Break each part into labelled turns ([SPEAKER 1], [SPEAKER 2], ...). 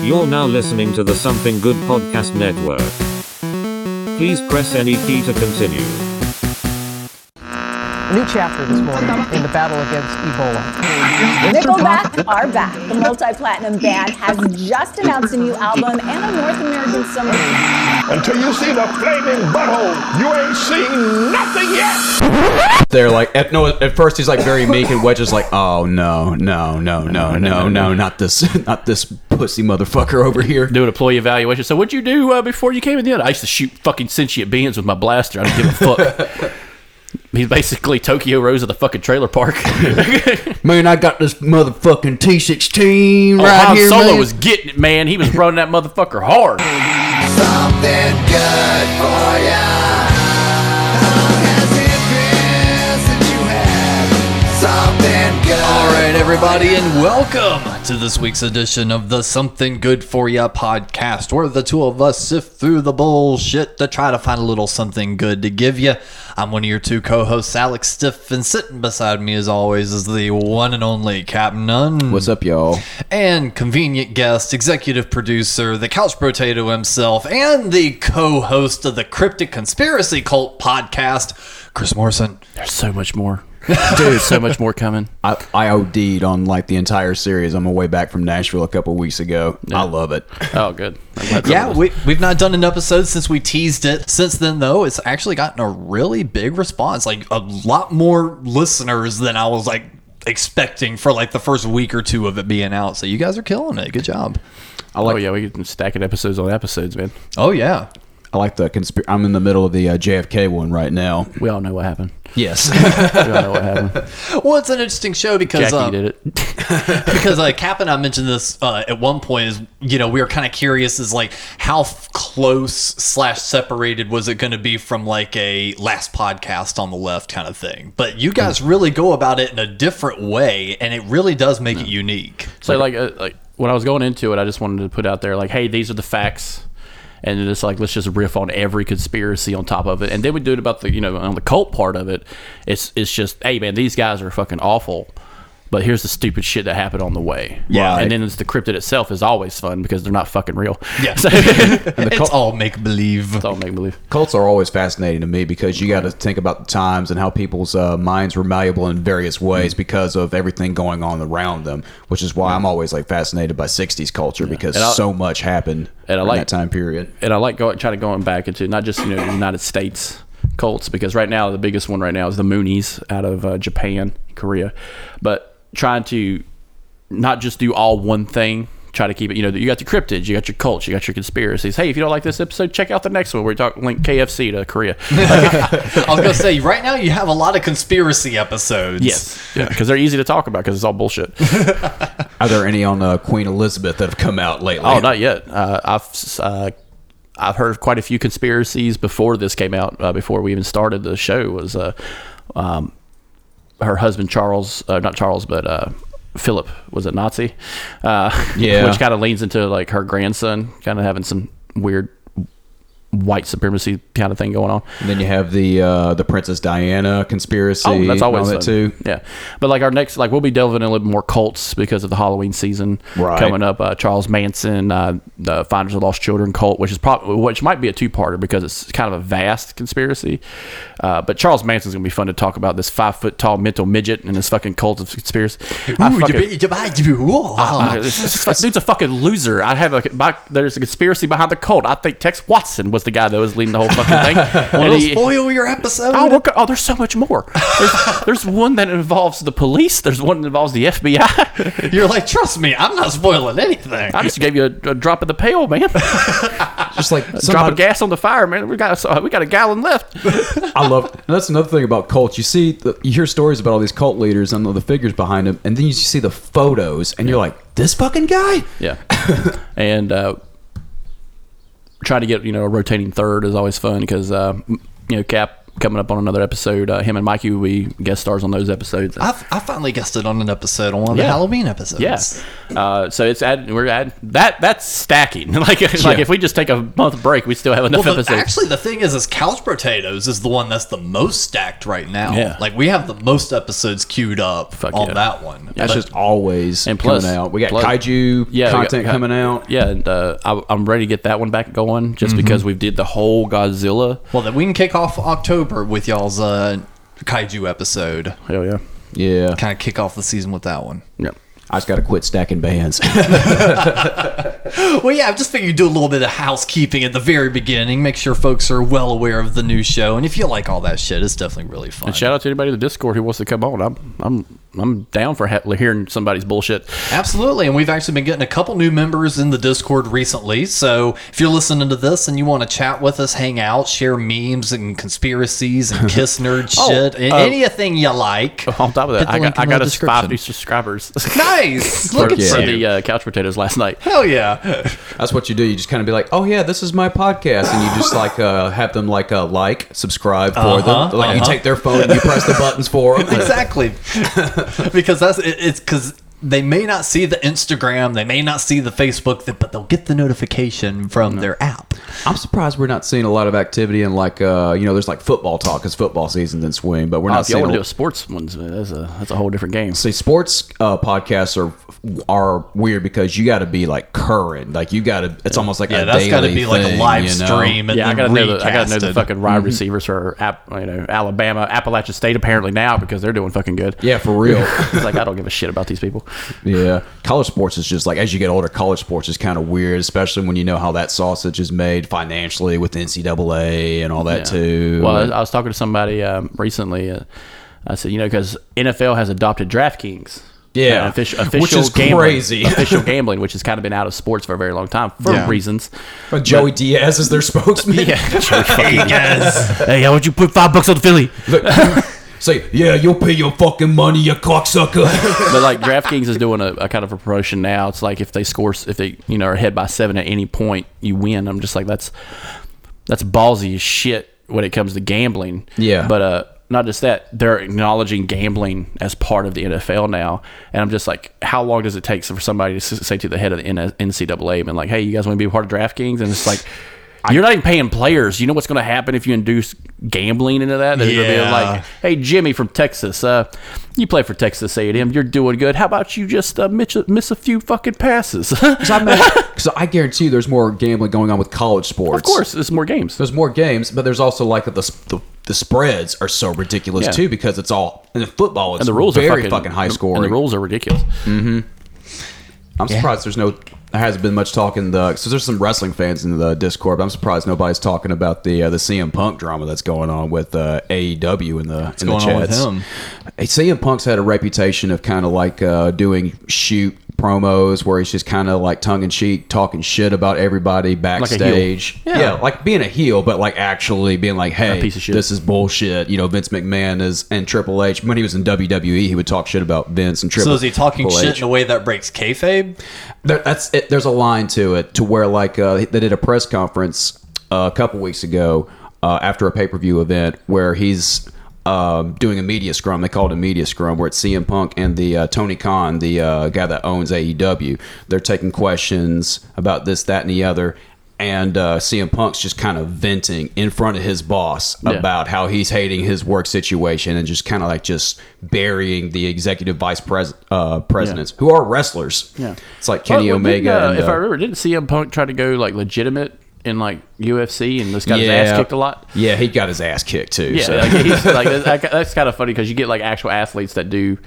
[SPEAKER 1] You're now listening to the Something Good Podcast Network. Please press any key to continue.
[SPEAKER 2] new chapter this morning in the battle against Ebola.
[SPEAKER 3] Nickelback are back. The multi-platinum band has just announced a new album and a North American summer.
[SPEAKER 4] Until you see the flaming butthole, you ain't seen nothing yet.
[SPEAKER 5] They're like at no at first he's like very meek and Wedge is like oh no no no no no no not this not this pussy motherfucker over here
[SPEAKER 6] do an employee evaluation. So what'd you do uh, before you came in the end? I used to shoot fucking sentient beings with my blaster. I don't give a fuck. He's basically Tokyo Rose of the fucking trailer park.
[SPEAKER 5] man I got this motherfucking T sixteen
[SPEAKER 6] Oh,
[SPEAKER 5] right
[SPEAKER 6] Han
[SPEAKER 5] here
[SPEAKER 6] Solo
[SPEAKER 5] man.
[SPEAKER 6] was getting it, man. He was running that motherfucker hard.
[SPEAKER 7] All right, everybody, and welcome to this week's edition of the Something Good For Ya podcast, where the two of us sift through the bullshit to try to find a little something good to give you. I'm one of your two co hosts, Alex Stiff, and sitting beside me, as always, is the one and only Captain Nunn.
[SPEAKER 5] What's up y'all
[SPEAKER 7] And convenient guest, executive producer, the couch potato himself, and the co host of the Cryptic Conspiracy Cult podcast, Chris Morrison.
[SPEAKER 6] There's so much more. Dude, so much more coming.
[SPEAKER 5] I, I OD'd on like the entire series on my way back from Nashville a couple weeks ago I love it
[SPEAKER 6] Oh, good. I'm glad
[SPEAKER 7] Yeah,
[SPEAKER 6] someone-
[SPEAKER 7] we, we've not done an episode since we teased it. Since then, though, it's actually gotten a really big response, like a lot more listeners than I was like expecting for like the first week or two of it being out. So you guys are killing it. Good job.
[SPEAKER 5] I like
[SPEAKER 6] oh yeah, we can stack it episodes on episodes, man.
[SPEAKER 7] Oh yeah.
[SPEAKER 5] I like the conspir- I'm in the middle of the uh, JFK one right now
[SPEAKER 6] We all know what happened.
[SPEAKER 7] Yes.
[SPEAKER 6] We all know what happened.
[SPEAKER 7] well, it's an interesting show because
[SPEAKER 6] Jackie
[SPEAKER 7] um,
[SPEAKER 6] did it.
[SPEAKER 7] because uh, Cap and I mentioned this uh, at one point is you know we were kind of curious is like how f- close slash separated was it going to be from like a last podcast on the left kind of thing, but you guys really go about it in a different way, and it really does make it unique.
[SPEAKER 6] So like, uh, like when I was going into it, I just wanted to put out there like, hey, these are the facts, and then it's like let's just riff on every conspiracy on top of it, and then we do it about the you know on the cult part of it. It's it's just hey man, these guys are fucking awful. But here's the stupid shit that happened on the way.
[SPEAKER 5] Yeah.
[SPEAKER 6] and then it's the cryptid itself is always fun because they're not fucking real.
[SPEAKER 7] Yeah.
[SPEAKER 6] so, it's
[SPEAKER 7] it's all make believe.
[SPEAKER 6] all make believe.
[SPEAKER 5] Cults are always fascinating to me because you got to think about the times and how people's uh, minds were malleable in various ways because of everything going on around them, which is why I'm always like fascinated by 60s culture because
[SPEAKER 6] And I-
[SPEAKER 5] so much happened
[SPEAKER 6] And I
[SPEAKER 5] in
[SPEAKER 6] like-
[SPEAKER 5] that time period.
[SPEAKER 6] and I like going, trying to going back into not just you know the United States cults because right now the biggest one right now is the Moonies out of uh, Japan, Korea, but trying to not just do all one thing. Try to keep it. You know, you got your cryptids, you got your cults, you got your conspiracies. Hey, if you don't like this episode, check out the next one. where We talk link KFC to Korea.
[SPEAKER 7] I was gonna say right now you have a lot of conspiracy episodes.
[SPEAKER 6] yeah, because they're easy to talk about because it's all bullshit.
[SPEAKER 5] Are there any on uh, Queen Elizabeth that have come out lately?
[SPEAKER 6] Oh, not yet. Uh, I've uh, I've heard of quite a few conspiracies before this came out. Uh, before we even started the show, was uh, um, her husband Charles, uh, not Charles, but uh, Philip was a Nazi. Uh,
[SPEAKER 5] Yeah.
[SPEAKER 6] which kind of leans into like her grandson, kind of having some weird white supremacy kind of thing going on.
[SPEAKER 5] And then you have the uh, the Princess Diana conspiracy.
[SPEAKER 6] Oh, that's
[SPEAKER 5] and
[SPEAKER 6] always
[SPEAKER 5] all
[SPEAKER 6] fun.
[SPEAKER 5] that too.
[SPEAKER 6] Yeah, but like our next, like we'll be delving in a little more cults because of the Halloween season
[SPEAKER 5] Right.
[SPEAKER 6] coming up. Uh, Charles Manson, uh, the Finders of Lost Children cult, which is probably which might be a two parter because it's kind of a vast conspiracy. Uh, but Charles Manson's gonna be fun to talk about. This five foot tall mental midget and his fucking cult of conspiracy. I
[SPEAKER 7] Ooh,
[SPEAKER 6] fucking-
[SPEAKER 7] you- you- you- ooh,
[SPEAKER 6] I- this- this fuck- dude's a fucking loser. I have a my, there's a conspiracy behind the cult. I think Tex Watson was the guy that was leading the whole fucking thing. And
[SPEAKER 7] It'll
[SPEAKER 6] he-
[SPEAKER 7] spoil your episode.
[SPEAKER 6] Oh, we're go- oh, there's so much more. There's, there's one that involves the police. There's one that involves the FBI.
[SPEAKER 7] You're like, trust me, I'm not spoiling anything.
[SPEAKER 6] I just gave you a, a drop of the pail, man.
[SPEAKER 5] Just like
[SPEAKER 6] drop of
[SPEAKER 5] somebody,
[SPEAKER 6] gas on the fire, man. We got a, we got a gallon left.
[SPEAKER 5] I love. and that's another thing about cults. You see, the, you hear stories about all these cult leaders and all the figures behind them, and then you see the photos, and you're like, this fucking guy.
[SPEAKER 6] Yeah, and uh, try to get you know a rotating third is always fun because uh, m- you know Cap coming up on another episode. Uh, him and Mikey will be guest stars on those episodes.
[SPEAKER 7] I've, I finally guessed it on an episode on one of the
[SPEAKER 6] Yeah.
[SPEAKER 7] Halloween episodes.
[SPEAKER 6] Yeah. Uh, so it's add, we're add, that that's stacking. like it's like
[SPEAKER 7] Yeah.
[SPEAKER 6] if we just take a month break, we still have enough
[SPEAKER 7] Well, the,
[SPEAKER 6] episodes.
[SPEAKER 7] actually, the thing is, is couch potatoes is the one that's the most stacked right now.
[SPEAKER 6] Yeah.
[SPEAKER 7] like we have the most episodes queued up
[SPEAKER 6] Fuck
[SPEAKER 7] on
[SPEAKER 6] yeah.
[SPEAKER 7] that one.
[SPEAKER 5] That's
[SPEAKER 7] But-
[SPEAKER 5] just always
[SPEAKER 6] And plus-
[SPEAKER 5] coming out. We got
[SPEAKER 6] plus-
[SPEAKER 5] kaiju
[SPEAKER 6] yeah, we got-
[SPEAKER 5] content
[SPEAKER 6] got-
[SPEAKER 5] coming out.
[SPEAKER 6] yeah, and uh, I, I'm ready to get that one back going just because we did the whole Godzilla.
[SPEAKER 7] well, then we can kick off October with y'all's uh, kaiju episode.
[SPEAKER 6] Hell yeah,
[SPEAKER 5] Yeah,
[SPEAKER 7] Kind of kick off the season with that one.
[SPEAKER 6] yeah.
[SPEAKER 5] I just got to quit stacking bands.
[SPEAKER 7] Well, yeah, I just figured you'd do a little bit of housekeeping at the very beginning, make sure folks are well aware of the new show, and if you like all that shit, it's definitely really fun.
[SPEAKER 6] Shout out to anybody in the Discord who wants to come on. I'm I'm I'm down for he- hearing somebody's bullshit.
[SPEAKER 7] Absolutely, and we've actually been getting a couple new members in the Discord recently. So if you're listening to this and you want to chat with us, hang out, share memes and conspiracies and kiss nerd shit, and
[SPEAKER 6] uh, oh,
[SPEAKER 7] anything you like.
[SPEAKER 6] On top of that,
[SPEAKER 7] Hit the
[SPEAKER 6] I
[SPEAKER 7] link
[SPEAKER 6] got I
[SPEAKER 7] in the
[SPEAKER 6] got us five
[SPEAKER 7] description.
[SPEAKER 6] new subscribers
[SPEAKER 7] Nice,
[SPEAKER 6] for,
[SPEAKER 7] look at
[SPEAKER 6] for
[SPEAKER 7] you.
[SPEAKER 6] the uh, couch potatoes last night.
[SPEAKER 7] Hell yeah!
[SPEAKER 5] That's what you do. You just kind of be like, "Oh yeah, this is my podcast," and you just like uh, have them like uh, like subscribe for
[SPEAKER 7] Uh-huh.
[SPEAKER 5] them. Like you take their phone and you press the buttons for them.
[SPEAKER 7] exactly because that's it, it's because they may not see the instagram they may not see the facebook th- but they'll get the notification from their app
[SPEAKER 5] I'm surprised we're not seeing a lot of activity in like uh, you know, there's like football talk because football season's in swing,
[SPEAKER 7] Oh,
[SPEAKER 5] but we're
[SPEAKER 6] Uh,
[SPEAKER 5] not
[SPEAKER 6] if y'all
[SPEAKER 5] seeing.
[SPEAKER 6] want to do
[SPEAKER 5] A,
[SPEAKER 6] a sports ones, uh, that's a that's a whole different game.
[SPEAKER 5] see, sports uh, podcasts are are weird because you got to be like current, like you got to. It's almost like
[SPEAKER 7] yeah
[SPEAKER 5] a
[SPEAKER 7] that's got to
[SPEAKER 5] daily
[SPEAKER 7] be like a
[SPEAKER 5] thing,
[SPEAKER 7] live
[SPEAKER 5] you know?
[SPEAKER 7] stream and
[SPEAKER 6] Yeah, I
[SPEAKER 7] then
[SPEAKER 6] gotta know the I gotta know
[SPEAKER 7] recasted.
[SPEAKER 6] the fucking wide receivers for App, you know Alabama, Appalachian State apparently now because they're doing fucking good.
[SPEAKER 5] Yeah, for real.
[SPEAKER 6] it's like I don't give a shit about these people.
[SPEAKER 5] Yeah, college sports is just like as you get older, college sports is kind of weird, especially when you know how that sausage is made financially with NCAA and all that too.
[SPEAKER 6] Well, I, I was talking to somebody um, recently. Uh, I said, you know, because NFL has adopted DraftKings.
[SPEAKER 5] Yeah,
[SPEAKER 6] Uh,
[SPEAKER 5] which
[SPEAKER 6] offici- official
[SPEAKER 5] is
[SPEAKER 6] gambling,
[SPEAKER 5] crazy.
[SPEAKER 6] official gambling, which has kind of been out of sports for a very long time for
[SPEAKER 7] Yeah.
[SPEAKER 6] reasons.
[SPEAKER 5] But Joey Diaz is their spokesman.
[SPEAKER 6] Hey, how would you put five bucks on Philly?
[SPEAKER 5] Say, yeah, you'll pay your fucking money, you cocksucker.
[SPEAKER 6] but like DraftKings is doing a, a kind of a promotion now. It's like if they score, if they you know are ahead by seven at any point, you win. I'm just like that's that's ballsy as shit when it comes to gambling.
[SPEAKER 5] Yeah.
[SPEAKER 6] But uh, not just that, they're acknowledging gambling as part of the NFL now, and I'm just like, how long does it take for somebody to s- say to the head of the N- NCAA and been like, hey, you guys want to be a part of DraftKings? And it's like. You're not even paying players. You know what's going to happen if you induce gambling into that? They're going to be
[SPEAKER 7] Yeah.
[SPEAKER 6] like, Hey Jimmy from Texas, uh, you play for Texas A&M. You're doing good. How about you just uh, miss, miss a few fucking passes? of
[SPEAKER 5] Because I guarantee you there's more gambling going on with college sports. Of
[SPEAKER 6] course, there's more games.
[SPEAKER 5] There's more games, but there's also like the, the, the spreads are so ridiculous
[SPEAKER 6] Yeah.
[SPEAKER 5] too because it's all, in football, it's
[SPEAKER 6] And the rules
[SPEAKER 5] very
[SPEAKER 6] are fucking,
[SPEAKER 5] high
[SPEAKER 6] and the-
[SPEAKER 5] scoring.
[SPEAKER 6] And the rules are ridiculous.
[SPEAKER 5] I'm surprised there's no there hasn't been much talk in the so there's some wrestling fans in the Discord. But I'm surprised nobody's talking about the uh, the CM Punk drama that's going on with uh, AEW in the in
[SPEAKER 7] going
[SPEAKER 5] the
[SPEAKER 7] on with
[SPEAKER 5] chats.
[SPEAKER 7] him?
[SPEAKER 5] Hey, CM Punk's had a reputation of kind of like uh, doing shoot promos where he's just kind of like tongue in cheek talking shit about everybody backstage.
[SPEAKER 6] Yeah.
[SPEAKER 5] yeah, like being a heel, but like actually being like, hey,
[SPEAKER 6] piece of shit.
[SPEAKER 5] this is bullshit. You know, Vince McMahon is and Triple H. When he was in WWE, he would talk shit about Vince and Triple.
[SPEAKER 7] so is he talking
[SPEAKER 5] Triple
[SPEAKER 7] shit
[SPEAKER 5] H.
[SPEAKER 7] in a way that breaks kayfabe
[SPEAKER 5] There, that's it. There's a line to it to where like uh, they did a press conference uh, a couple weeks ago uh, after a pay per view event where he's um, doing a media scrum. They called it a media scrum where it's CM Punk and the uh, Tony Khan, the uh, guy that owns AEW. They're taking questions about this, that, and the other. And uh, CM Punk's just kind of venting in front of his boss
[SPEAKER 6] Yeah.
[SPEAKER 5] about how he's hating his work situation and just kind of like just burying the executive vice pres- uh, presidents who are wrestlers.
[SPEAKER 6] Yeah.
[SPEAKER 5] It's like Kenny
[SPEAKER 6] Well,
[SPEAKER 5] Omega.
[SPEAKER 6] didn't, uh,
[SPEAKER 5] and,
[SPEAKER 6] if
[SPEAKER 5] uh,
[SPEAKER 6] I remember, didn't CM Punk try to go like legitimate in like UFC and just got
[SPEAKER 5] yeah.
[SPEAKER 6] his ass kicked a lot?
[SPEAKER 5] Yeah, he got his ass kicked too.
[SPEAKER 6] Yeah,
[SPEAKER 5] so.
[SPEAKER 6] like, he's, like that's, that's kind of funny because you get like actual athletes that do,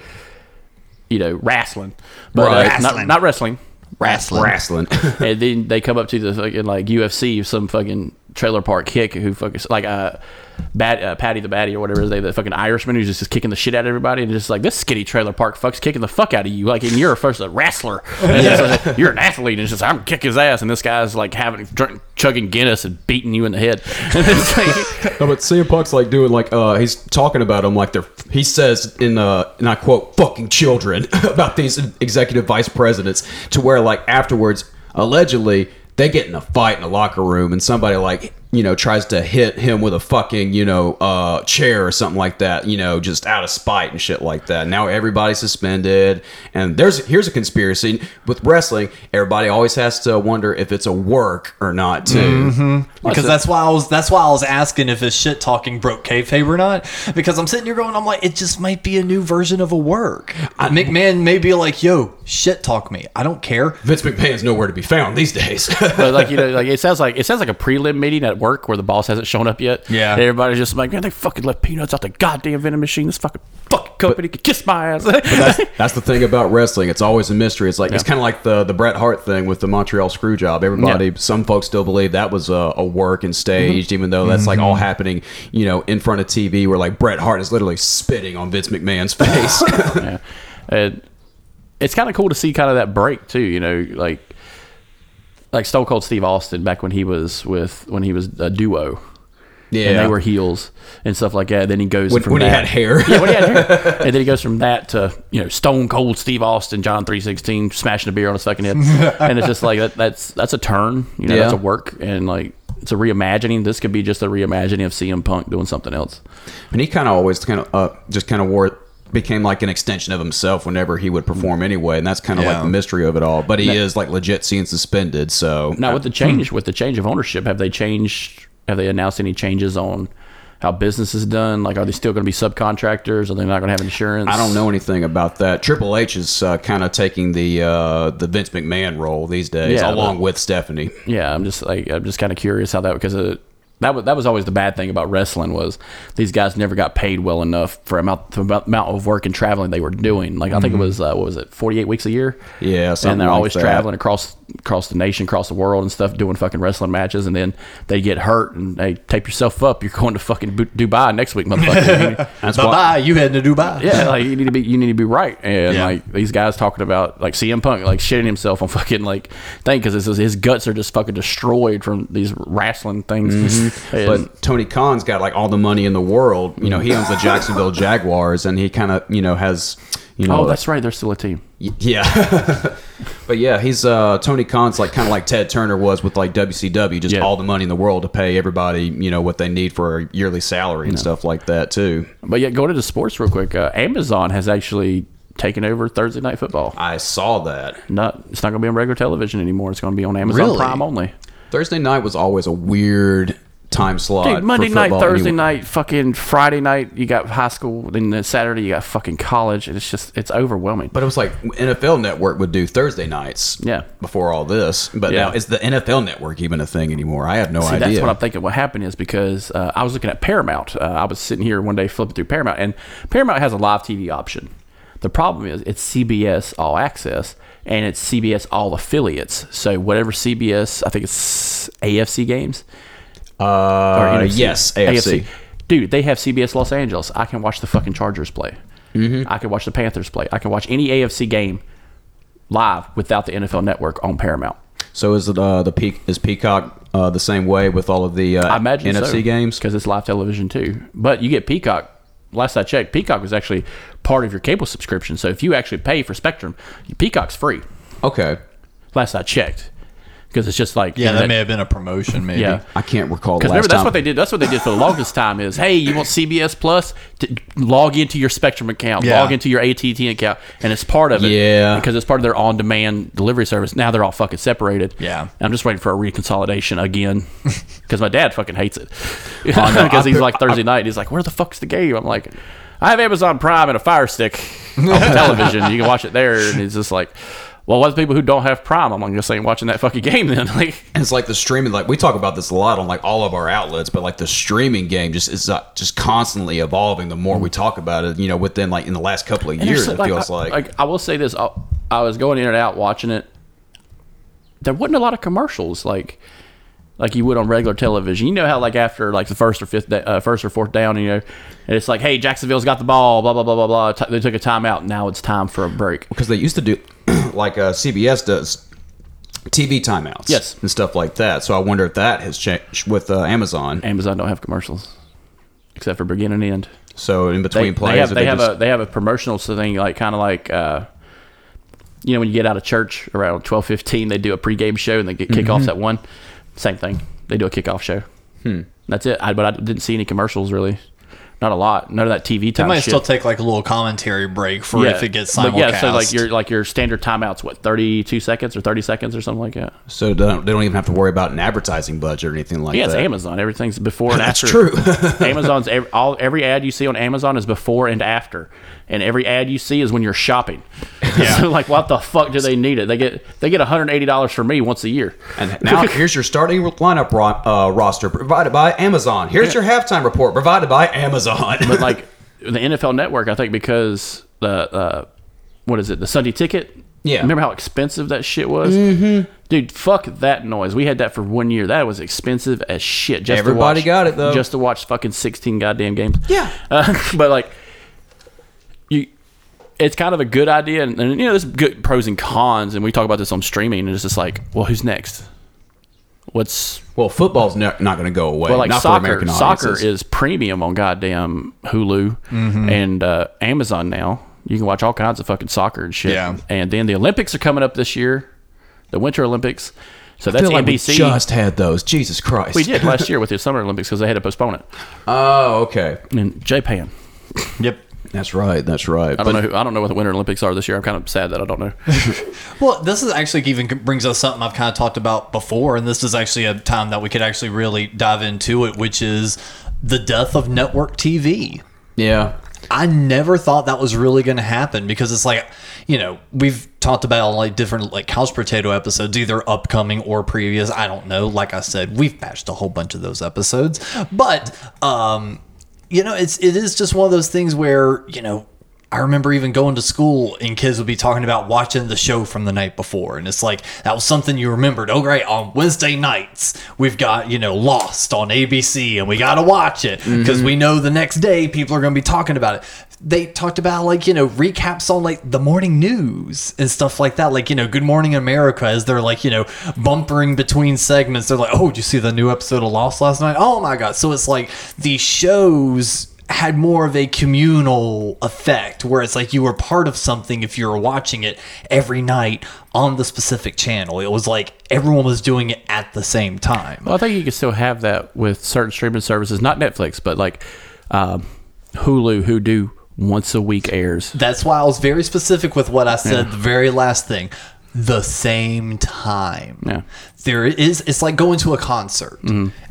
[SPEAKER 6] you know, wrestling, but uh,
[SPEAKER 5] Right.
[SPEAKER 6] not, not wrestling.
[SPEAKER 7] wrestling
[SPEAKER 5] wrestling.
[SPEAKER 6] and then they come up to the fucking like UFC, some fucking trailer park kick who fucking like uh, bat, uh Patty the Batty or whatever his name, the fucking Irishman who's just, just kicking the shit out of everybody and just like this skinny trailer park fucks kicking the fuck out of you like and you're first a wrestler, And it's just like, you're an athlete and it's just I'm gonna kick his ass and this guy's like having drunk, chugging Guinness and beating you in the head. And it's like,
[SPEAKER 5] no, but CM Punk's like doing like uh he's talking about them like they're he says in uh and I quote fucking children about these executive vice presidents to where like afterwards allegedly they get in a fight in the locker room and somebody like you know, tries to hit him with a fucking, you know, uh, chair or something like that, you know, just out of spite and shit like that. Now everybody's suspended. And there's here's a conspiracy with wrestling. Everybody always has to wonder if it's a work or not, too.
[SPEAKER 7] because that's why I was that's why I was asking if his shit talking broke kayfabe or not. Because I'm sitting here going, I'm like, it just might be a new version of a work. I, McMahon may be like, yo, shit talk me. I don't care.
[SPEAKER 5] Vince McMahon's nowhere to be found these days.
[SPEAKER 6] But like you know, like it sounds like it sounds like a prelim meeting at work where the boss hasn't shown up yet.
[SPEAKER 7] Yeah.
[SPEAKER 6] and everybody's just like, man, they fucking left peanuts out the goddamn vending machine. This fucking fucking company could kiss my ass.
[SPEAKER 5] That's the thing about wrestling. It's always a mystery. It's like it's kind of like the the Bret Hart thing with the Montreal screw job. Everybody,
[SPEAKER 6] Yeah. Mm-hmm.
[SPEAKER 5] some folks still believe that was a, a work and staged, even though that's like all happening, you know, in front of TV, where like Bret Hart is literally spitting on Vince McMahon's face.
[SPEAKER 6] and it's kind of cool to see kind of that break too. You know, like like Stone Cold Steve Austin back when he was with when he was a duo.
[SPEAKER 5] yeah,
[SPEAKER 6] and they were heels and stuff like that. Then he goes
[SPEAKER 5] when,
[SPEAKER 6] from
[SPEAKER 5] when he
[SPEAKER 6] that-
[SPEAKER 5] had hair.
[SPEAKER 6] Yeah, when he had hair. and then he goes from that to you know Stone Cold Steve Austin, John three sixteen, smashing a beer on his fucking head, and it's just like that, that's that's a turn, you know, that's a
[SPEAKER 5] Yeah.
[SPEAKER 6] work, and like it's a reimagining. This could be just a reimagining of CM Punk doing something else.
[SPEAKER 5] And he kind of always kind of uh, just kind of wore became like an extension of himself whenever he would perform anyway, and that's kind of like
[SPEAKER 7] Yeah.
[SPEAKER 5] the mystery of it all. But he is like legit seeing suspended. So
[SPEAKER 6] Now with the
[SPEAKER 5] Hmm.
[SPEAKER 6] change, with the change of ownership, have they changed? Have they announced any changes on? How business is done? Like, are they still going to be subcontractors? Are they not going to have insurance?
[SPEAKER 5] I don't know anything about that. Triple H is uh, kind of taking the uh, the Vince McMahon role these days,
[SPEAKER 6] Yeah,
[SPEAKER 5] along
[SPEAKER 6] but-
[SPEAKER 5] with Stephanie.
[SPEAKER 6] yeah, I'm just like I'm just kind of curious how that because uh, that was that was always the bad thing about wrestling was these guys never got paid well enough for amount the amount amount of work and traveling they were doing. Like I think it was uh, what was it 48 weeks a year?
[SPEAKER 5] Mm-hmm. Yeah, something
[SPEAKER 6] and they're
[SPEAKER 5] like
[SPEAKER 6] always
[SPEAKER 5] that.
[SPEAKER 6] traveling across across the nation, across the world, and stuff, doing fucking wrestling matches, and then they get hurt and they tape yourself up. You're going to fucking Bu- Dubai next week, motherfucker.
[SPEAKER 5] That's
[SPEAKER 7] Bye
[SPEAKER 5] why.
[SPEAKER 7] bye, you heading to Dubai.
[SPEAKER 6] Yeah, like you need to be you need to be right, and
[SPEAKER 7] Yeah.
[SPEAKER 6] like these guys talking about like CM Punk like shitting himself on fucking like thing because his guts are just fucking destroyed from these wrestling things. And-
[SPEAKER 5] But Tony Khan's got like all the money in the world. You know, he owns the Jacksonville Jaguars, and he kind of you know has you know
[SPEAKER 6] oh, that's right, they're still a team.
[SPEAKER 5] yeah. but yeah, he's uh, Tony Khan's like kind of like Ted Turner was with like WCW, just
[SPEAKER 6] Yeah.
[SPEAKER 5] all the money in the world to pay everybody you know what they need for a yearly salary and stuff like that too.
[SPEAKER 6] But yeah, going into sports real quick, uh, Amazon has actually taken over Thursday Night Football.
[SPEAKER 5] I saw that.
[SPEAKER 6] Not it's not going to be on regular television anymore. It's going to be on Amazon
[SPEAKER 5] Really?
[SPEAKER 6] Prime only.
[SPEAKER 5] Thursday night was always a weird time slot.
[SPEAKER 6] Dude,
[SPEAKER 5] for
[SPEAKER 6] Monday night,
[SPEAKER 5] football
[SPEAKER 6] Thursday
[SPEAKER 5] anyway.
[SPEAKER 6] night, fucking Friday night, you got high school, then the Saturday you got fucking college, and it's just it's overwhelming.
[SPEAKER 5] But it was like NFL Network would do Thursday nights.
[SPEAKER 6] Yeah.
[SPEAKER 5] Before all this, but
[SPEAKER 6] Yeah.
[SPEAKER 5] now is the NFL Network even a thing anymore? I have no
[SPEAKER 6] See,
[SPEAKER 5] idea.
[SPEAKER 6] that's what I'm thinking. What happened is because uh, I was looking at Paramount. Uh, I was sitting here one day flipping through Paramount, and Paramount has a live TV option. The problem is it's CBS All Access and it's CBS All affiliates. So whatever CBS, I think it's AFC games. or
[SPEAKER 5] uh,
[SPEAKER 6] NFC.
[SPEAKER 5] yes, AFC.
[SPEAKER 6] Dude, they have CBS Los Angeles. I can watch the fucking Chargers play.
[SPEAKER 5] Mm-hmm.
[SPEAKER 6] I can watch the Panthers play. I can watch any AFC game live without the NFL Network on Paramount.
[SPEAKER 5] So is it uh, the peak? Is Peacock uh, the same way with all of the uh,
[SPEAKER 6] I imagine
[SPEAKER 5] NFC
[SPEAKER 6] so,
[SPEAKER 5] games?
[SPEAKER 6] because it's live television too. But you get Peacock. Last I checked, Peacock was actually part of your cable subscription. So if you actually pay for Spectrum, Peacock's free.
[SPEAKER 5] Okay,
[SPEAKER 6] Last I checked, because it's just like
[SPEAKER 7] Yeah, that
[SPEAKER 6] internet-
[SPEAKER 7] may have been a promotion, maybe.
[SPEAKER 6] yeah.
[SPEAKER 5] I can't recall. the
[SPEAKER 6] Because
[SPEAKER 5] last
[SPEAKER 6] remember, that's
[SPEAKER 5] time.
[SPEAKER 6] what they did. That's what they did for the longest time. Is hey, you want CBS Plus? To log into your Spectrum account,
[SPEAKER 7] Yeah.
[SPEAKER 6] log into your AT and T account, and it's part of it.
[SPEAKER 5] Yeah.
[SPEAKER 6] because it's part of their on-demand delivery service. Now they're all fucking separated.
[SPEAKER 7] Yeah.
[SPEAKER 6] I'm just waiting for a reconsolidation again because my dad fucking hates it
[SPEAKER 5] Oh, no,
[SPEAKER 6] because
[SPEAKER 5] I
[SPEAKER 6] he's
[SPEAKER 5] put-
[SPEAKER 6] like Thursday night. He's like, where the fuck's the game? I'm like. I have Amazon Prime and a Fire Stick on the television. You can watch it there, and it's just like, well, what's people who don't have Prime? I'm like, just ain't watching that fucking game then. Like,
[SPEAKER 5] It's like the streaming. Like we talk about this a lot on like all of our outlets, but like the streaming game just is uh, just constantly evolving. The more we talk about it, you know, within like in the last couple of
[SPEAKER 6] Mm. And
[SPEAKER 5] years,
[SPEAKER 6] there's,
[SPEAKER 5] it feels
[SPEAKER 6] I,
[SPEAKER 5] like,
[SPEAKER 6] I will say this: I, I was going in and out watching it. There wasn't a lot of commercials like like you would on regular television. You know how like after like the first or fifth da- uh, first or fourth down, you know, and it's like, hey, Jacksonville's got the ball, blah blah blah blah blah. T- they took a timeout. Now it's time for a break.
[SPEAKER 5] because they used to do like uh, CBS does TV timeouts,
[SPEAKER 6] Yes.
[SPEAKER 5] and stuff like that. So I wonder if that has changed with uh, Amazon.
[SPEAKER 6] Amazon don't have commercials except for beginning and end.
[SPEAKER 5] So in
[SPEAKER 6] They,
[SPEAKER 5] between
[SPEAKER 6] they
[SPEAKER 5] plays,
[SPEAKER 6] have
[SPEAKER 5] if
[SPEAKER 6] they have
[SPEAKER 5] just-
[SPEAKER 6] a they have a promotional thing like kind of like. uh you know, when you get out of church
[SPEAKER 7] Mm-hmm.
[SPEAKER 6] around twelve fifteen, they do a pregame show and they get kickoffs at one. Same thing. They do a kickoff show.
[SPEAKER 7] Hmm.
[SPEAKER 6] That's it. I, but I didn't see any commercials really. Not a lot. None of that TV
[SPEAKER 7] It
[SPEAKER 6] time.
[SPEAKER 7] might
[SPEAKER 6] shit.
[SPEAKER 7] still take like a little commentary break for if it gets simulcast.
[SPEAKER 6] But yeah, so like your like your standard timeout's what thirty two seconds or thirty seconds or something like that.
[SPEAKER 5] So they don't, they don't even have to worry about an advertising budget or anything like
[SPEAKER 6] yeah, it's
[SPEAKER 5] that.
[SPEAKER 6] Amazon. Everything's before and
[SPEAKER 5] That's
[SPEAKER 6] after.
[SPEAKER 5] true.
[SPEAKER 6] Amazon's every, all every ad you see on Amazon is before and after, and every ad you see is when you're shopping. so like, what the fuck do they need it? They get they get one hundred eighty dollars from me once a year.
[SPEAKER 5] And now here's your starting lineup ro- uh, roster provided by Amazon. Here's your halftime report provided by Amazon.
[SPEAKER 6] But like the NFL Network, I think because the uh, what is it, the Sunday Ticket?
[SPEAKER 5] Yeah.
[SPEAKER 6] Remember how expensive that shit was? Mm-hmm. Dude, fuck that noise. We had that for one year. That was expensive as shit. Just
[SPEAKER 5] Everybody
[SPEAKER 6] to watch,
[SPEAKER 5] got it, though.
[SPEAKER 6] Just to watch fucking sixteen goddamn games.
[SPEAKER 5] Yeah.
[SPEAKER 6] Uh, but like you. It's kind of a good idea, and, and you know, there's good pros and cons, and we talk about this on streaming, and it's just like, well, who's next? What's
[SPEAKER 5] well, football's no, not going to go away.
[SPEAKER 6] well, like
[SPEAKER 5] not for
[SPEAKER 6] soccer,
[SPEAKER 5] American
[SPEAKER 6] soccer
[SPEAKER 5] audiences. Mm-hmm.
[SPEAKER 6] is premium on goddamn Hulu and uh, Amazon now. You can watch all kinds of fucking soccer and shit.
[SPEAKER 7] Yeah.
[SPEAKER 6] And then the Olympics are coming up this year, the Winter Olympics. So
[SPEAKER 5] I
[SPEAKER 6] that's
[SPEAKER 5] feel like we
[SPEAKER 6] NBC.
[SPEAKER 5] just had those. Jesus Christ.
[SPEAKER 6] we did last year with the Summer Olympics because they had to postpone it
[SPEAKER 5] Oh, okay.
[SPEAKER 6] in Japan.
[SPEAKER 7] yep.
[SPEAKER 5] That's right. That's right.
[SPEAKER 6] I don't know. Who, I don't know what the Winter Olympics are this year. I'm kind of sad that I don't know.
[SPEAKER 7] Well, this is actually even brings us something I've kind of talked about before, and this is actually a time that we could actually really dive into it, which is the death of network TV.
[SPEAKER 5] Yeah.
[SPEAKER 7] I never thought that was really going to happen because it's like, you know, we've talked about like different like couch potato episodes, either upcoming or previous. I don't know. Like I said, we've patched a whole bunch of those episodes, but um, you know, it's it is just one of those things where you know. I remember even going to school and kids would be talking about watching the show from the night before. And it's like, that was something you remembered. Oh, great. On Wednesday nights, we've got, you know, Lost on ABC and we got to watch it because we know the next day people are going to be talking about it. They talked about, like, you know, recaps on, like, the morning news and stuff like that. Like, you know, Good Morning America, as they're, like, you know, bumpering between segments. They're like, oh, did you see the new episode of Lost last night? Oh, my God. So it's like these shows had more of a communal effect where it's like you were part of something if you were watching it every night on the specific channel. It was like everyone was doing it at the same time.
[SPEAKER 6] Well, I think you can still have that with certain streaming services, not Netflix, but like um, Hulu, who do once a week airs.
[SPEAKER 7] That's why I was very specific with what I said the very last thing. The same time.
[SPEAKER 6] Yeah.
[SPEAKER 7] There is, it's like going to a concert.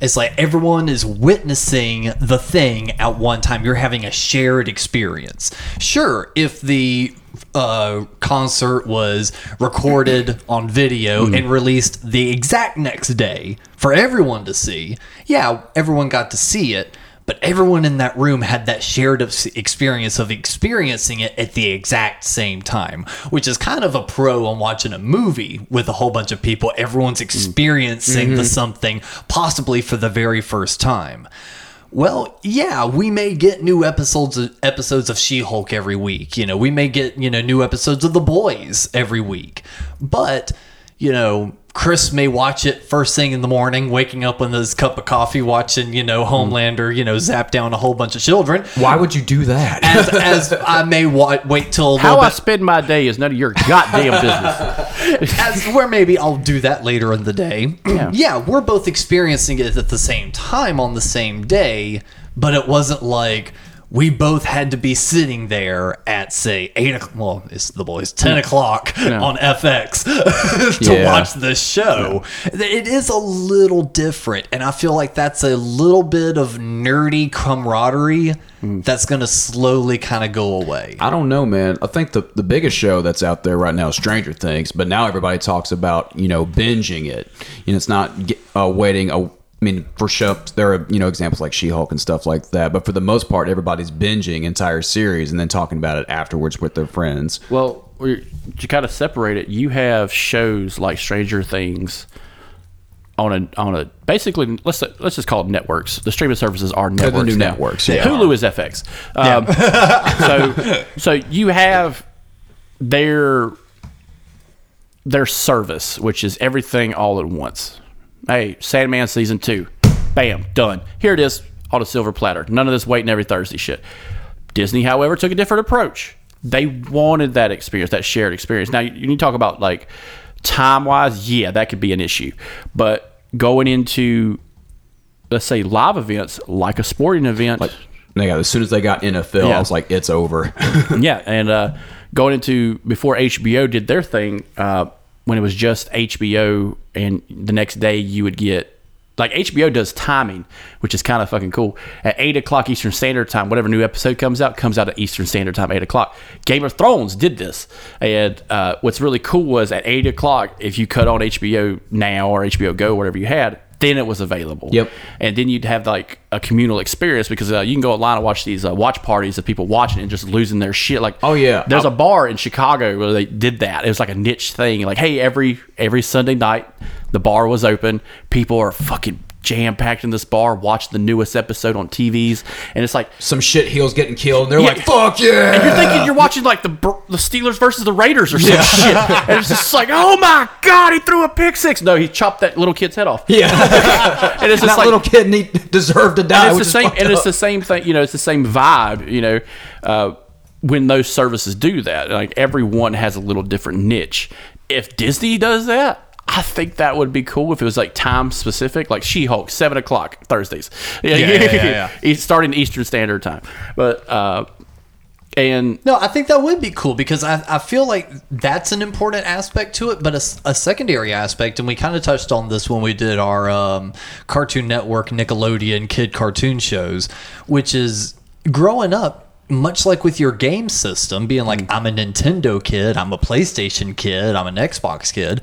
[SPEAKER 7] It's like everyone is witnessing the thing at one time. You're having a shared experience. Sure, if the uh, concert was recorded on video and released the exact next day for everyone to see, yeah, everyone got to see it. But everyone in that room had that shared ex- experience of experiencing it at the exact same time, which is kind of a pro on watching a movie with a whole bunch of people. Everyone's experiencing the something, possibly for the very first time. Well, yeah, we may get new episodes of, episodes of She-Hulk every week. You know, we may get, you know, new episodes of The Boys every week. But, you know, Chris may watch it first thing in the morning, waking up with his cup of coffee, watching, you know, Homelander, you know, zap down a whole bunch of children.
[SPEAKER 5] Why would you do that?
[SPEAKER 7] As, as I may wa- wait till a
[SPEAKER 6] How
[SPEAKER 7] little
[SPEAKER 6] I
[SPEAKER 7] bit
[SPEAKER 6] spend my day is none of your goddamn business.
[SPEAKER 7] as where maybe I'll do that later in the day. Yeah. we're both experiencing it at the same time on the same day, but it wasn't like we both had to be sitting there at say eight o'clock. Well, it's the boys ten o'clock on FX to
[SPEAKER 5] Yeah.
[SPEAKER 7] watch this show. It is a little different, and I feel like that's a little bit of nerdy camaraderie that's going to slowly kind of go away.
[SPEAKER 5] I don't know, man. I think the, the biggest show that's out there right now is Stranger Things, but now everybody talks about you know binging it. You know, it's not ge- uh, waiting. A, I mean, for show there are you know examples like She Hulk and stuff like that, but for the most part, everybody's binging entire series and then talking about it afterwards with their friends.
[SPEAKER 6] Well, we- to kind of separate it, you have shows like Stranger Things on a on a basically let's let's just call it networks. The streaming services are
[SPEAKER 5] the
[SPEAKER 6] networks.
[SPEAKER 5] new
[SPEAKER 6] now.
[SPEAKER 5] networks, yeah.
[SPEAKER 6] Hulu is FX. Um, so so you have their their service, which is everything all at once. Hey, Sandman season two, bam, done. Here it is on a silver platter. None of this waiting every Thursday shit. Disney, however, took a different approach. They wanted that experience, that shared experience. Now, you, you talk about like time wise, yeah, that could be an issue, but going into let's say live events like a sporting event.
[SPEAKER 5] Like, they got, as soon as they got NFL, I
[SPEAKER 6] Yeah.
[SPEAKER 5] was like, it's over.
[SPEAKER 6] yeah, and uh, going into before HBO did their thing, uh, when it was just HBO, and the next day you would get like HBO does timing, which is kind of fucking cool. At eight o'clock Eastern Standard Time, whatever new episode comes out comes out at Eastern Standard Time, eight o'clock. Game of Thrones did this, and uh, what's really cool was at eight o'clock if you cut on HBO Now or HBO Go, whatever you had. Then it was available.
[SPEAKER 5] Yep.
[SPEAKER 6] And then you'd have like a communal experience because uh, you can go online and watch these uh, watch parties of people watching and just losing their shit. Like,
[SPEAKER 5] Oh, yeah.
[SPEAKER 6] there's
[SPEAKER 5] I-
[SPEAKER 6] a bar in Chicago where they did that. It was like a niche thing. Like, hey, every every Sunday night, the bar was open. People are fucking jam packed in this bar. Watch the newest episode on TVs, and it's like
[SPEAKER 5] Some shit heels getting killed, and they're
[SPEAKER 6] Yeah.
[SPEAKER 5] like, fuck yeah.
[SPEAKER 6] and you're thinking you're watching like the Br- the Steelers versus the Raiders or some shit. And it's just like, oh my god, he threw a pick six. No, he chopped that little kid's head off.
[SPEAKER 5] yeah.
[SPEAKER 6] And it's just
[SPEAKER 5] that
[SPEAKER 6] like
[SPEAKER 5] little kid need, deserved to die.
[SPEAKER 6] and it's
[SPEAKER 5] which
[SPEAKER 6] the
[SPEAKER 5] is
[SPEAKER 6] same
[SPEAKER 5] fucked
[SPEAKER 6] and it's
[SPEAKER 5] up.
[SPEAKER 6] the same thing you know it's the same vibe you know uh, when those services do that like everyone has a little different niche if disney does that I think that would be cool if it was like time specific, like She Hulk, seven o'clock Thursdays. Yeah,
[SPEAKER 7] yeah, yeah, yeah.
[SPEAKER 6] It's starting Eastern Standard Time. But uh, and
[SPEAKER 7] No, I think that would be cool because I, I feel like that's an important aspect to it, but a, s- a secondary aspect, and we kind of touched on this when we did our um, Cartoon Network, Nickelodeon, kid cartoon shows, which is growing up. Much like with your game system, being like, I'm a Nintendo kid, I'm a PlayStation kid, I'm an Xbox kid,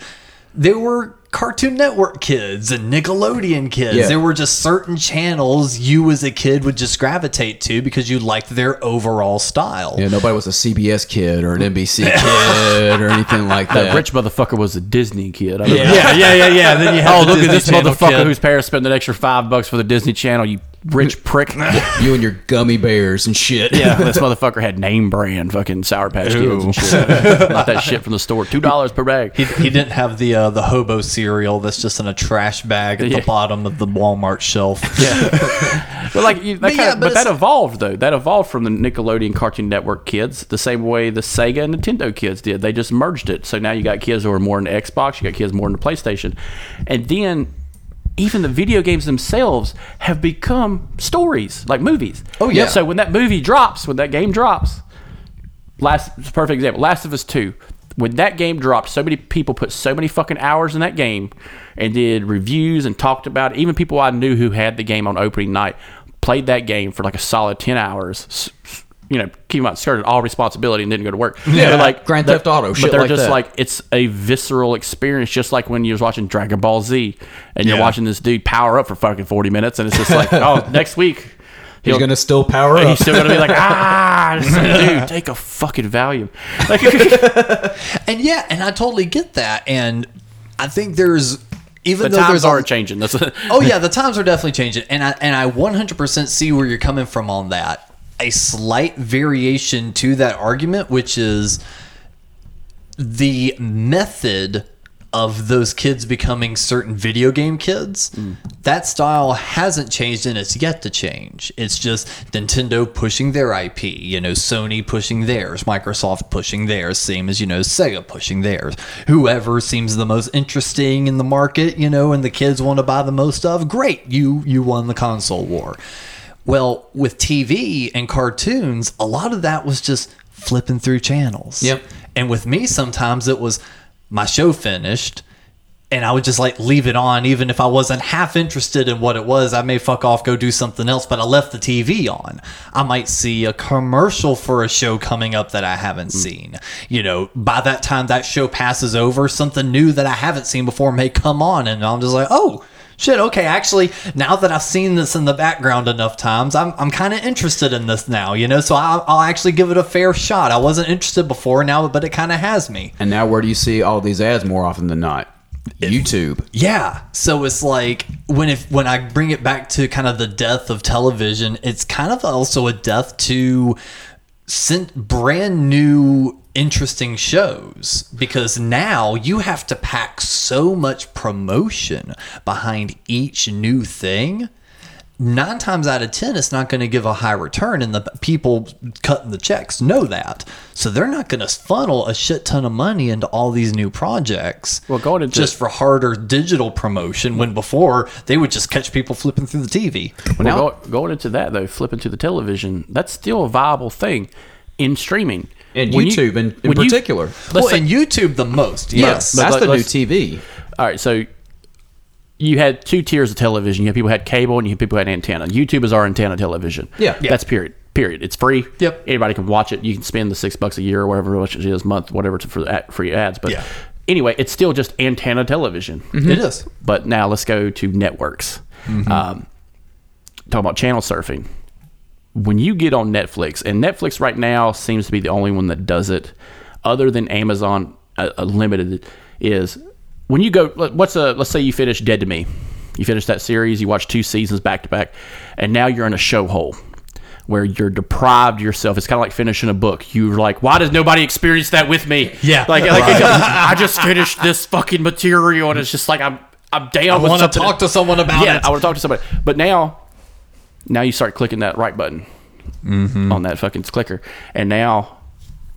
[SPEAKER 7] there were Cartoon Network kids and Nickelodeon kids.
[SPEAKER 5] Yeah.
[SPEAKER 7] There were just certain channels you as a kid would just gravitate to because you liked their overall style.
[SPEAKER 5] Yeah, nobody was a CBS kid or an NBC kid or anything like that.
[SPEAKER 6] that rich motherfucker was a Disney kid. I don't know.
[SPEAKER 7] Yeah, yeah, yeah, yeah. Then you have
[SPEAKER 6] Oh,
[SPEAKER 7] the
[SPEAKER 6] look at
[SPEAKER 7] Disney
[SPEAKER 6] this
[SPEAKER 7] Channel
[SPEAKER 6] motherfucker
[SPEAKER 7] kid.
[SPEAKER 6] whose parents spent an extra five bucks for the Disney Channel. You rich prick.
[SPEAKER 5] you and your gummy bears and shit.
[SPEAKER 6] Yeah, this motherfucker had name brand fucking Sour Patch Kids and shit. Not that shit from the store. Two dollars per bag.
[SPEAKER 7] He, he didn't have the uh, the hobo cereal that's just in a trash bag at
[SPEAKER 6] Yeah.
[SPEAKER 7] the bottom of the Walmart shelf.
[SPEAKER 6] But like, you, that
[SPEAKER 7] But
[SPEAKER 6] kinda-
[SPEAKER 7] yeah,
[SPEAKER 6] but
[SPEAKER 7] but
[SPEAKER 6] that
[SPEAKER 7] it's-
[SPEAKER 6] evolved though. That evolved from the Nickelodeon Cartoon Network kids, the same way the Sega and Nintendo kids did. They just merged it. So now you got kids who are more into Xbox. You got kids more into PlayStation, and then. Even the video games themselves have become stories, like movies. Oh
[SPEAKER 5] yeah.
[SPEAKER 6] So when that movie drops, when that game drops, last it's a perfect example last of us 2 when that game dropped so many people put so many fucking hours in that game and did reviews and talked about it even people i knew who had the game on opening night played that game for like a solid 10 hours S- s- you know keep in mind skirted all responsibility and didn't go to work yeah like
[SPEAKER 5] Grand
[SPEAKER 6] they're-
[SPEAKER 5] Theft Auto,
[SPEAKER 6] but
[SPEAKER 5] shit
[SPEAKER 6] they're
[SPEAKER 5] like
[SPEAKER 6] just
[SPEAKER 5] that.
[SPEAKER 6] like it's a visceral experience just like when you're watching dragon ball z and you're
[SPEAKER 7] Yeah.
[SPEAKER 6] watching this dude power up for fucking 40 minutes and it's just like oh next week
[SPEAKER 5] He's
[SPEAKER 6] he'll-
[SPEAKER 5] gonna still power
[SPEAKER 6] and
[SPEAKER 5] up.
[SPEAKER 6] he's still gonna be like, ah, It's like, dude, take a fucking Valium. Like,
[SPEAKER 7] and yeah, and I totally get that. And I think there's even
[SPEAKER 6] the
[SPEAKER 7] though
[SPEAKER 6] times
[SPEAKER 7] there's a-
[SPEAKER 6] are changing. That's
[SPEAKER 7] oh yeah, the times are definitely changing, and I and I 100% see where you're coming from on that. A slight variation to that argument, which is the method of those kids becoming certain video game kids. That style hasn't changed, and it's yet to change. It's just Nintendo pushing their IP, you know, Sony pushing theirs, Microsoft pushing theirs, same as you know Sega pushing theirs. Whoever seems the most interesting in the market, you know, and the kids want to buy the most of, great, you you won the console war. Well, with TV and cartoons, a lot of that was just flipping through channels.
[SPEAKER 5] Yep.
[SPEAKER 7] And with me, sometimes it was my show finished, and I would just like leave it on, even if I wasn't half interested in what it was. I may fuck off, go do something else, but I left the TV on. I might see a commercial for a show coming up that I haven't seen. You know, by that time that show passes over, something new that I haven't seen before may come on, and I'm just like, oh. Shit, okay, actually, now that I've seen this in the background enough times, I'm, I'm kind of interested in this now, you know? So I'll, I'll actually give it a fair shot. I wasn't interested before now, but it kind of has me.
[SPEAKER 5] and now, where do you see all these ads more often than not? YouTube.
[SPEAKER 7] Yeah. So it's like when if when I bring it back to kind of the death of television, it's kind of also a death to sent brand new interesting shows because now you have to pack so much promotion behind each new thing nine times out of ten, it's not going to give a high return, and the people cutting the checks know that. So they're not going to funnel a shit ton of money into all these new projects.
[SPEAKER 6] Well, going into-
[SPEAKER 7] just for harder digital promotion, when before they would just catch people flipping through the TV.
[SPEAKER 6] Well, now, going, into that though, flipping to the television, that's still a viable thing in streaming
[SPEAKER 5] And
[SPEAKER 6] When
[SPEAKER 5] YouTube in- in
[SPEAKER 6] when
[SPEAKER 5] particular.
[SPEAKER 6] let's
[SPEAKER 7] Well,
[SPEAKER 6] say-
[SPEAKER 7] and YouTube the most, yes.
[SPEAKER 6] but-
[SPEAKER 5] That's
[SPEAKER 6] let-
[SPEAKER 5] the new
[SPEAKER 6] let's-
[SPEAKER 5] TV.
[SPEAKER 6] all right, so you had two tiers of television. You had people who had cable, and you had people who had antenna. YouTube is our antenna television.
[SPEAKER 5] Yeah. Yeah.
[SPEAKER 6] that's period. Period. It's free.
[SPEAKER 7] Yep.
[SPEAKER 6] Anybody can watch it. You can spend the six bucks a year or whatever much it is month, whatever to, for the ad, free ads. But
[SPEAKER 7] Yeah.
[SPEAKER 6] anyway, it's still just antenna television.
[SPEAKER 7] It is.
[SPEAKER 6] But now let's go to networks. Um, talking about channel surfing. When you get on Netflix, and Netflix right now seems to be the only one that does it, other than Amazon uh, uh, Limited, is when you go. let- What's a let's say you finish Dead to Me, you finish that series, you watch two seasons back to back, and now you're in a show hole where you're deprived yourself. It's kind of like finishing a book. You're like, why does nobody experience that with me?
[SPEAKER 7] Yeah.
[SPEAKER 6] like, like I just finished this fucking material, and it's just like I'm I'm down. with
[SPEAKER 7] wanna
[SPEAKER 6] something.
[SPEAKER 7] talk to someone about
[SPEAKER 6] yeah,
[SPEAKER 7] it.
[SPEAKER 6] I want to talk to somebody. But now, now you start clicking that right button
[SPEAKER 7] Mm-hmm.
[SPEAKER 6] on that fucking clicker, and now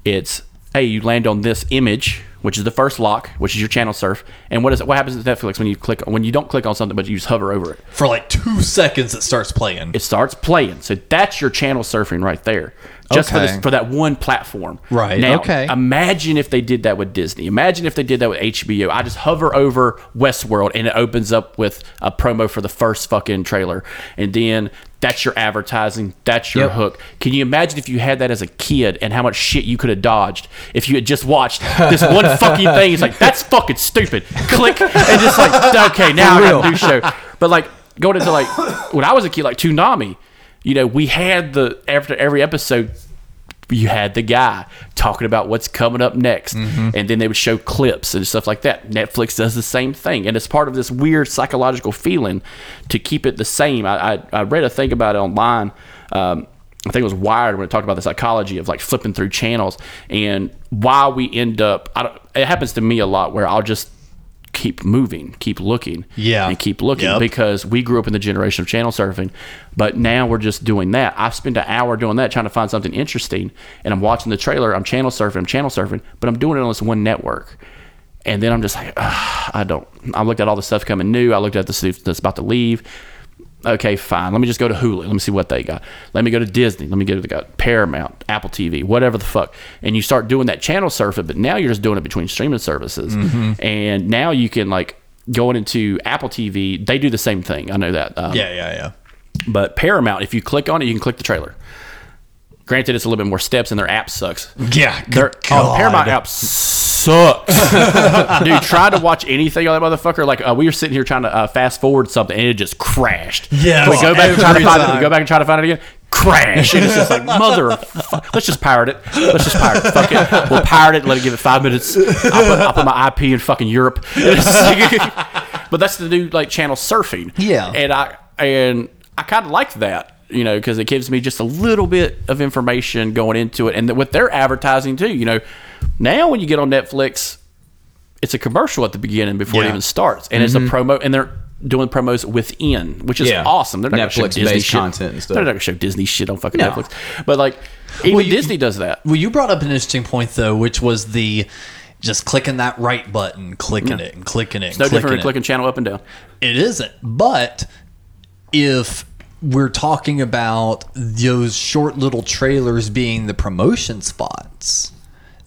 [SPEAKER 6] it's hey, you land on this image, which is the first lock, which is your channel surf. And what is it? What happens to Netflix when you click when you don't click on something, but you just hover over it?
[SPEAKER 7] For like two seconds, it starts playing.
[SPEAKER 6] it starts playing. So that's your channel surfing right there, just for this,
[SPEAKER 7] Okay.
[SPEAKER 6] for that one platform.
[SPEAKER 7] Right,
[SPEAKER 6] Now,
[SPEAKER 7] okay.
[SPEAKER 6] Imagine if they did that with Disney. Imagine if they did that with HBO. I just hover over Westworld and it opens up with a promo for the first fucking trailer, and then that's your advertising. That's your
[SPEAKER 5] Yep.
[SPEAKER 6] hook. Can you imagine if you had that as a kid and how much shit you could have dodged if you had just watched this one fucking thing? It's like that's fucking stupid. Click and just like okay now I got a new show. But like going into like when I was a kid, like Toonami, you know, we had the after every episode, you had the guy talking about what's coming up next, and then they would show clips and stuff like that. Netflix does the same thing, and it's part of this weird psychological feeling to keep it the same. I I, I read a thing about it online. Um, I think it was Wired when it talked about the psychology of like flipping through channels and why we end up. I don't, it happens to me a lot where I'll just keep moving, keep looking,
[SPEAKER 7] Yeah.
[SPEAKER 6] and keep looking
[SPEAKER 7] Yep.
[SPEAKER 6] because we grew up in the generation of channel surfing, but now we're just doing that. I've spent an hour doing that trying to find something interesting, and I'm watching the trailer. I'm channel surfing, I'm channel surfing, but I'm doing it on this one network, and then I'm just like, "Ugh, I don't. I looked at all the stuff coming new. I looked at the stuff that's about to leave. Okay, fine. Let me just go to Hulu. Let me see what they got. Let me go to Disney. Let me go to the got Paramount, Apple TV, whatever the fuck. And you start doing that channel surfing, but now you're just doing it between streaming services. And now you can like going into Apple TV, they do the same thing. I know that. Um,
[SPEAKER 7] yeah, yeah, yeah.
[SPEAKER 6] But Paramount, if you click on it, you can click the trailer. Granted, it's a little bit more steps, and their app sucks.
[SPEAKER 7] Yeah, good
[SPEAKER 6] Their, oh,
[SPEAKER 7] God.
[SPEAKER 6] Paramount app sucks. Dude, try to watch anything on that motherfucker. Like uh, we were sitting here trying to uh, fast forward something, and it just crashed.
[SPEAKER 7] Yes.
[SPEAKER 6] we go back and try to
[SPEAKER 7] Every
[SPEAKER 6] find it.
[SPEAKER 7] time.
[SPEAKER 6] We go back and try to find it again. Crash. And it's just like mother. of fu- Let's just pirate it. Let's just pirate it. Fuck it. We'll pirate it. Let it give it five minutes. I put, I put my IP in fucking Europe. but that's the new like channel surfing.
[SPEAKER 7] Yeah.
[SPEAKER 6] And I and I kind of like that, you know, because it gives me just a little bit of information going into it, and with their advertising too, you know. Now when you get on Netflix, it's a commercial at the beginning before it
[SPEAKER 7] Yeah. Mm-hmm.
[SPEAKER 6] even starts, and it's a promo, and they're doing promos within, which is
[SPEAKER 5] Yeah.
[SPEAKER 6] awesome. They're not gonna show
[SPEAKER 5] Netflix-based
[SPEAKER 6] Disney shit.
[SPEAKER 5] content and stuff.
[SPEAKER 6] They're not gonna show Disney shit on fucking
[SPEAKER 5] No.
[SPEAKER 6] Netflix, but like even
[SPEAKER 7] you-
[SPEAKER 6] Disney does that.
[SPEAKER 7] Well, you brought up an interesting point though, which was the just clicking that right button, clicking it, and clicking it,
[SPEAKER 6] No different
[SPEAKER 7] and clicking
[SPEAKER 6] than
[SPEAKER 7] it.
[SPEAKER 6] clicking channel up and down.
[SPEAKER 7] It isn't, but if we're talking about those short little trailers being the promotion spots.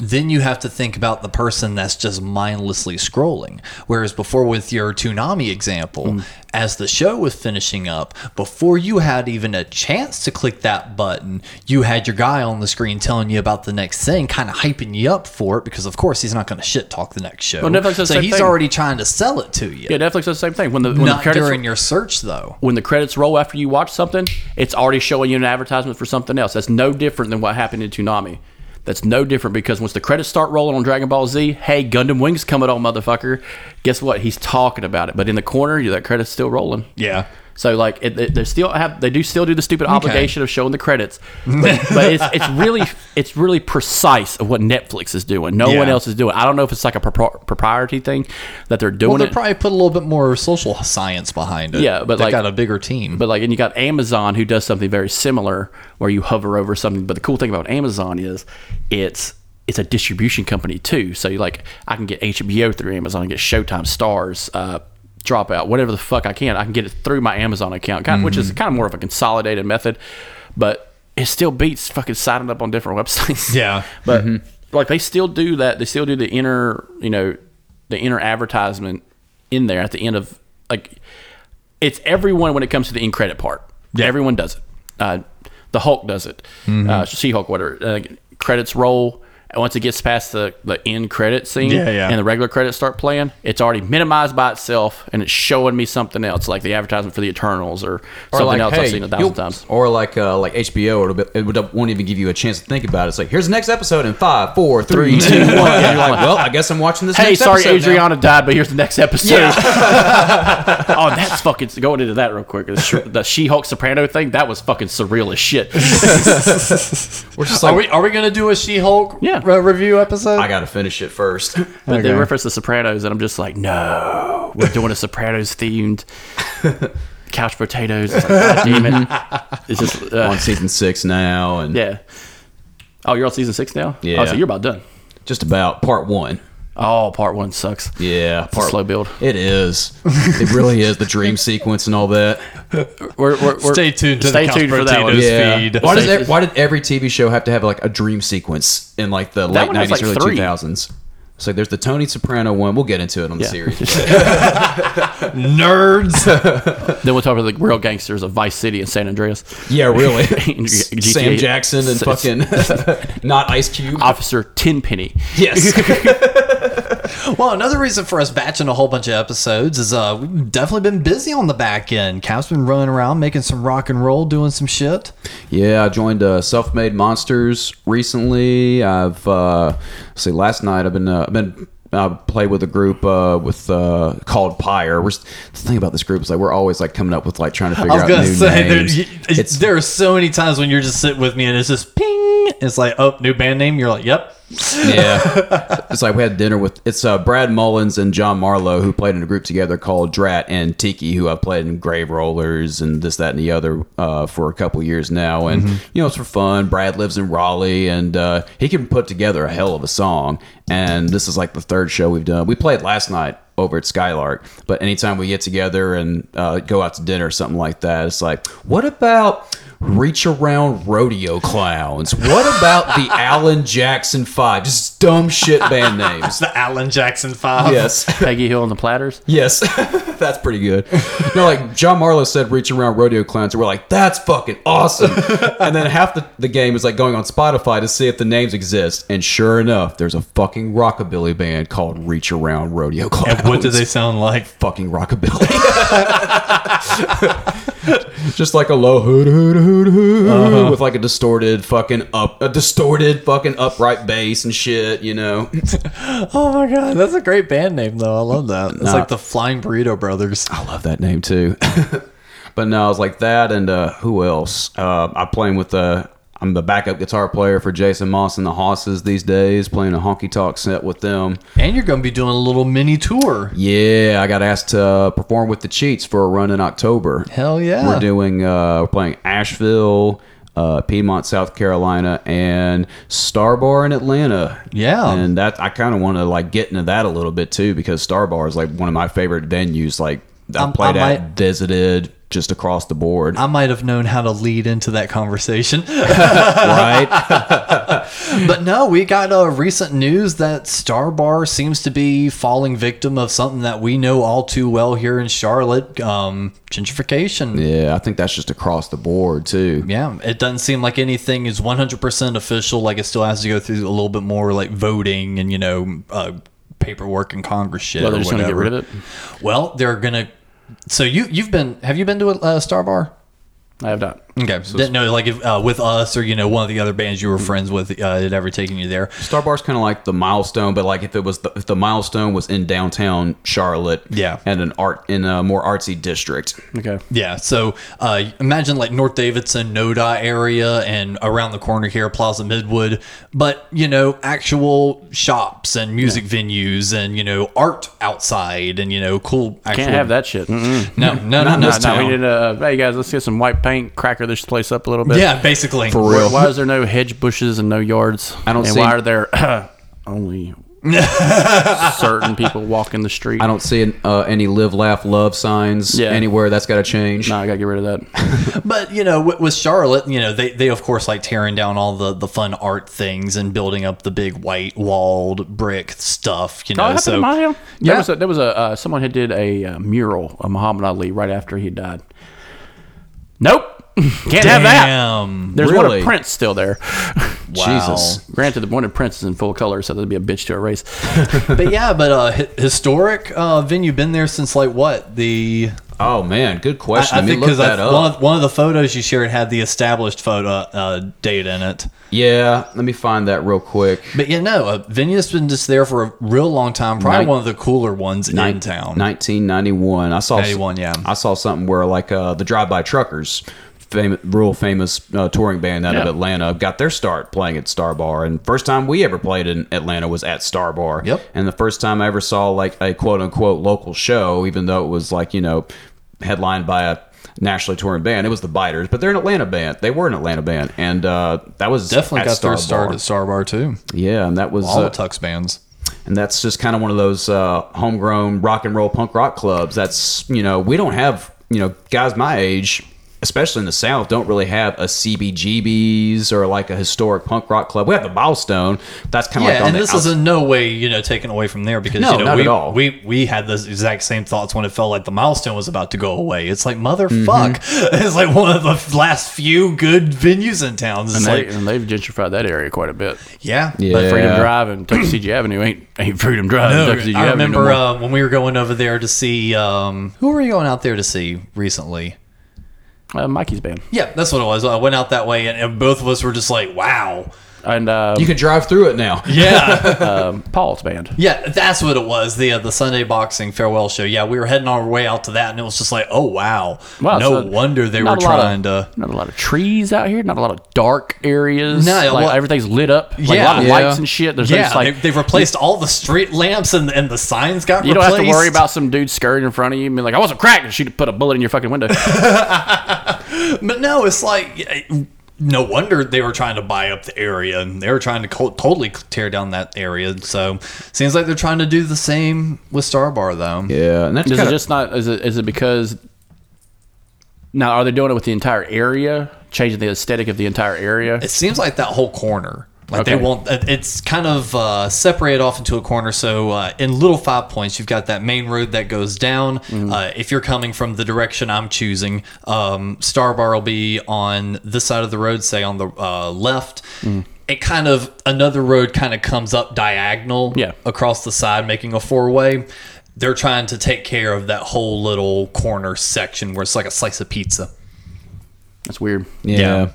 [SPEAKER 7] Then you have to think about the person that's just mindlessly scrolling. Whereas before, with your Toonami example,
[SPEAKER 6] Mm.
[SPEAKER 7] as the show was finishing up, before you had even a chance to click that button, you had your guy on the screen telling you about the next thing, kind of hyping you up for it, because of course he's not going to shit talk the next show.
[SPEAKER 6] Well, Netflix does the
[SPEAKER 7] so
[SPEAKER 6] same
[SPEAKER 7] he's
[SPEAKER 6] thing.
[SPEAKER 7] already trying to sell it to you
[SPEAKER 6] Yeah, Netflix does the same thing. When the when the
[SPEAKER 7] not
[SPEAKER 6] credits
[SPEAKER 7] during your search though.
[SPEAKER 6] when the credits roll after you watch something, it's already showing you an advertisement for something else. That's no different than what happened in Toonami. That's no different because once the credits start rolling on Dragon Ball Z, hey, Gundam Wing's coming on, motherfucker. Guess what? He's talking about it. But in the corner, that credit's still rolling.
[SPEAKER 7] Yeah.
[SPEAKER 6] So like it, they- they still have they do still do the stupid obligation of showing the credits, but, but it's, it's really it's really precise of what Netflix is doing. No one
[SPEAKER 7] Yeah.
[SPEAKER 6] else is doing. I don't know if it's like a propri- propriety thing that they're doing
[SPEAKER 7] Well, they
[SPEAKER 6] it.
[SPEAKER 7] probably put a little bit more social science behind it.
[SPEAKER 6] Yeah, but
[SPEAKER 7] they
[SPEAKER 6] like-
[SPEAKER 7] got a bigger team.
[SPEAKER 6] But like, and you got Amazon who does something very similar, where you hover over something. But the cool thing about Amazon is, it's it's a distribution company too. So you like, I can get HBO through Amazon, I can get Showtime, Stars, uh, Dropout, whatever the fuck I can. I can get it through my Amazon account, kind which is kind of more of a consolidated method, but it still beats fucking signing up on different websites.
[SPEAKER 7] Yeah.
[SPEAKER 6] but
[SPEAKER 7] Mm-hmm.
[SPEAKER 6] like they still do that. They still do the inner, you know, the inner advertisement in there at the end of like it's everyone when it comes to the in credit part. Everyone does it. Uh, the Hulk does it.
[SPEAKER 7] Mm-hmm.
[SPEAKER 6] Uh, she Hulk, whatever. Uh, credits roll. And Once it gets past the, the end credit scene
[SPEAKER 7] Yeah, yeah.
[SPEAKER 6] and the regular credits start playing, it's already minimized by itself and it's showing me something else, like the advertisement for the Eternals or, something else I've
[SPEAKER 5] hey,
[SPEAKER 6] seen a
[SPEAKER 5] you'll-
[SPEAKER 6] thousand times.
[SPEAKER 5] Or like uh, like HBO, it'll be, it would- won't even give you a chance to think about it. It's like, here's the next episode in five, four, three, two, one. And you're like, well, I guess I'm watching this
[SPEAKER 6] Hey,
[SPEAKER 5] next
[SPEAKER 6] sorry,
[SPEAKER 5] episode now.
[SPEAKER 6] Adriana died, but here's the next episode. oh, that's fucking going into that real quick. The She Hulk Soprano thing that was fucking surreal as shit.
[SPEAKER 5] We're just
[SPEAKER 7] are
[SPEAKER 5] like,
[SPEAKER 7] we are we gonna do a She-Hulk
[SPEAKER 6] Yeah.
[SPEAKER 7] re- review episode?
[SPEAKER 5] I got to finish it first.
[SPEAKER 6] But they reference the Sopranos, and I'm just like, no, we're doing a Sopranos themed couch potatoes. It's like, God damn it. It's just, uh,
[SPEAKER 5] on season six now, and
[SPEAKER 6] yeah. Oh, you're on season six now?
[SPEAKER 5] Yeah.
[SPEAKER 6] Oh, so you're about done.
[SPEAKER 5] just about part one.
[SPEAKER 6] Oh, part one sucks.
[SPEAKER 5] Yeah,
[SPEAKER 6] a slow build.
[SPEAKER 5] It is. It really is the dream sequence and all that.
[SPEAKER 6] We're, we're, we're,
[SPEAKER 7] Stay tuned to
[SPEAKER 6] stay
[SPEAKER 7] the
[SPEAKER 6] tuned for that one.
[SPEAKER 7] Couch Potatoes
[SPEAKER 5] Yeah.
[SPEAKER 7] feed.
[SPEAKER 5] Why does
[SPEAKER 6] Same-
[SPEAKER 5] ev- why did every TV show have to have like a dream sequence in like the late
[SPEAKER 6] one has,
[SPEAKER 5] nineties,
[SPEAKER 6] like,
[SPEAKER 5] early
[SPEAKER 6] three.
[SPEAKER 5] two thousands? So there's the Tony Soprano one. We'll get into it on the
[SPEAKER 6] Yeah.
[SPEAKER 5] series.
[SPEAKER 7] Nerds.
[SPEAKER 6] Then we'll talk about the real gangsters of Vice City and San Andreas.
[SPEAKER 5] Yeah, really.
[SPEAKER 6] In
[SPEAKER 5] S-
[SPEAKER 6] GTA.
[SPEAKER 5] Sam Jackson and
[SPEAKER 6] S- Ah.
[SPEAKER 5] fucking not Ice Cube.
[SPEAKER 6] Officer Tenpenny.
[SPEAKER 5] yes.
[SPEAKER 7] well, another reason for us batching a whole bunch of episodes is uh we've definitely been busy on the back end. Cap's been running around making some rock and roll, doing some shit.
[SPEAKER 5] yeah, I joined uh, Self Made Monsters recently. I've uh, let's see last night I've been uh, I've been I played with a group uh, with uh, called Pyre. We're, s- the thing about this group is like we're always like coming up with like trying to figure
[SPEAKER 7] I was
[SPEAKER 5] out
[SPEAKER 7] gonna
[SPEAKER 5] new
[SPEAKER 7] say there,
[SPEAKER 5] names.
[SPEAKER 7] y-
[SPEAKER 5] It's-
[SPEAKER 7] there are so many times when you're just sitting with me and it's just ping. It's like, oh, new band name. You're like, yep.
[SPEAKER 5] Yeah. it's like we had dinner with it's uh, Brad Mullins and John Marlowe who played in a group together called Drat and Tiki who I've played in Grave Rollers and this that and the other uh, for a couple years now and you know it's for fun. Brad lives in Raleigh and uh, he can put together a hell of a song and this is like the third show we've done. We played last night over at Skylark, but anytime we get together and uh, go out to dinner or something like that, it's like, what about reach around rodeo clowns? What about the Alan Jackson Five? Just dumb shit band names.
[SPEAKER 7] The Alan Jackson Five.
[SPEAKER 5] Yes,
[SPEAKER 6] Peggy Hill and the Platters.
[SPEAKER 5] yes, that's pretty good. No, like John Marlowe said, reach around rodeo clowns, and we're like, that's fucking awesome. And then half the, the game is like going on Spotify to see if the names exist, and sure enough, there's a fucking rockabilly band called Reach Around Rodeo Clowns.
[SPEAKER 7] And what do they sound like?
[SPEAKER 5] fucking rockabilly. Just like a low hoot hoot hoot hoot with like a distorted fucking up a distorted fucking upright bass and shit, you know.
[SPEAKER 7] Oh my god, that's a great band name though. I love that. It's like the Flying Burrito Brothers.
[SPEAKER 5] I love that name too. but no, I was like that and uh who else? Uh I'm playing with uh I'm the backup guitar player for Jason Moss and the Hosses these days, playing a honky tonk set with them.
[SPEAKER 7] And you're gonna be doing a little mini tour.
[SPEAKER 5] Yeah, I got asked to uh, perform with the Cheats for a run in October.
[SPEAKER 7] Hell yeah.
[SPEAKER 5] We're doing uh, we're playing Asheville, uh, Piedmont, South Carolina, and Star Bar in Atlanta.
[SPEAKER 7] Yeah.
[SPEAKER 5] and that I kind of want to like get into that a little bit too because Star Bar is like one of my favorite venues. Like I
[SPEAKER 7] I'm-
[SPEAKER 5] have played
[SPEAKER 7] I
[SPEAKER 5] at,
[SPEAKER 7] might-
[SPEAKER 5] visited just across the board,
[SPEAKER 7] I might have known how to lead into that conversation.
[SPEAKER 5] right?
[SPEAKER 7] but no, we got uh, recent news that Star Bar seems to be falling victim of something that we know all too well here in Charlotte um, gentrification.
[SPEAKER 5] yeah, I think that's just across the board too.
[SPEAKER 7] Yeah, it doesn't seem like anything is 100% official. Like it still has to go through a little bit more like voting and, you know, uh, paperwork and Congress shit.
[SPEAKER 6] Well,
[SPEAKER 7] or
[SPEAKER 6] they're just going to get
[SPEAKER 7] whatever.
[SPEAKER 6] rid of it.
[SPEAKER 7] Well, they're going to. So you, you've been, have you been to a uh, Star Bar?
[SPEAKER 6] I have not.
[SPEAKER 7] Okay, so didn't know like if uh, with us or you know one of the other bands you were friends with uh, had ever taken you there.
[SPEAKER 5] Starbar's kind of like the milestone, but like if it was the, if the milestone was in downtown Charlotte,
[SPEAKER 7] Yeah.
[SPEAKER 5] and an art in a more artsy district.
[SPEAKER 6] Okay.
[SPEAKER 7] Yeah, so uh, imagine like North Davidson, Noda area, and around the corner here, Plaza Midwood, but you know actual shops and music venues and you know art outside and you know cool. Actual,
[SPEAKER 6] Can't have that shit.
[SPEAKER 7] No, no, no,
[SPEAKER 6] No,
[SPEAKER 7] no.
[SPEAKER 6] no, we need a. Hey guys, let's get some white paint, cracker this place up a little bit.
[SPEAKER 7] Yeah, basically.
[SPEAKER 5] For real,
[SPEAKER 6] Why is there no hedge bushes and no yards?
[SPEAKER 5] I don't
[SPEAKER 6] And
[SPEAKER 5] see-
[SPEAKER 6] why are there only certain people walking the street?
[SPEAKER 5] I don't see uh, any live, laugh, love signs
[SPEAKER 6] Yeah.
[SPEAKER 5] anywhere. That's got to change.
[SPEAKER 6] No, I gotta get rid of that.
[SPEAKER 7] But you know, with, with Charlotte, you know, they, they of course like tearing down all the, the fun art things and building up the big white walled brick stuff. You know,
[SPEAKER 6] Oh, so,
[SPEAKER 7] so
[SPEAKER 6] yeah.
[SPEAKER 7] Yeah.
[SPEAKER 6] There was a, there was a uh, someone had did a uh, mural of Muhammad Ali right after he died. Nope, can't have that.
[SPEAKER 7] damn,
[SPEAKER 6] There's one
[SPEAKER 5] Really?
[SPEAKER 6] of Prince still there.
[SPEAKER 7] wow.
[SPEAKER 5] Jesus.
[SPEAKER 6] Granted, the one of Prince is in full color, so that'd be a bitch to erase.
[SPEAKER 7] but yeah, but uh, hi- historic uh, venue been there since like what the
[SPEAKER 5] Oh man, good question.
[SPEAKER 7] I, I
[SPEAKER 5] Let me
[SPEAKER 7] think
[SPEAKER 5] look
[SPEAKER 7] because
[SPEAKER 5] that up.
[SPEAKER 7] one of, one of the photos you shared had the established photo uh, date in it.
[SPEAKER 5] yeah, let me find that real quick.
[SPEAKER 7] But you know, a venue's been just there for a real long time. Probably
[SPEAKER 5] Nin-
[SPEAKER 7] one of the cooler ones in town.
[SPEAKER 5] 1991. I saw
[SPEAKER 7] 91, yeah.
[SPEAKER 5] I saw something where like uh, the Drive By Truckers, famous, real famous uh, touring band out of
[SPEAKER 6] Yeah.
[SPEAKER 5] Atlanta, got their start playing at Star Bar, and first time we ever played in Atlanta was at Star Bar.
[SPEAKER 7] Yep.
[SPEAKER 5] And the first time I ever saw like a quote unquote local show, even though it was like you know headlined by a nationally touring band, it was the Biters, but they're an Atlanta band. They were an Atlanta band, and uh, that was
[SPEAKER 7] Definitely
[SPEAKER 5] at
[SPEAKER 7] got
[SPEAKER 5] Star
[SPEAKER 7] their start
[SPEAKER 5] Bar.
[SPEAKER 7] at Starbar too.
[SPEAKER 5] Yeah, and that was
[SPEAKER 7] All
[SPEAKER 5] uh,
[SPEAKER 7] the Tux bands.
[SPEAKER 5] and that's just kind of one of those uh, homegrown rock and roll punk rock clubs. That's you know we don't have you know guys my age, especially in the South, don't really have a CBGBs or like a historic punk rock club. We have the Milestone. That's kind of
[SPEAKER 7] yeah,
[SPEAKER 5] like on
[SPEAKER 7] and
[SPEAKER 5] the
[SPEAKER 7] this
[SPEAKER 5] out-
[SPEAKER 7] is in no way you know taken away from there because
[SPEAKER 5] No,
[SPEAKER 7] you know
[SPEAKER 5] not
[SPEAKER 7] we,
[SPEAKER 5] at all.
[SPEAKER 7] we we had those exact same thoughts when it felt like the milestone was about to go away. It's like motherfuck,
[SPEAKER 5] Mm-hmm.
[SPEAKER 7] it's like one of the last few good venues in town. It's
[SPEAKER 6] And, they,
[SPEAKER 7] like
[SPEAKER 6] and they've gentrified that area quite a bit.
[SPEAKER 7] yeah,
[SPEAKER 5] Yeah.
[SPEAKER 6] But Freedom Drive and Tuckasegee Avenue ain't ain't Freedom Drive.
[SPEAKER 7] No,
[SPEAKER 6] and Tuckasegee
[SPEAKER 7] Oh, I
[SPEAKER 6] Avenue no
[SPEAKER 7] remember
[SPEAKER 6] more.
[SPEAKER 7] uh, when we were going over there to see um, who were you going out there to see recently?
[SPEAKER 6] Uh, Mikey's band.
[SPEAKER 7] Yeah, that's what it was. I went out that way, and, and both of us were just like, "Wow,
[SPEAKER 6] And uh,
[SPEAKER 5] you can drive through it now.
[SPEAKER 7] yeah,
[SPEAKER 6] Paul's band.
[SPEAKER 7] yeah." That's what it was. The uh, the Sunday boxing farewell show. Yeah, we were heading our way out to that, and it was just like, "Oh wow,
[SPEAKER 6] Wow,
[SPEAKER 7] no
[SPEAKER 6] so
[SPEAKER 7] wonder they were
[SPEAKER 6] not a lot of-
[SPEAKER 7] trying to."
[SPEAKER 6] Not a lot of trees out here. Not a lot of dark areas.
[SPEAKER 7] No,
[SPEAKER 6] like,
[SPEAKER 7] well-
[SPEAKER 6] everything's lit up. Like, a
[SPEAKER 7] Yeah.
[SPEAKER 6] lot of
[SPEAKER 7] Yeah.
[SPEAKER 6] lights and shit. There's
[SPEAKER 7] Yeah,
[SPEAKER 6] just like
[SPEAKER 7] they, they've replaced all the street lamps, and and the signs got.
[SPEAKER 6] you don't
[SPEAKER 7] replaced.
[SPEAKER 6] have to worry about some dude scurrying in front of you and being like, "I wasn't cracked," and she'd put a bullet in your fucking window.
[SPEAKER 7] But no, it's like eh, no wonder they were trying to buy up the area and they were trying to co- totally tear down that area. So seems like they're trying to do the same with Star Bar though.
[SPEAKER 5] Yeah, and that's
[SPEAKER 6] is it
[SPEAKER 5] kinda-
[SPEAKER 6] just not? Is it? Is it because? Now, are they doing it with the entire area, changing the aesthetic of the entire area?
[SPEAKER 7] It seems like that whole corner. Like they
[SPEAKER 6] Okay.
[SPEAKER 7] won't. it- It's kind of uh, separated off into a corner. So uh, in Little Five Points, you've got that main road that goes down. Uh, if you're coming from the direction I'm choosing, um, Star Bar will be on this side of the road, say on the uh, left. It kind of another road kind of comes up diagonal
[SPEAKER 6] Yeah.
[SPEAKER 7] across the side, making a four way. They're trying to take care of that whole little corner section where it's like a slice of pizza.
[SPEAKER 6] That's weird.
[SPEAKER 5] yeah.
[SPEAKER 7] yeah.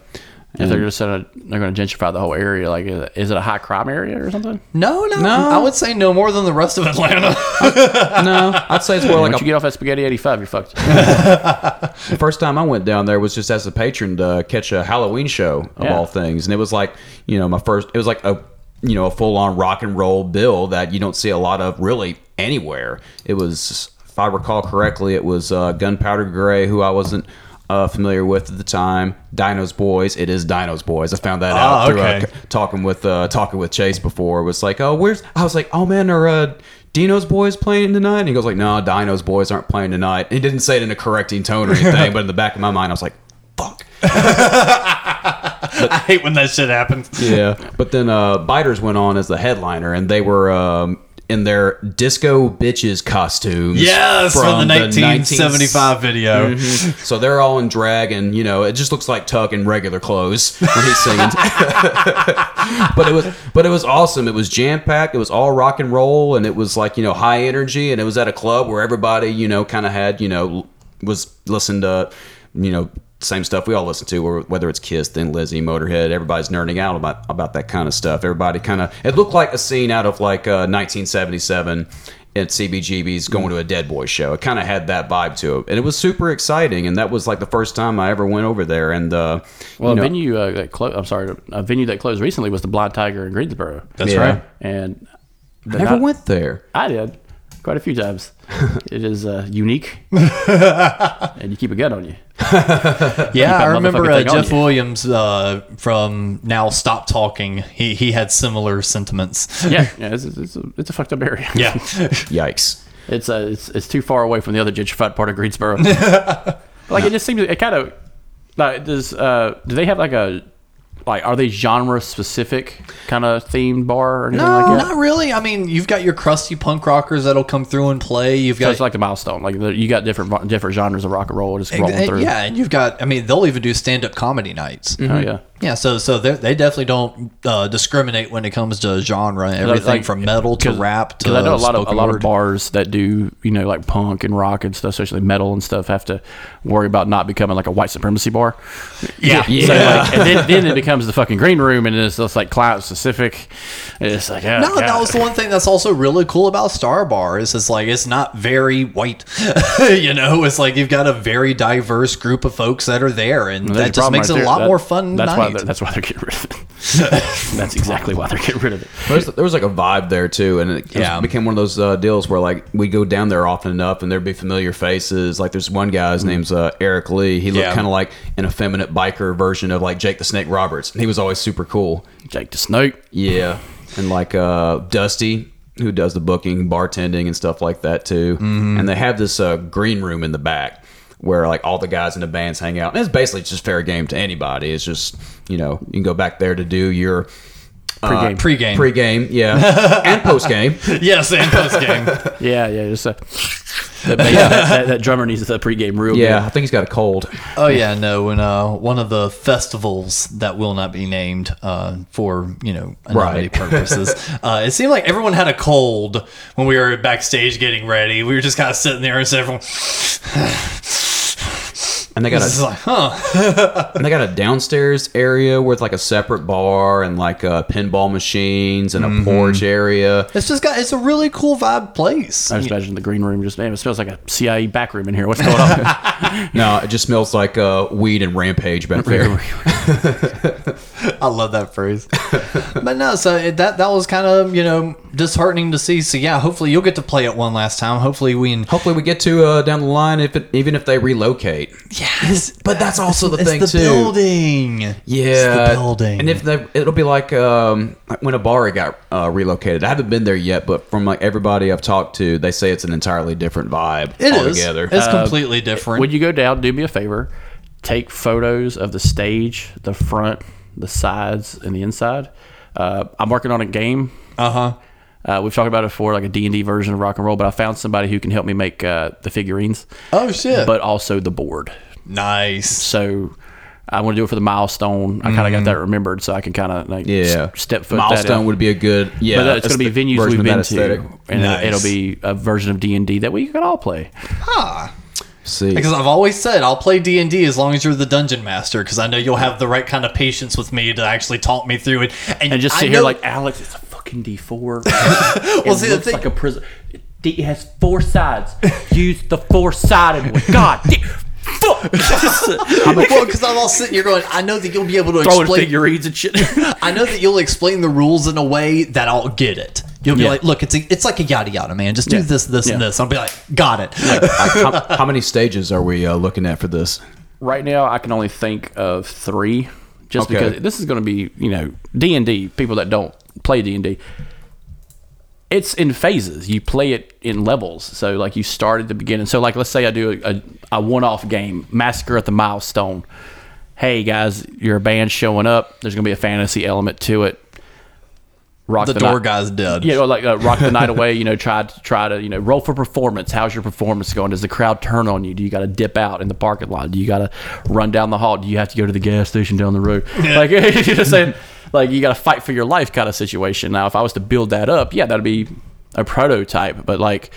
[SPEAKER 6] If they're just gonna, they're going to gentrify the whole area. Like, is it- is it a high crime area or something?
[SPEAKER 7] No, no,
[SPEAKER 5] No.
[SPEAKER 7] I would say no more than the rest of Atlanta.
[SPEAKER 5] No, I'd say it's more like
[SPEAKER 6] Once
[SPEAKER 5] a
[SPEAKER 6] you get off at Spaghetti 85, you're fucked.
[SPEAKER 5] The first time I went down there was just as a patron to catch a Halloween show of
[SPEAKER 6] Yeah.
[SPEAKER 5] all things, and it was like you know my first. It was like a you know a full on rock and roll bill that you don't see a lot of really anywhere. It was, if I recall correctly, it was uh, Gunpowder Gray, who I wasn't. Uh, familiar with at the time, Dino's Boys. It is Dino's Boys. I found that out through
[SPEAKER 7] Ah, okay.
[SPEAKER 5] uh, talking with uh, talking with Chase before. It was like, oh, where's? I was like, oh man, are uh, Dino's boys playing tonight? And he goes like, no, Dino's boys aren't playing tonight. He didn't say it in a correcting tone or anything, but in the back of my mind, I was like, fuck.
[SPEAKER 7] I hate when that shit happens.
[SPEAKER 5] Yeah. But then uh, Biters went on as the headliner, and they were. Um, in their disco bitches costumes.
[SPEAKER 7] Yes, from, the 1975 video.
[SPEAKER 5] So they're all in drag, and you know, it just looks like Tug in regular clothes when he's singing. but it was, but it was awesome. It was jam packed. It was all rock and roll, and it was like you know high energy, and it was at a club where everybody you know kind of had you know was listened to you know, same stuff we all listen to, or whether it's Kiss, Thin Lizzy, Motorhead. Everybody's nerding out about about that kind of stuff. Everybody kind of it looked like a scene out of like uh, 1977 at CBGB's going to a Dead Boy show. It kind of had that vibe to it, and it was super exciting. And that was like the first time I ever went over there. And uh,
[SPEAKER 6] Well,
[SPEAKER 5] you know-
[SPEAKER 6] a venue uh, that clo- I'm sorry, a venue that closed recently was the Blind Tiger in Greensboro.
[SPEAKER 7] That's
[SPEAKER 5] Yeah.
[SPEAKER 7] right.
[SPEAKER 6] and
[SPEAKER 5] I never
[SPEAKER 6] not-
[SPEAKER 5] went there.
[SPEAKER 6] I did quite a few times. it is uh, unique, and you keep a gun on you.
[SPEAKER 7] Yeah,
[SPEAKER 6] that
[SPEAKER 7] I remember
[SPEAKER 6] motherfucking
[SPEAKER 7] uh,
[SPEAKER 6] thing on
[SPEAKER 7] Jeff
[SPEAKER 6] you.
[SPEAKER 7] Williams uh, from Now Stop Talking. He he had similar sentiments.
[SPEAKER 6] Yeah, yeah, it's, it's, it's, a, it's a fucked up area.
[SPEAKER 7] Yeah.
[SPEAKER 5] Yikes.
[SPEAKER 6] it's uh, it's it's too far away from the other gentrified part of Greensboro. like it just seems it kind of like does uh do they have like a like are they genre specific kind of themed bar or anything like that?
[SPEAKER 7] Not really. I mean, you've got your crusty punk rockers that'll come through and play. You've
[SPEAKER 6] So
[SPEAKER 7] got
[SPEAKER 6] it's like the milestone. Like the- you got different different genres of rock and roll just rolling
[SPEAKER 7] And-
[SPEAKER 6] through.
[SPEAKER 7] yeah, and you've got. I mean, they'll even do stand up comedy nights.
[SPEAKER 6] Oh yeah.
[SPEAKER 7] Yeah, so so they they definitely don't uh, discriminate when it comes to genre. Everything
[SPEAKER 6] like-
[SPEAKER 7] from metal to
[SPEAKER 6] 'Cause-
[SPEAKER 7] rap to
[SPEAKER 6] Because I know a lot of a
[SPEAKER 7] spoken
[SPEAKER 6] lot
[SPEAKER 7] word.
[SPEAKER 6] of bars that do you know like punk and rock and stuff, especially metal and stuff, have to worry about not becoming like a white supremacy bar.
[SPEAKER 7] Yeah.
[SPEAKER 6] So, like, and then, then it becomes the fucking green room, and it's just like client specific. It's like oh,
[SPEAKER 7] No, that
[SPEAKER 6] God.
[SPEAKER 7] was the one thing that's also really cool about Star Bar is it's like it's not very white. you know, it's like you've got a very diverse group of folks that are there, and
[SPEAKER 6] There's
[SPEAKER 7] that
[SPEAKER 6] a
[SPEAKER 7] just
[SPEAKER 6] problem
[SPEAKER 7] makes
[SPEAKER 6] right
[SPEAKER 7] it a
[SPEAKER 6] there.
[SPEAKER 7] lot
[SPEAKER 6] That-
[SPEAKER 7] more fun.
[SPEAKER 6] That's why
[SPEAKER 7] night.
[SPEAKER 6] they're, that's why they're getting rid of it. that's exactly why they're getting rid of it.
[SPEAKER 5] There was, there was like a vibe there too, and it
[SPEAKER 7] Yeah.
[SPEAKER 5] became one of those uh, deals where like we go down there often enough, and there'd be familiar faces. Like there's one guy, his name's uh, Eric Lee. He looked
[SPEAKER 7] Mm-hmm. Yeah.
[SPEAKER 5] kind of like an effeminate biker version of like Jake the Snake Roberts, and he was always super cool.
[SPEAKER 6] Jake the Snake.
[SPEAKER 5] Yeah, and like uh, Dusty, who does the booking, bartending, and stuff like that too.
[SPEAKER 7] Mm-hmm.
[SPEAKER 5] And they have this uh, green room in the back where like all the guys in the bands hang out, and it's basically just fair game to anybody. It's just you know you can go back there to do your
[SPEAKER 7] Uh,
[SPEAKER 6] Pre-game.
[SPEAKER 7] Pre-game,
[SPEAKER 5] Pre-game, yeah, and post-game.
[SPEAKER 7] yes, and post-game.
[SPEAKER 6] yeah, yeah. Just a, that, bass- that, that, that drummer needs the pregame real
[SPEAKER 5] Yeah,
[SPEAKER 6] good.
[SPEAKER 5] I think he's got a cold.
[SPEAKER 7] Oh yeah, no. When uh, one of the festivals that will not be named uh, for you know anonymity
[SPEAKER 5] Right.
[SPEAKER 7] purposes, uh, it seemed like everyone had a cold when we were backstage getting ready. We were just kind of sitting there, and so everyone
[SPEAKER 5] And they got
[SPEAKER 7] was just
[SPEAKER 5] a
[SPEAKER 7] like, "Huh."
[SPEAKER 5] and they got a downstairs area with like a separate bar and like uh, pinball machines and a
[SPEAKER 7] Mm-hmm.
[SPEAKER 5] porch area.
[SPEAKER 7] It's just got. It's a really cool vibe place.
[SPEAKER 6] I just imagine the green room just man, it smells like a CIE back room in here. What's going on?
[SPEAKER 5] No, it just smells like uh, weed and rampage back there.
[SPEAKER 7] I love that phrase. but no, so it, that that was kind of you know disheartening to see. So yeah, hopefully you'll get to play it one last time. Hopefully we. Can,
[SPEAKER 5] Hopefully, we get to uh, down the line if it, even if they relocate.
[SPEAKER 7] yes,
[SPEAKER 5] But that's also the
[SPEAKER 7] it's
[SPEAKER 5] thing
[SPEAKER 7] the
[SPEAKER 5] too.
[SPEAKER 7] building.
[SPEAKER 5] Yeah,
[SPEAKER 7] it's the building.
[SPEAKER 5] And if they, it'll be like um, like when Abari got uh, relocated. I haven't been there yet, but from like everybody I've talked to, they say it's an entirely different vibe
[SPEAKER 7] It is.
[SPEAKER 5] altogether.
[SPEAKER 7] It's completely
[SPEAKER 6] Uh,
[SPEAKER 7] different.
[SPEAKER 6] Would you go down? Do me a favor. Take photos of the stage, the front, the sides, and the inside. Uh, I'm working on a game.
[SPEAKER 7] uh-huh.
[SPEAKER 6] Uh, we've talked about it before, like a D&D version of rock and roll, but I found somebody who can help me make uh, the figurines,
[SPEAKER 7] Oh shit.
[SPEAKER 6] but also the board.
[SPEAKER 7] nice.
[SPEAKER 6] So I want to do it for the milestone. I kind of got that remembered, so I can kind of like s-
[SPEAKER 5] Mm-hmm. Yeah,
[SPEAKER 6] step foot that
[SPEAKER 5] milestone
[SPEAKER 6] out.
[SPEAKER 5] would be a good yeah.
[SPEAKER 6] But uh, it's going to be
[SPEAKER 5] aesthetic
[SPEAKER 6] venues
[SPEAKER 5] version
[SPEAKER 6] we've
[SPEAKER 5] of that
[SPEAKER 6] been
[SPEAKER 5] aesthetic.
[SPEAKER 6] to, and
[SPEAKER 7] Nice.
[SPEAKER 6] it'll be a version of D and D that we can all play.
[SPEAKER 5] See,
[SPEAKER 7] Because I've always said I'll play D and D as long as you're the dungeon master. Because I know you'll have the right kind of patience with me to actually talk me through it.
[SPEAKER 6] and just
[SPEAKER 7] I
[SPEAKER 6] sit here
[SPEAKER 7] know-
[SPEAKER 6] like Alex. It's a fucking D four. well, it
[SPEAKER 7] see, the
[SPEAKER 6] looks
[SPEAKER 7] thing-
[SPEAKER 6] like a prison. It- It has four sides. Use the four-sided one. God, damn. fuck.
[SPEAKER 7] well, because I'm all sitting here going, I know that you'll be able to
[SPEAKER 6] Throwing
[SPEAKER 7] explain.
[SPEAKER 6] figurines and shit.
[SPEAKER 7] I know that you'll explain the rules in a way that I'll get it. You'll be
[SPEAKER 6] Yeah.
[SPEAKER 7] like, look, it's a, it's like a yada yada, man. Just do
[SPEAKER 6] Yeah.
[SPEAKER 7] this, this, and
[SPEAKER 6] Yeah.
[SPEAKER 7] this. I'll be like, got it.
[SPEAKER 5] how, how many stages are we uh, looking at for this?
[SPEAKER 6] right now, I can only think of three, just
[SPEAKER 5] Okay.
[SPEAKER 6] because this is going to be, you know, D and D. People that don't play D and D, it's in phases. You play it in levels. So like you start at the beginning. So like let's say I do a, a, a one-off game, Massacre at the Milestone. Hey guys, you're a band showing up. There's gonna be a fantasy element to it. Rock
[SPEAKER 7] the door
[SPEAKER 6] night-
[SPEAKER 7] guy's dead.
[SPEAKER 6] Yeah, or like uh, rock the night away. You know, try to try to you know roll for performance. How's your performance going? Does the crowd turn on you? Do you got to dip out in the parking lot? Do you got to run down the hall? Do you have to go to the gas station down the road? Like you know what I'm saying? Like you got to fight for your life kind of situation. Now, if I was to build that up, yeah, that'd be a prototype. But like,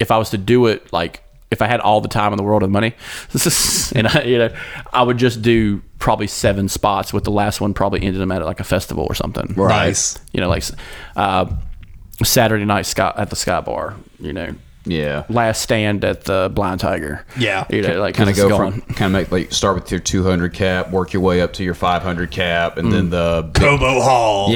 [SPEAKER 6] if I was to do it like if I had all the time in the world and money, and I, you know, I would just do probably seven spots with the last one probably ending them at like a festival or something.
[SPEAKER 7] Nice.
[SPEAKER 6] You know, like uh, Saturday night sky at the Sky Bar. You know,
[SPEAKER 5] Yeah.
[SPEAKER 6] last stand at the Blind Tiger.
[SPEAKER 7] Yeah.
[SPEAKER 6] you know, like
[SPEAKER 5] kind of
[SPEAKER 6] it's
[SPEAKER 5] go
[SPEAKER 6] going.
[SPEAKER 5] from kind of make like start with your 200 cap, work your way up to your 500 cap, and then the big-
[SPEAKER 7] Bobo Hall.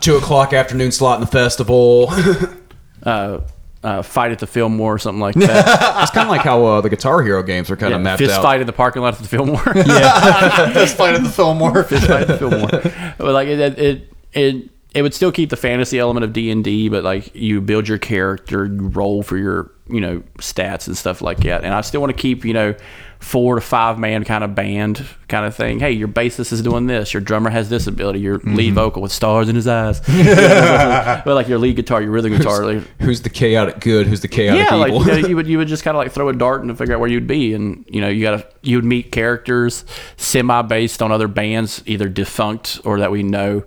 [SPEAKER 5] two o'clock afternoon slot in the festival.
[SPEAKER 6] uh, uh, fight at the Fillmore or something like that.
[SPEAKER 5] It's kind of like how uh, the Guitar Hero games are kind of
[SPEAKER 6] Yeah,
[SPEAKER 5] mapped
[SPEAKER 6] fist
[SPEAKER 5] out.
[SPEAKER 6] fight in the parking lot of the Fillmore. Yeah,
[SPEAKER 7] Let's fight at the Fillmore.
[SPEAKER 6] fist fight at the Fillmore. But like it, it, it, it would still keep the fantasy element of D and D, but like you build your character, you roll for your you know stats and stuff like that. And I still want to keep you know four to five man kind of band kind of thing. Hey, your bassist is doing this, your drummer has this ability, your lead vocal with stars in his eyes. but like your lead guitar, your rhythm guitar, like,
[SPEAKER 5] Who's the chaotic good? Who's the chaotic
[SPEAKER 6] yeah,
[SPEAKER 5] evil?
[SPEAKER 6] like you, know, you would you would just kind of like throw a dart and figure out where you'd be, and you know you gotta you would meet characters semi based on other bands, either defunct or that we know,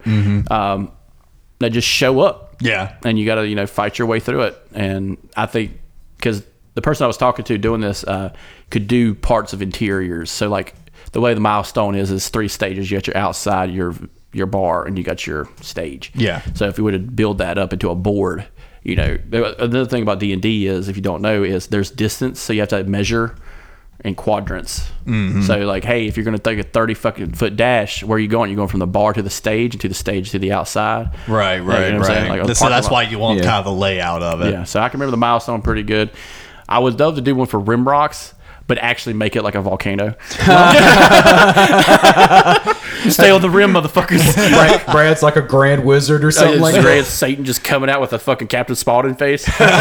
[SPEAKER 6] um, that just show up.
[SPEAKER 7] Yeah.
[SPEAKER 6] and you gotta you know fight your way through it. And I think because the person I was talking to doing this uh, could do parts of interiors, so like the way the milestone is is three stages. You got your outside, your your bar, and you got your stage.
[SPEAKER 7] Yeah.
[SPEAKER 6] So if we would have build that up into a board, you know, another thing about D and D is if you don't know is there's distance, so you have to measure in quadrants.
[SPEAKER 7] Mm-hmm.
[SPEAKER 6] So like, hey, if you're gonna take a thirty fucking foot dash, where are you going? You're going from the bar to the stage, and to the stage to the outside.
[SPEAKER 7] Right,
[SPEAKER 6] You know what
[SPEAKER 7] right,
[SPEAKER 6] I'm saying?
[SPEAKER 7] right.
[SPEAKER 6] Like a
[SPEAKER 7] so that's
[SPEAKER 6] parking
[SPEAKER 7] why
[SPEAKER 6] lot.
[SPEAKER 7] you want
[SPEAKER 5] Yeah.
[SPEAKER 7] kind of the layout of it.
[SPEAKER 6] Yeah. So I can remember the milestone pretty good. I would love to do one for rim rocks. But actually, make it like a volcano. Stay on the rim, motherfuckers.
[SPEAKER 5] Brad- Brad's like a grand wizard or something like
[SPEAKER 6] It's
[SPEAKER 5] that.
[SPEAKER 6] great. Satan just coming out with a fucking Captain Spaulding face.
[SPEAKER 7] Well,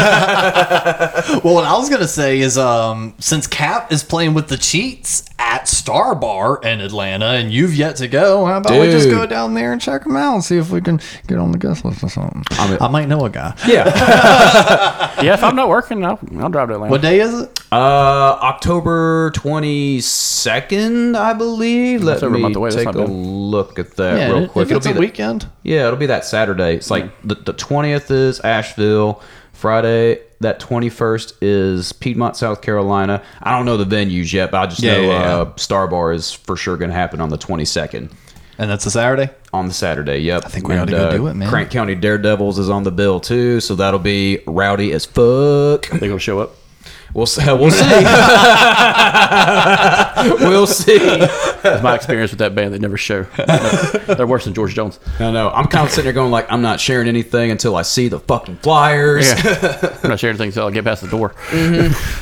[SPEAKER 7] what I was gonna say is, um, since Cap is playing with the cheats at Star Bar in Atlanta, and you've yet to go, how about we just
[SPEAKER 5] Dude.
[SPEAKER 7] go down there and check them out and see if we can get on the guest list or something? I, might know a guy.
[SPEAKER 5] Yeah.
[SPEAKER 6] yeah, if I'm not working, I'll, I'll drive to Atlanta.
[SPEAKER 7] What day is it?
[SPEAKER 5] Uh, October 22nd, I believe. Let
[SPEAKER 6] That's over a
[SPEAKER 5] me
[SPEAKER 6] month away. That's
[SPEAKER 5] take a
[SPEAKER 6] not bad.
[SPEAKER 5] look at that
[SPEAKER 7] Yeah,
[SPEAKER 5] Uh, real
[SPEAKER 7] if
[SPEAKER 5] quick.
[SPEAKER 7] it's a
[SPEAKER 5] the-
[SPEAKER 7] weekend.
[SPEAKER 5] Yeah, it'll be that Saturday. It's like the, the 20th is Asheville. Friday, that 21st is Piedmont, South Carolina. I don't know the venues yet, but I just
[SPEAKER 7] Yeah,
[SPEAKER 5] know
[SPEAKER 7] yeah, yeah.
[SPEAKER 5] Uh, Star Bar is for sure going to happen on the 22nd.
[SPEAKER 7] And that's a Saturday.
[SPEAKER 5] On the Saturday, yep. I
[SPEAKER 7] think we ought to go do it, man.
[SPEAKER 5] Crank County Daredevils is on the bill too, so that'll be rowdy as fuck.
[SPEAKER 6] They gonna show up?
[SPEAKER 5] We'll see. We'll see. we'll see.
[SPEAKER 6] That's my experience with that band. They never show. They're worse than George Jones.
[SPEAKER 5] I know. I'm kind of sitting there going like, I'm not sharing anything until I see the fucking flyers.
[SPEAKER 6] I'm not sharing things until I get past the door.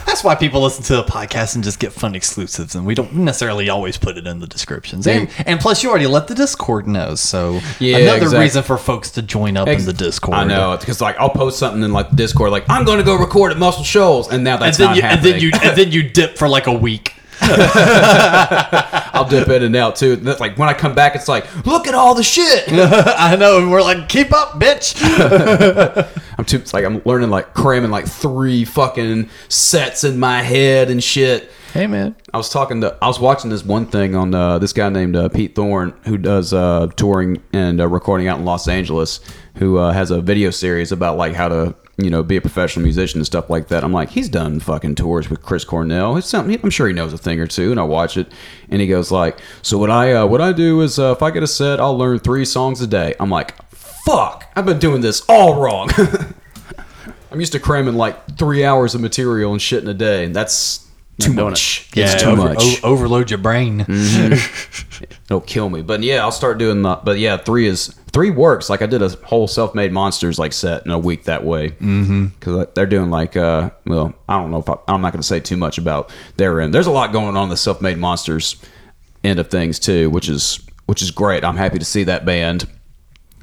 [SPEAKER 7] That's why people listen to the podcast and just get fun exclusives, and we don't necessarily always put it in the descriptions. And, and plus, you already let the Discord know, so
[SPEAKER 5] Yeah,
[SPEAKER 7] another
[SPEAKER 5] exact-
[SPEAKER 7] reason for folks to join up in the Discord.
[SPEAKER 5] I know because like I'll post something in like Discord, like I'm going to go record at Muscle Shoals, and now
[SPEAKER 7] And
[SPEAKER 5] that's
[SPEAKER 7] then,
[SPEAKER 5] not
[SPEAKER 7] you, and
[SPEAKER 5] happening.
[SPEAKER 7] then you and then you dip for like a week.
[SPEAKER 5] I'll dip in and out too. And that's like when I come back, it's like, look at all the shit.
[SPEAKER 7] I know, and we're like, keep up, bitch.
[SPEAKER 5] I'm too. It's like I'm learning like cramming like three fucking sets in my head and shit.
[SPEAKER 7] Hey, man.
[SPEAKER 5] I was talking to, I was watching this one thing on uh, this guy named uh, Pete Thorne, who does uh, touring and uh, recording out in Los Angeles, who uh, has a video series about like how to, you know, be a professional musician and stuff like that. I'm like, he's done fucking tours with Chris Cornell. It's something I'm sure he knows a thing or two, and I watch it, and he goes like, so what I uh, what I do is uh, if I get a set, I'll learn three songs a day. I'm like, fuck, I've been doing this all wrong. I'm used to cramming like three hours of material and shit in a day, and that's too
[SPEAKER 6] doing it.
[SPEAKER 5] much. it's too much. Mm-hmm.
[SPEAKER 7] overload your brain.
[SPEAKER 5] It'll kill me. But yeah, I'll start doing that. But yeah, three is three works. Like I did a whole self-made monsters like set in a week that way. Mm-hmm. Because they're doing like, uh, well, I don't know if I, I'm not going to say too much about their end. There's a lot going on in the self-made monsters end of things too, which is which is great. I'm happy to see that band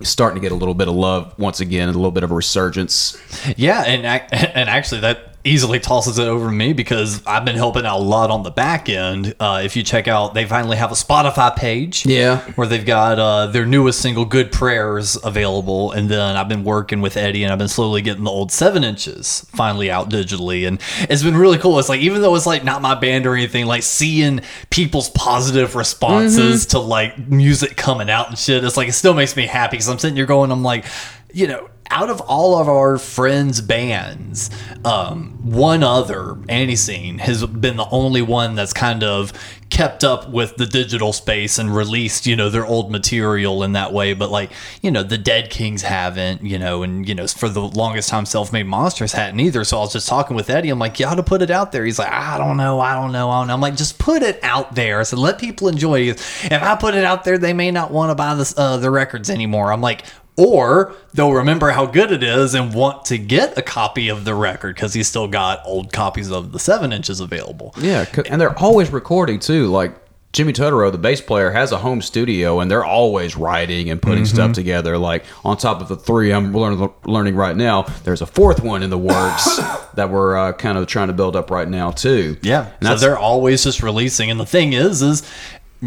[SPEAKER 5] starting to get a little bit of love once again, a little bit of a resurgence.
[SPEAKER 7] Yeah, and ac- and actually that easily tosses it over me because I've been helping out a lot on the back end. Uh, if you check out, they finally have a Spotify page.
[SPEAKER 5] Yeah.
[SPEAKER 7] where they've got uh, their newest single, "Good Prayers," available. And then I've been working with Eddie, and I've been slowly getting the old seven inches finally out digitally, and it's been really cool. It's like even though it's like not my band or anything, like seeing people's positive responses to like music coming out and shit. It's like it still makes me happy because I'm sitting here going, I'm like, you know out of all of our friends' bands, um, one other, Annie Scene, has been the only one that's kind of kept up with the digital space and released, you know, their old material in that way. But like, you know, the Dead Kings haven't, you know, and you know, for the longest time, Self Made Monsters hadn't either. So I was just talking with Eddie. I'm like, you ought to put it out there. He's like, I don't know, I don't know, I don't know. I'm like, just put it out there. So let people enjoy it. If I put it out there, they may not want to buy this, uh, the records anymore. I'm like, or they'll remember how good it is and want to get a copy of the record because he's still got old copies of the seven inches available.
[SPEAKER 5] Yeah, 'cause- and they're always recording too. Like Jimmy Totoro, the bass player, has a home studio, and they're always writing and putting
[SPEAKER 7] Mm-hmm.
[SPEAKER 5] stuff together. Like on top of the three I'm learn, learning right now, there's a fourth one in the works that we're uh, kind of trying to build up right now too.
[SPEAKER 7] Yeah.
[SPEAKER 5] and
[SPEAKER 7] so
[SPEAKER 5] that's
[SPEAKER 7] they're always just releasing. And the thing is, is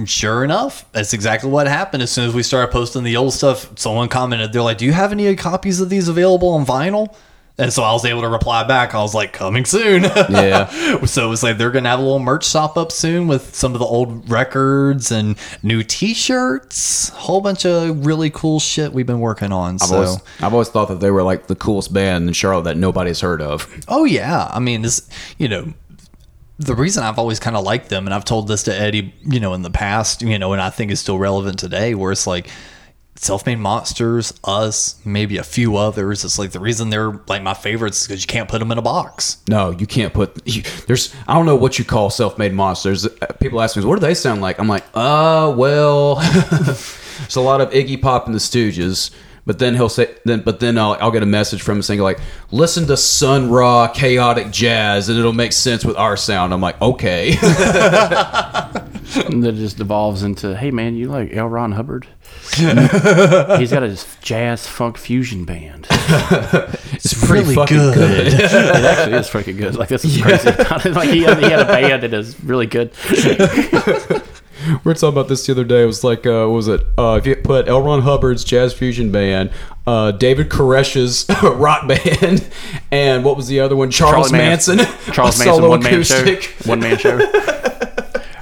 [SPEAKER 7] sure enough, that's exactly what happened. As soon as we started posting the old stuff, someone commented, they're like, Do you have any copies of these available on vinyl? And so I was able to reply back. I was like, coming soon.
[SPEAKER 5] Yeah.
[SPEAKER 7] so it was like they're gonna have a little merch shop up soon with some of the old records and new T-shirts, whole bunch of really cool shit we've been working on.
[SPEAKER 5] I've
[SPEAKER 7] so
[SPEAKER 5] always, I've always thought that they were like the coolest band in Charlotte that nobody's heard of.
[SPEAKER 7] Oh yeah, I mean this. You know, the reason I've always kind of liked them, and I've told this to Eddie, you know, in the past, you know, and I think is still relevant today, where it's like self-made monsters, us, maybe a few others. It's like the reason they're like my favorites because you can't put them in a box.
[SPEAKER 5] No, you can't put. You, there's. I don't know what you call self-made monsters. Uh, People ask me, "What do they sound like?" I'm like, "Uh, well, it's a lot of Iggy Pop and the Stooges." But then he'll say, then but then I'll, I'll get a message from him saying like, "Listen to Sun Ra chaotic jazz, and it'll make sense with our sound." I'm like, "Okay."
[SPEAKER 6] And that just devolves into, hey man, you like L. Ron Hubbard? He's got a jazz funk fusion band.
[SPEAKER 5] it's pretty
[SPEAKER 7] really
[SPEAKER 5] fucking
[SPEAKER 7] good.
[SPEAKER 6] It actually is freaking good. Like this is crazy. like he, had- he had a band that is really good.
[SPEAKER 5] We were talking about this the other day. It was like, uh, what was it? Uh, if you put L. Ron Hubbard's jazz fusion band, uh, David Koresh's rock band, and what was the other one? Charles Manson.
[SPEAKER 6] Charles
[SPEAKER 5] A
[SPEAKER 6] Manson,
[SPEAKER 5] solo
[SPEAKER 6] one man show.
[SPEAKER 5] acoustic
[SPEAKER 6] One man show.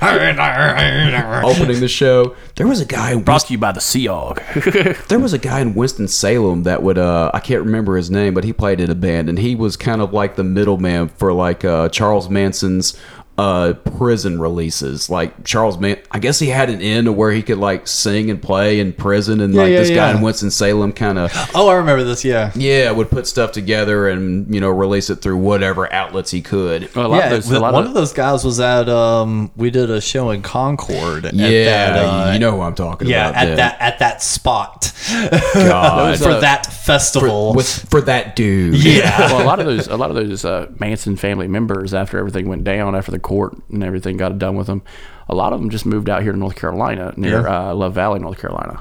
[SPEAKER 5] Opening the show, there was a guy. In
[SPEAKER 6] Brought to you by the Seahawk.
[SPEAKER 5] there was a guy in Winston Salem that would. Uh, I can't remember his name, but he played in a band, and he was kind of like the middleman for like uh, Charles Manson's uh, prison releases. Like Charles Man, I guess he had an end to where he could like sing and play in prison, and like
[SPEAKER 7] yeah,
[SPEAKER 5] this guy
[SPEAKER 7] yeah.
[SPEAKER 5] in Winston Salem kind of.
[SPEAKER 7] Oh, I remember this. Yeah.
[SPEAKER 5] Yeah, would put stuff together and you know release it through whatever outlets he could.
[SPEAKER 6] Well, a lot
[SPEAKER 7] Yeah,
[SPEAKER 6] of those, a
[SPEAKER 7] th-
[SPEAKER 6] lot
[SPEAKER 7] one
[SPEAKER 6] of,
[SPEAKER 7] of those guys was at um we did a show in Concord. at
[SPEAKER 5] yeah,
[SPEAKER 7] that, uh,
[SPEAKER 5] you know who I'm talking
[SPEAKER 7] yeah,
[SPEAKER 5] about.
[SPEAKER 7] at that at that spot
[SPEAKER 5] God.
[SPEAKER 6] uh,
[SPEAKER 7] for that festival.
[SPEAKER 5] with for that dude.
[SPEAKER 7] yeah,
[SPEAKER 6] well, a lot of those, a lot of those uh, Manson family members, after everything went down, after the court and everything got done with them, a lot of them just moved out here to North Carolina, near uh, Love Valley, North Carolina.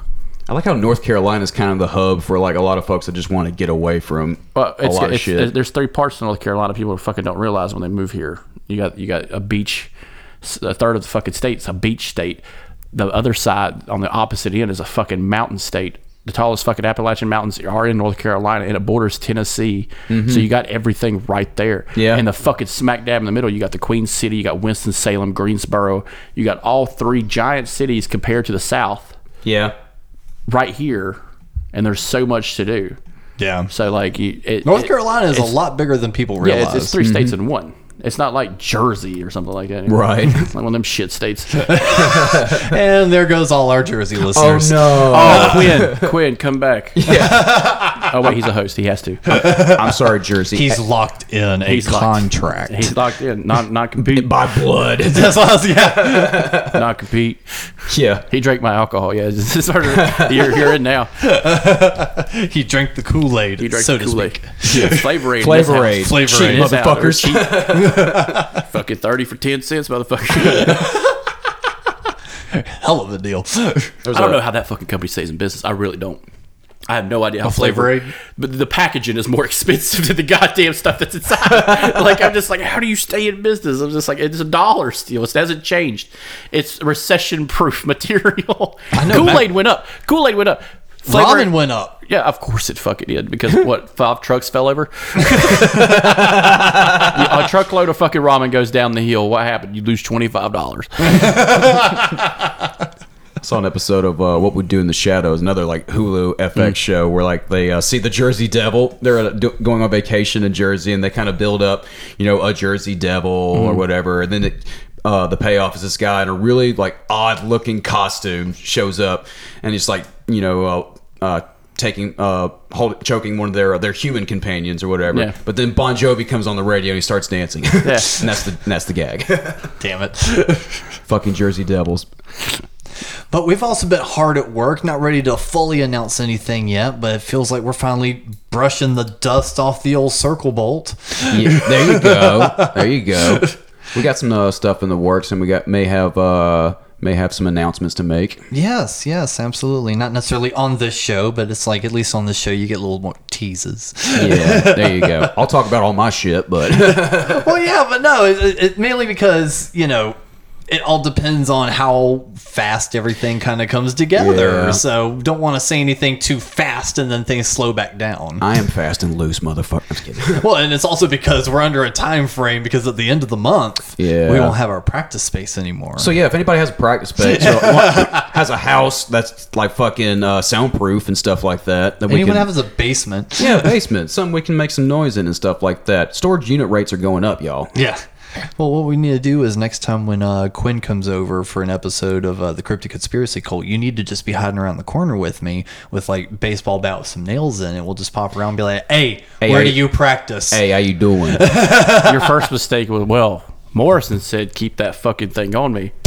[SPEAKER 5] I like how North Carolina is kind of the hub for like a lot of folks that just want to get away from
[SPEAKER 6] Well,
[SPEAKER 5] a
[SPEAKER 6] Uh, it's,
[SPEAKER 5] lot of
[SPEAKER 6] it's-
[SPEAKER 5] shit.
[SPEAKER 6] it's- there's three parts to North Carolina people fucking don't realize when they move here. You got you got a beach, s- a third of the fucking state's a beach state. The other side on the opposite end is a fucking mountain state. The tallest fucking Appalachian Mountains are in North Carolina, and it borders Tennessee. So you got everything right there.
[SPEAKER 5] Mm-hmm. Yeah.
[SPEAKER 6] And the fucking smack dab in the middle, you got the Queen City, you got Winston Salem, Greensboro, you got all three giant cities compared to the South
[SPEAKER 5] yeah,
[SPEAKER 6] right here, and there's so much to do.
[SPEAKER 7] yeah.
[SPEAKER 6] So like, you- it,
[SPEAKER 7] North
[SPEAKER 6] it-
[SPEAKER 7] Carolina is a lot bigger than people realize.
[SPEAKER 6] yeah, it's, it's 3 states in one. It's not like Jersey or something like that. anymore.
[SPEAKER 5] Mm-hmm. right.
[SPEAKER 6] It's like one of them shit states.
[SPEAKER 7] and there goes all our Jersey
[SPEAKER 6] Oh,
[SPEAKER 7] listeners.
[SPEAKER 5] Oh, no,
[SPEAKER 6] Quinn, Quinn, come back. oh wait, he's a host. He has to.
[SPEAKER 5] Oh, I'm sorry, Jersey.
[SPEAKER 7] He's locked in a
[SPEAKER 6] He's locked.
[SPEAKER 7] contract.
[SPEAKER 6] He's locked in. Not not compete.
[SPEAKER 5] by blood.
[SPEAKER 7] That's what I was- yeah.
[SPEAKER 6] Not compete.
[SPEAKER 5] yeah,
[SPEAKER 6] He drank my alcohol. Yeah, it's it's harder. You're, you're in now.
[SPEAKER 7] He drank the Kool Aid.
[SPEAKER 6] He drank
[SPEAKER 7] so
[SPEAKER 6] Kool Aid.
[SPEAKER 7] To speak.
[SPEAKER 6] Flavor Aid.
[SPEAKER 5] Flavor Aid.
[SPEAKER 7] Flavor
[SPEAKER 5] Cheap
[SPEAKER 7] Aid.
[SPEAKER 5] motherfuckers.
[SPEAKER 6] Fucking thirty for ten cents, motherfucker.
[SPEAKER 7] Hell of a deal.
[SPEAKER 6] I don't know how that fucking company stays in business. I really don't. I have no idea how
[SPEAKER 7] Flavor
[SPEAKER 6] flavor,
[SPEAKER 7] Aid?
[SPEAKER 6] but the packaging is more expensive than the goddamn stuff that's inside. like I'm just like, how do you stay in business? I'm just like, it's a dollar still. It hasn't changed. It's recession proof material. Kool Aid went up. Kool Aid went up. Flavor
[SPEAKER 7] Ramen went up.
[SPEAKER 6] Yeah, of course it fucking did because what five trucks fell over. Yeah, a truckload of fucking ramen goes down the hill. What happened? You lose twenty five dollars.
[SPEAKER 5] I saw an episode of uh, What We Do in the Shadows, another like Hulu FX show where like they uh, see the Jersey Devil. They're uh, do- going on vacation in Jersey, and they kind of build up, you know, a Jersey Devil or whatever. And then it, uh, the payoff is this guy in a really like odd looking costume shows up, and he's like, you know. Uh, uh, Taking, uh, hold, choking one of their their human companions or whatever,
[SPEAKER 6] Yeah.
[SPEAKER 5] but then Bon Jovi comes on the radio and he starts dancing, and that's the that's the gag.
[SPEAKER 7] Damn it.
[SPEAKER 5] Fucking Jersey Devils.
[SPEAKER 7] But we've also been hard at work, not ready to fully announce anything yet, but it feels like we're finally brushing the dust off the old circle bolt.
[SPEAKER 5] Yeah, there you go. There you go. We got some uh, stuff in the works, and we got may have uh, may have some announcements to make.
[SPEAKER 7] Yes, yes, absolutely. Not necessarily on this show, but it's like at least on this show you get a little more teases.
[SPEAKER 5] Yeah, there you go. I'll talk about all my shit, but
[SPEAKER 7] well, yeah, but no, it, it- it, mainly because you know it all depends on how fast everything kind of comes together.
[SPEAKER 5] Yeah.
[SPEAKER 7] So don't want to say anything too fast and then things slow back down.
[SPEAKER 5] I am fast and loose, motherfucker. I'm just kidding.
[SPEAKER 7] well, and it's also because we're under a time frame because at the end of the month,
[SPEAKER 5] Yeah.
[SPEAKER 7] we won't have our practice space anymore.
[SPEAKER 5] So yeah, if anybody has a practice space, or has a house that's like fucking uh, soundproof and stuff like that, then we
[SPEAKER 7] anyone
[SPEAKER 5] can
[SPEAKER 7] have a basement?
[SPEAKER 5] yeah basement, something we can make some noise in and stuff like that. Storage unit rates are going up, y'all.
[SPEAKER 7] Yeah. Well, what we need to do is next time when uh, Quinn comes over for an episode of uh, the Cryptic Conspiracy Cult, you need to just be hiding around the corner with me with like baseball bat with some nails in it. We'll just pop around and be like, "Hey,
[SPEAKER 5] Hey,
[SPEAKER 7] where
[SPEAKER 5] are
[SPEAKER 7] do
[SPEAKER 5] you-
[SPEAKER 7] you practice?"
[SPEAKER 5] Hey, how you doing?
[SPEAKER 6] Your first mistake was well. Morrison said, "Keep that fucking thing on me."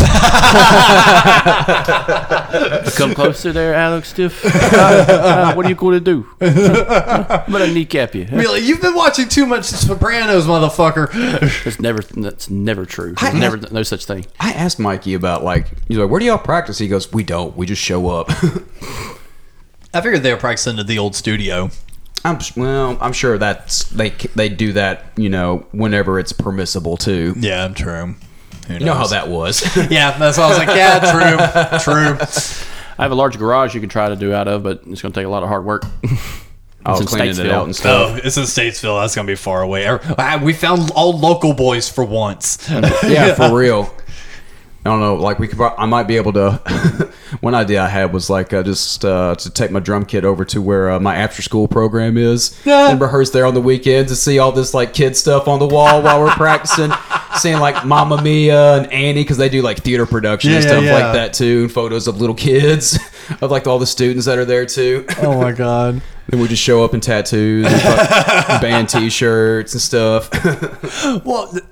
[SPEAKER 6] Come closer there, Alex Stiff. Uh, uh, what are you going to do? I'm gonna kneecap you.
[SPEAKER 7] Be like, "You've been watching too much Sopranos, motherfucker."
[SPEAKER 6] That's never. That's never true. There's never no such thing.
[SPEAKER 5] I asked Mikey about like he's like, where do y'all practice? He goes, we don't. We just show up.
[SPEAKER 7] I figured they were practicing at the old studio.
[SPEAKER 5] I'm well. I'm sure that's they they do that. You know, whenever it's permissible too.
[SPEAKER 7] Yeah, I'm true. Who
[SPEAKER 5] You know how that was.
[SPEAKER 7] Yeah, that's why I was like, "Yeah, true, true."
[SPEAKER 6] I have a large garage you can try to do out of, but it's gonna take a lot of hard work.
[SPEAKER 5] I was
[SPEAKER 6] It's in
[SPEAKER 5] cleaning it
[SPEAKER 6] Statesville.
[SPEAKER 5] out and stuff.
[SPEAKER 7] Oh, it's in Statesville. That's gonna be far away. Er, ah, We found all local boys for once.
[SPEAKER 5] Yeah, for real. I don't know. Like we could. prob- I might be able to. one idea I had was like uh, just uh, to take my drum kit over to where uh, my after school program is
[SPEAKER 7] Yeah.
[SPEAKER 5] and rehearse there on the weekends and see all this like kid stuff on the wall while we're practicing. Seeing like Mamma Mia and Annie because they do like theater production and
[SPEAKER 7] Yeah, yeah,
[SPEAKER 5] stuff
[SPEAKER 7] yeah.
[SPEAKER 5] like that too, and photos of little kids of like all the students that are there too.
[SPEAKER 7] oh my god.
[SPEAKER 5] Then we just show up in tattoos, and fuck- band T-shirts and stuff.
[SPEAKER 7] Well, th-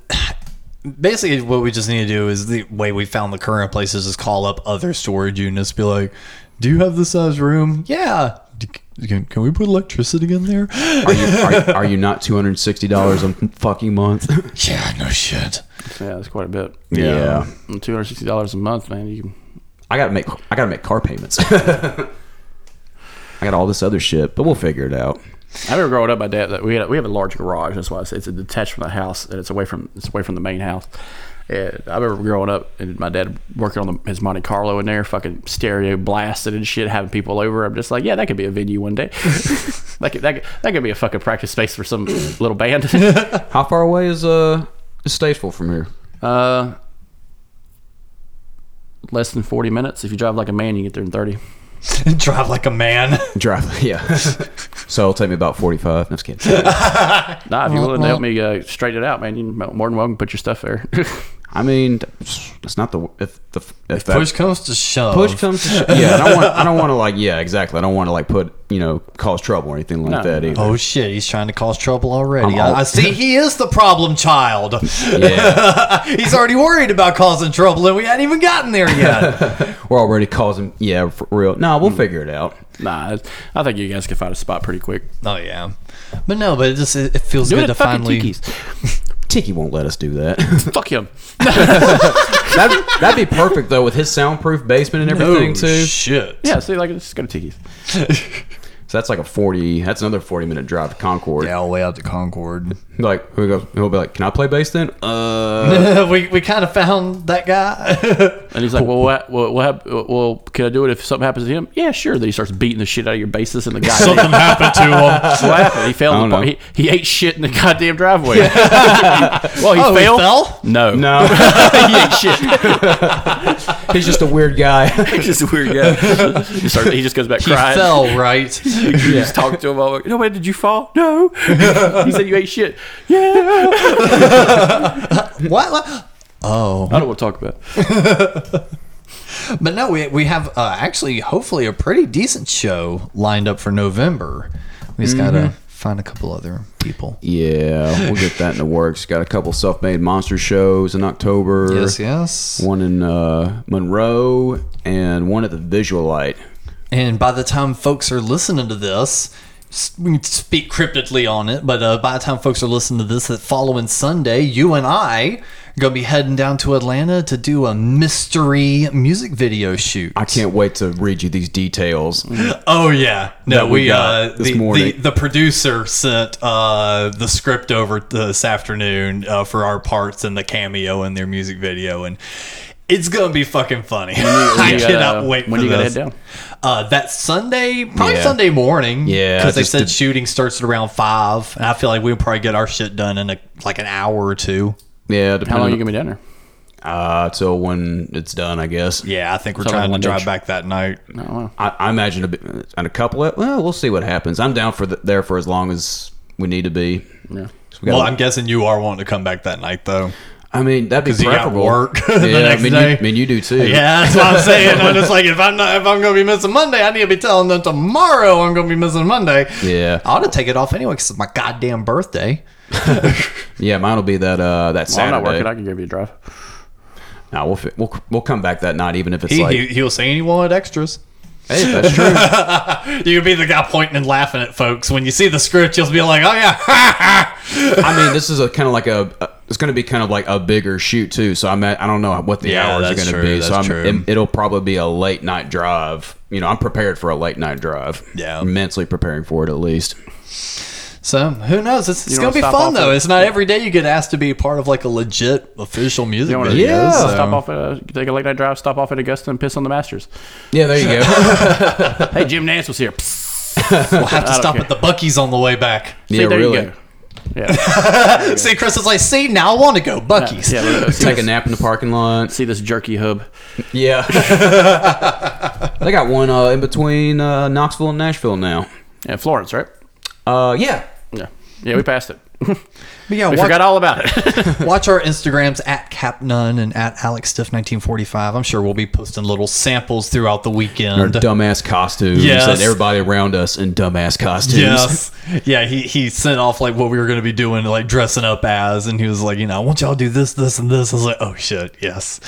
[SPEAKER 7] basically, what we just need to do is the way we found the current places is call up other storage units, be like, "Do you have this size room? Yeah. D- Can, can we put electricity in there?
[SPEAKER 5] Are you, are, are you not two hundred sixty dollars a fucking month?
[SPEAKER 7] yeah, no shit.
[SPEAKER 6] Yeah, that's quite a bit.
[SPEAKER 5] Yeah,
[SPEAKER 6] Two hundred sixty dollars a month, man. You can
[SPEAKER 5] I gotta make I gotta make car payments. I got all this other shit, but we'll figure it out.
[SPEAKER 6] I remember growing up, my dad. That we had we have a large garage. That's why it's, it's detached from the house, and it's away from it's away from the main house. And I remember growing up, and my dad working on the, his Monte Carlo in there, fucking stereo blasted and shit, having people over. I'm just like, yeah, that could be a venue one day. that, could, that could that could be a fucking practice space for some little band.
[SPEAKER 5] How far away is uh is Statesville from here?
[SPEAKER 6] uh, less than forty minutes. If you drive like a man, you get there in thirty.
[SPEAKER 7] Drive like a man.
[SPEAKER 5] Drive, yeah. so it'll take me about forty five. No, I'm just kidding.
[SPEAKER 6] Nah, if you're willing to help me uh, straighten it out, man, you're more than welcome to put your stuff there.
[SPEAKER 5] I mean, that's not the if the if, that,
[SPEAKER 7] Push comes to shove.
[SPEAKER 5] push comes to shove. Yeah, I don't want. I don't want to like. Yeah, exactly. I don't want to like put you know cause trouble or anything like that either.
[SPEAKER 7] Oh shit, he's trying to cause trouble already.
[SPEAKER 5] I'm all-
[SPEAKER 7] I, I see he is the problem child.
[SPEAKER 5] Yeah,
[SPEAKER 7] he's already worried about causing trouble and we hadn't even gotten there yet.
[SPEAKER 5] we're already causing. Yeah, for real. No, we'll figure it out.
[SPEAKER 6] nah, I- I think you guys can find a spot pretty quick.
[SPEAKER 7] oh yeah. But no, but it just it, it feels
[SPEAKER 6] Do it
[SPEAKER 7] good to
[SPEAKER 6] at fucking
[SPEAKER 7] finally
[SPEAKER 6] Tiki's.
[SPEAKER 5] Tiki won't let us do that.
[SPEAKER 6] Fuck him.
[SPEAKER 5] that'd, that'd be perfect though, with his soundproof basement and everything too.
[SPEAKER 7] Oh, shit.
[SPEAKER 6] Yeah, see, like, let's go to Tiki's.
[SPEAKER 5] So that's like a forty. That's another forty minute drive to Concord.
[SPEAKER 7] Yeah, all the way out to Concord.
[SPEAKER 5] Like who goes? He'll be like, "Can I play bass then?" Uh,
[SPEAKER 7] we we kind of found that guy.
[SPEAKER 6] And he's like, well, what, well, what, hap- well, Could I do it if something happens to him? Yeah, sure. Then he starts beating the shit out of your basis, and the guy
[SPEAKER 8] Something happened to him.
[SPEAKER 6] What happened? He failed. The
[SPEAKER 5] don't
[SPEAKER 6] par-
[SPEAKER 5] know.
[SPEAKER 6] he, he ate shit in the goddamn driveway. well, Oh, he,
[SPEAKER 7] Oh, he
[SPEAKER 6] failed.
[SPEAKER 7] fell?
[SPEAKER 6] No,
[SPEAKER 5] No,
[SPEAKER 6] he ate shit.
[SPEAKER 5] he's just a weird guy.
[SPEAKER 6] He's just a weird guy. he, starts, he just goes back
[SPEAKER 7] He
[SPEAKER 6] crying.
[SPEAKER 7] fell, right?
[SPEAKER 6] You just talk to him all. No, wait, did you fall? No. he said you ate shit. Yeah.
[SPEAKER 7] what? What? Oh.
[SPEAKER 6] I don't want to talk about. it.
[SPEAKER 7] But no, we, we have uh, actually, hopefully, a pretty decent show lined up for November. We just gotta find a couple other people.
[SPEAKER 5] yeah, we'll get that in the works. Got a couple self-made monster shows in October.
[SPEAKER 7] Yes, yes.
[SPEAKER 5] One in uh, Monroe and one at the Visual Light.
[SPEAKER 7] And by the time folks are listening to this, s- we can speak cryptically on it, but uh, by the time folks are listening to this, that following Sunday, you and I are going to be heading down to Atlanta to do a mystery music video shoot.
[SPEAKER 5] I can't wait to read you these details.
[SPEAKER 7] Oh yeah, no,
[SPEAKER 5] That we
[SPEAKER 7] we,
[SPEAKER 5] got
[SPEAKER 7] uh,
[SPEAKER 5] this
[SPEAKER 7] the, the
[SPEAKER 5] morning.
[SPEAKER 7] the producer sent uh, the script over this afternoon uh, for our parts and the cameo in their music video, and it's gonna be fucking funny. I
[SPEAKER 6] you gotta-
[SPEAKER 7] cannot wait.
[SPEAKER 6] when
[SPEAKER 7] for
[SPEAKER 6] you gotta
[SPEAKER 7] this.
[SPEAKER 6] head down?
[SPEAKER 7] Uh, that Sunday, probably
[SPEAKER 5] Yeah.
[SPEAKER 7] Sunday morning.
[SPEAKER 5] Yeah,
[SPEAKER 7] because they
[SPEAKER 5] just
[SPEAKER 7] said
[SPEAKER 5] to-
[SPEAKER 7] shooting starts at around five, and I feel like we'll probably get our shit done in a, like an hour or two.
[SPEAKER 5] Yeah,
[SPEAKER 6] How long
[SPEAKER 5] depending
[SPEAKER 6] you gonna be down there?
[SPEAKER 5] uh, till when it's done, I guess.
[SPEAKER 7] Yeah, I think we're
[SPEAKER 6] Something
[SPEAKER 7] trying to
[SPEAKER 6] one day
[SPEAKER 7] drive
[SPEAKER 6] tr-
[SPEAKER 7] back that night.
[SPEAKER 5] I, I imagine a bit, and a couple. Of, well, we'll see what happens. I'm down for the, there for as long as we need to be. Yeah.
[SPEAKER 7] Well, I'm guessing you are wanting to come back that night though.
[SPEAKER 5] I mean, that'd be
[SPEAKER 7] 'Cause you got
[SPEAKER 5] preferable.
[SPEAKER 7] work the
[SPEAKER 5] Yeah,
[SPEAKER 7] next
[SPEAKER 5] I mean,
[SPEAKER 7] day.
[SPEAKER 5] You, I mean, you do too.
[SPEAKER 7] Yeah, that's what I'm saying. I'm just like, if I'm not, if I'm gonna be missing Monday, I need to be telling them tomorrow I'm gonna be missing Monday.
[SPEAKER 5] Yeah.
[SPEAKER 7] I ought to take it off anyway because it's my goddamn birthday.
[SPEAKER 5] yeah. Mine will be that uh, that
[SPEAKER 6] Well, I'm
[SPEAKER 5] Saturday.
[SPEAKER 6] not working. I can give you a drive.
[SPEAKER 5] Nah, we'll, fi- we'll we'll come back that night, even if it's
[SPEAKER 7] He,
[SPEAKER 5] like,
[SPEAKER 7] he will say he wanted extras.
[SPEAKER 5] hey, that's true.
[SPEAKER 7] You could be the guy pointing and laughing at folks when you see the script. You'll be like, oh yeah.
[SPEAKER 5] I mean, this is a kind of like a. a- it's going to be kind of like a bigger shoot too, so I'm at, I don't know what the
[SPEAKER 7] Yeah,
[SPEAKER 5] hours are
[SPEAKER 7] that's
[SPEAKER 5] going to
[SPEAKER 7] true,
[SPEAKER 5] be. So I'm,
[SPEAKER 7] that's true.
[SPEAKER 5] It, will probably be a late night drive. You know, I'm prepared for a late night drive.
[SPEAKER 7] Yeah.
[SPEAKER 5] mentally preparing for it at least.
[SPEAKER 7] so who knows? It's, it's
[SPEAKER 6] You
[SPEAKER 7] gonna
[SPEAKER 6] don't
[SPEAKER 7] be
[SPEAKER 6] wanna stop
[SPEAKER 7] fun
[SPEAKER 6] off
[SPEAKER 7] though.
[SPEAKER 6] at-
[SPEAKER 7] It's not every day you get asked to be part of like a legit official music.
[SPEAKER 6] You wanna-
[SPEAKER 7] video,
[SPEAKER 5] Yeah.
[SPEAKER 7] so-
[SPEAKER 6] Stop off at a, take a late night drive. Stop off at Augusta and piss on the Masters.
[SPEAKER 5] Yeah, there you go.
[SPEAKER 6] Hey, Jim Nance was here. Psst.
[SPEAKER 7] We'll have to
[SPEAKER 6] I don't
[SPEAKER 7] stop
[SPEAKER 6] care.
[SPEAKER 7] at the Bucky's on the way back.
[SPEAKER 6] See,
[SPEAKER 5] yeah,
[SPEAKER 6] there
[SPEAKER 5] really.
[SPEAKER 6] you go. Yeah.
[SPEAKER 7] See, Chris is like, see, now I want to go Bucky's.
[SPEAKER 6] yeah, look at this. see,
[SPEAKER 5] Take a
[SPEAKER 6] this,
[SPEAKER 5] nap in the parking lot.
[SPEAKER 6] see this jerky hub.
[SPEAKER 5] Yeah. they got one uh, in between uh, Knoxville and Nashville now.
[SPEAKER 6] Yeah, Florence, right?
[SPEAKER 5] Uh, yeah.
[SPEAKER 6] Yeah. Yeah, we passed it.
[SPEAKER 7] But yeah,
[SPEAKER 6] We
[SPEAKER 7] watch-
[SPEAKER 6] forgot all about it.
[SPEAKER 7] Watch our Instagrams at CapNunn and at AlexStiff1945. I'm sure we'll be posting little samples throughout the
[SPEAKER 5] Our
[SPEAKER 7] weekend.
[SPEAKER 5] dumbass costumes.
[SPEAKER 7] uh, Yes.
[SPEAKER 5] And everybody around us in dumbass costumes.
[SPEAKER 7] Yes. Yeah, he, he sent off like what we were going to be doing, like dressing up as. And he was like, you know, I want y'all to do this, this, and this. I was like, oh shit, yes.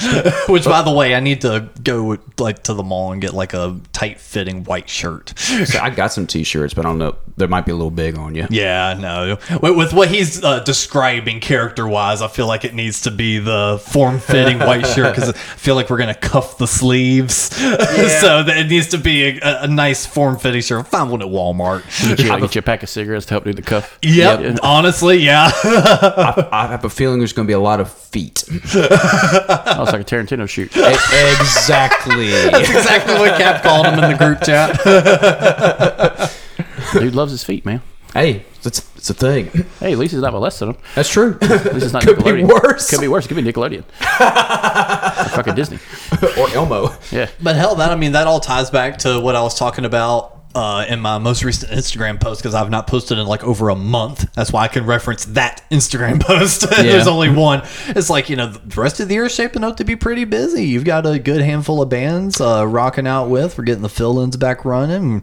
[SPEAKER 7] Which, by the way, I need to go like to the mall and get like a tight fitting white shirt.
[SPEAKER 5] So I got some t-shirts, but I don't know. They might be a little big on you.
[SPEAKER 7] Yeah, no. With, with what he's uh, describing character wise, I feel like it needs to be the form fitting white shirt because I feel like we're going to cuff the sleeves. so that it needs to be a, a nice form fitting shirt. Find one at Walmart.
[SPEAKER 6] Get you, get you a pack of cigarettes to help do the cuff.
[SPEAKER 7] Yep, honestly, yeah. E-,
[SPEAKER 5] I have a feeling there's going to be a lot of feet.
[SPEAKER 6] Oh, it's like a Tarantino shoot.
[SPEAKER 5] E- exactly.
[SPEAKER 7] exactly what Cap called him in the group chat.
[SPEAKER 6] Dude loves his feet, man.
[SPEAKER 5] hey, it's, it's a thing.
[SPEAKER 6] Hey, at least he's not molesting him.
[SPEAKER 5] That's true.
[SPEAKER 6] At least it's not
[SPEAKER 5] Could be
[SPEAKER 6] Nickelodeon.
[SPEAKER 5] worse.
[SPEAKER 6] Could be worse. It could be Nickelodeon. Or fucking Disney.
[SPEAKER 5] or Elmo.
[SPEAKER 6] Yeah.
[SPEAKER 7] But hell, that I mean, that all ties back to what I was talking about uh, in my most recent Instagram post because I've not posted in like over a month. That's why I can reference that Instagram post. There's only one. It's like you know, the rest of the year is shaping up to be pretty busy. You've got a good handful of bands uh, rocking out with. We're getting the fill-ins back running.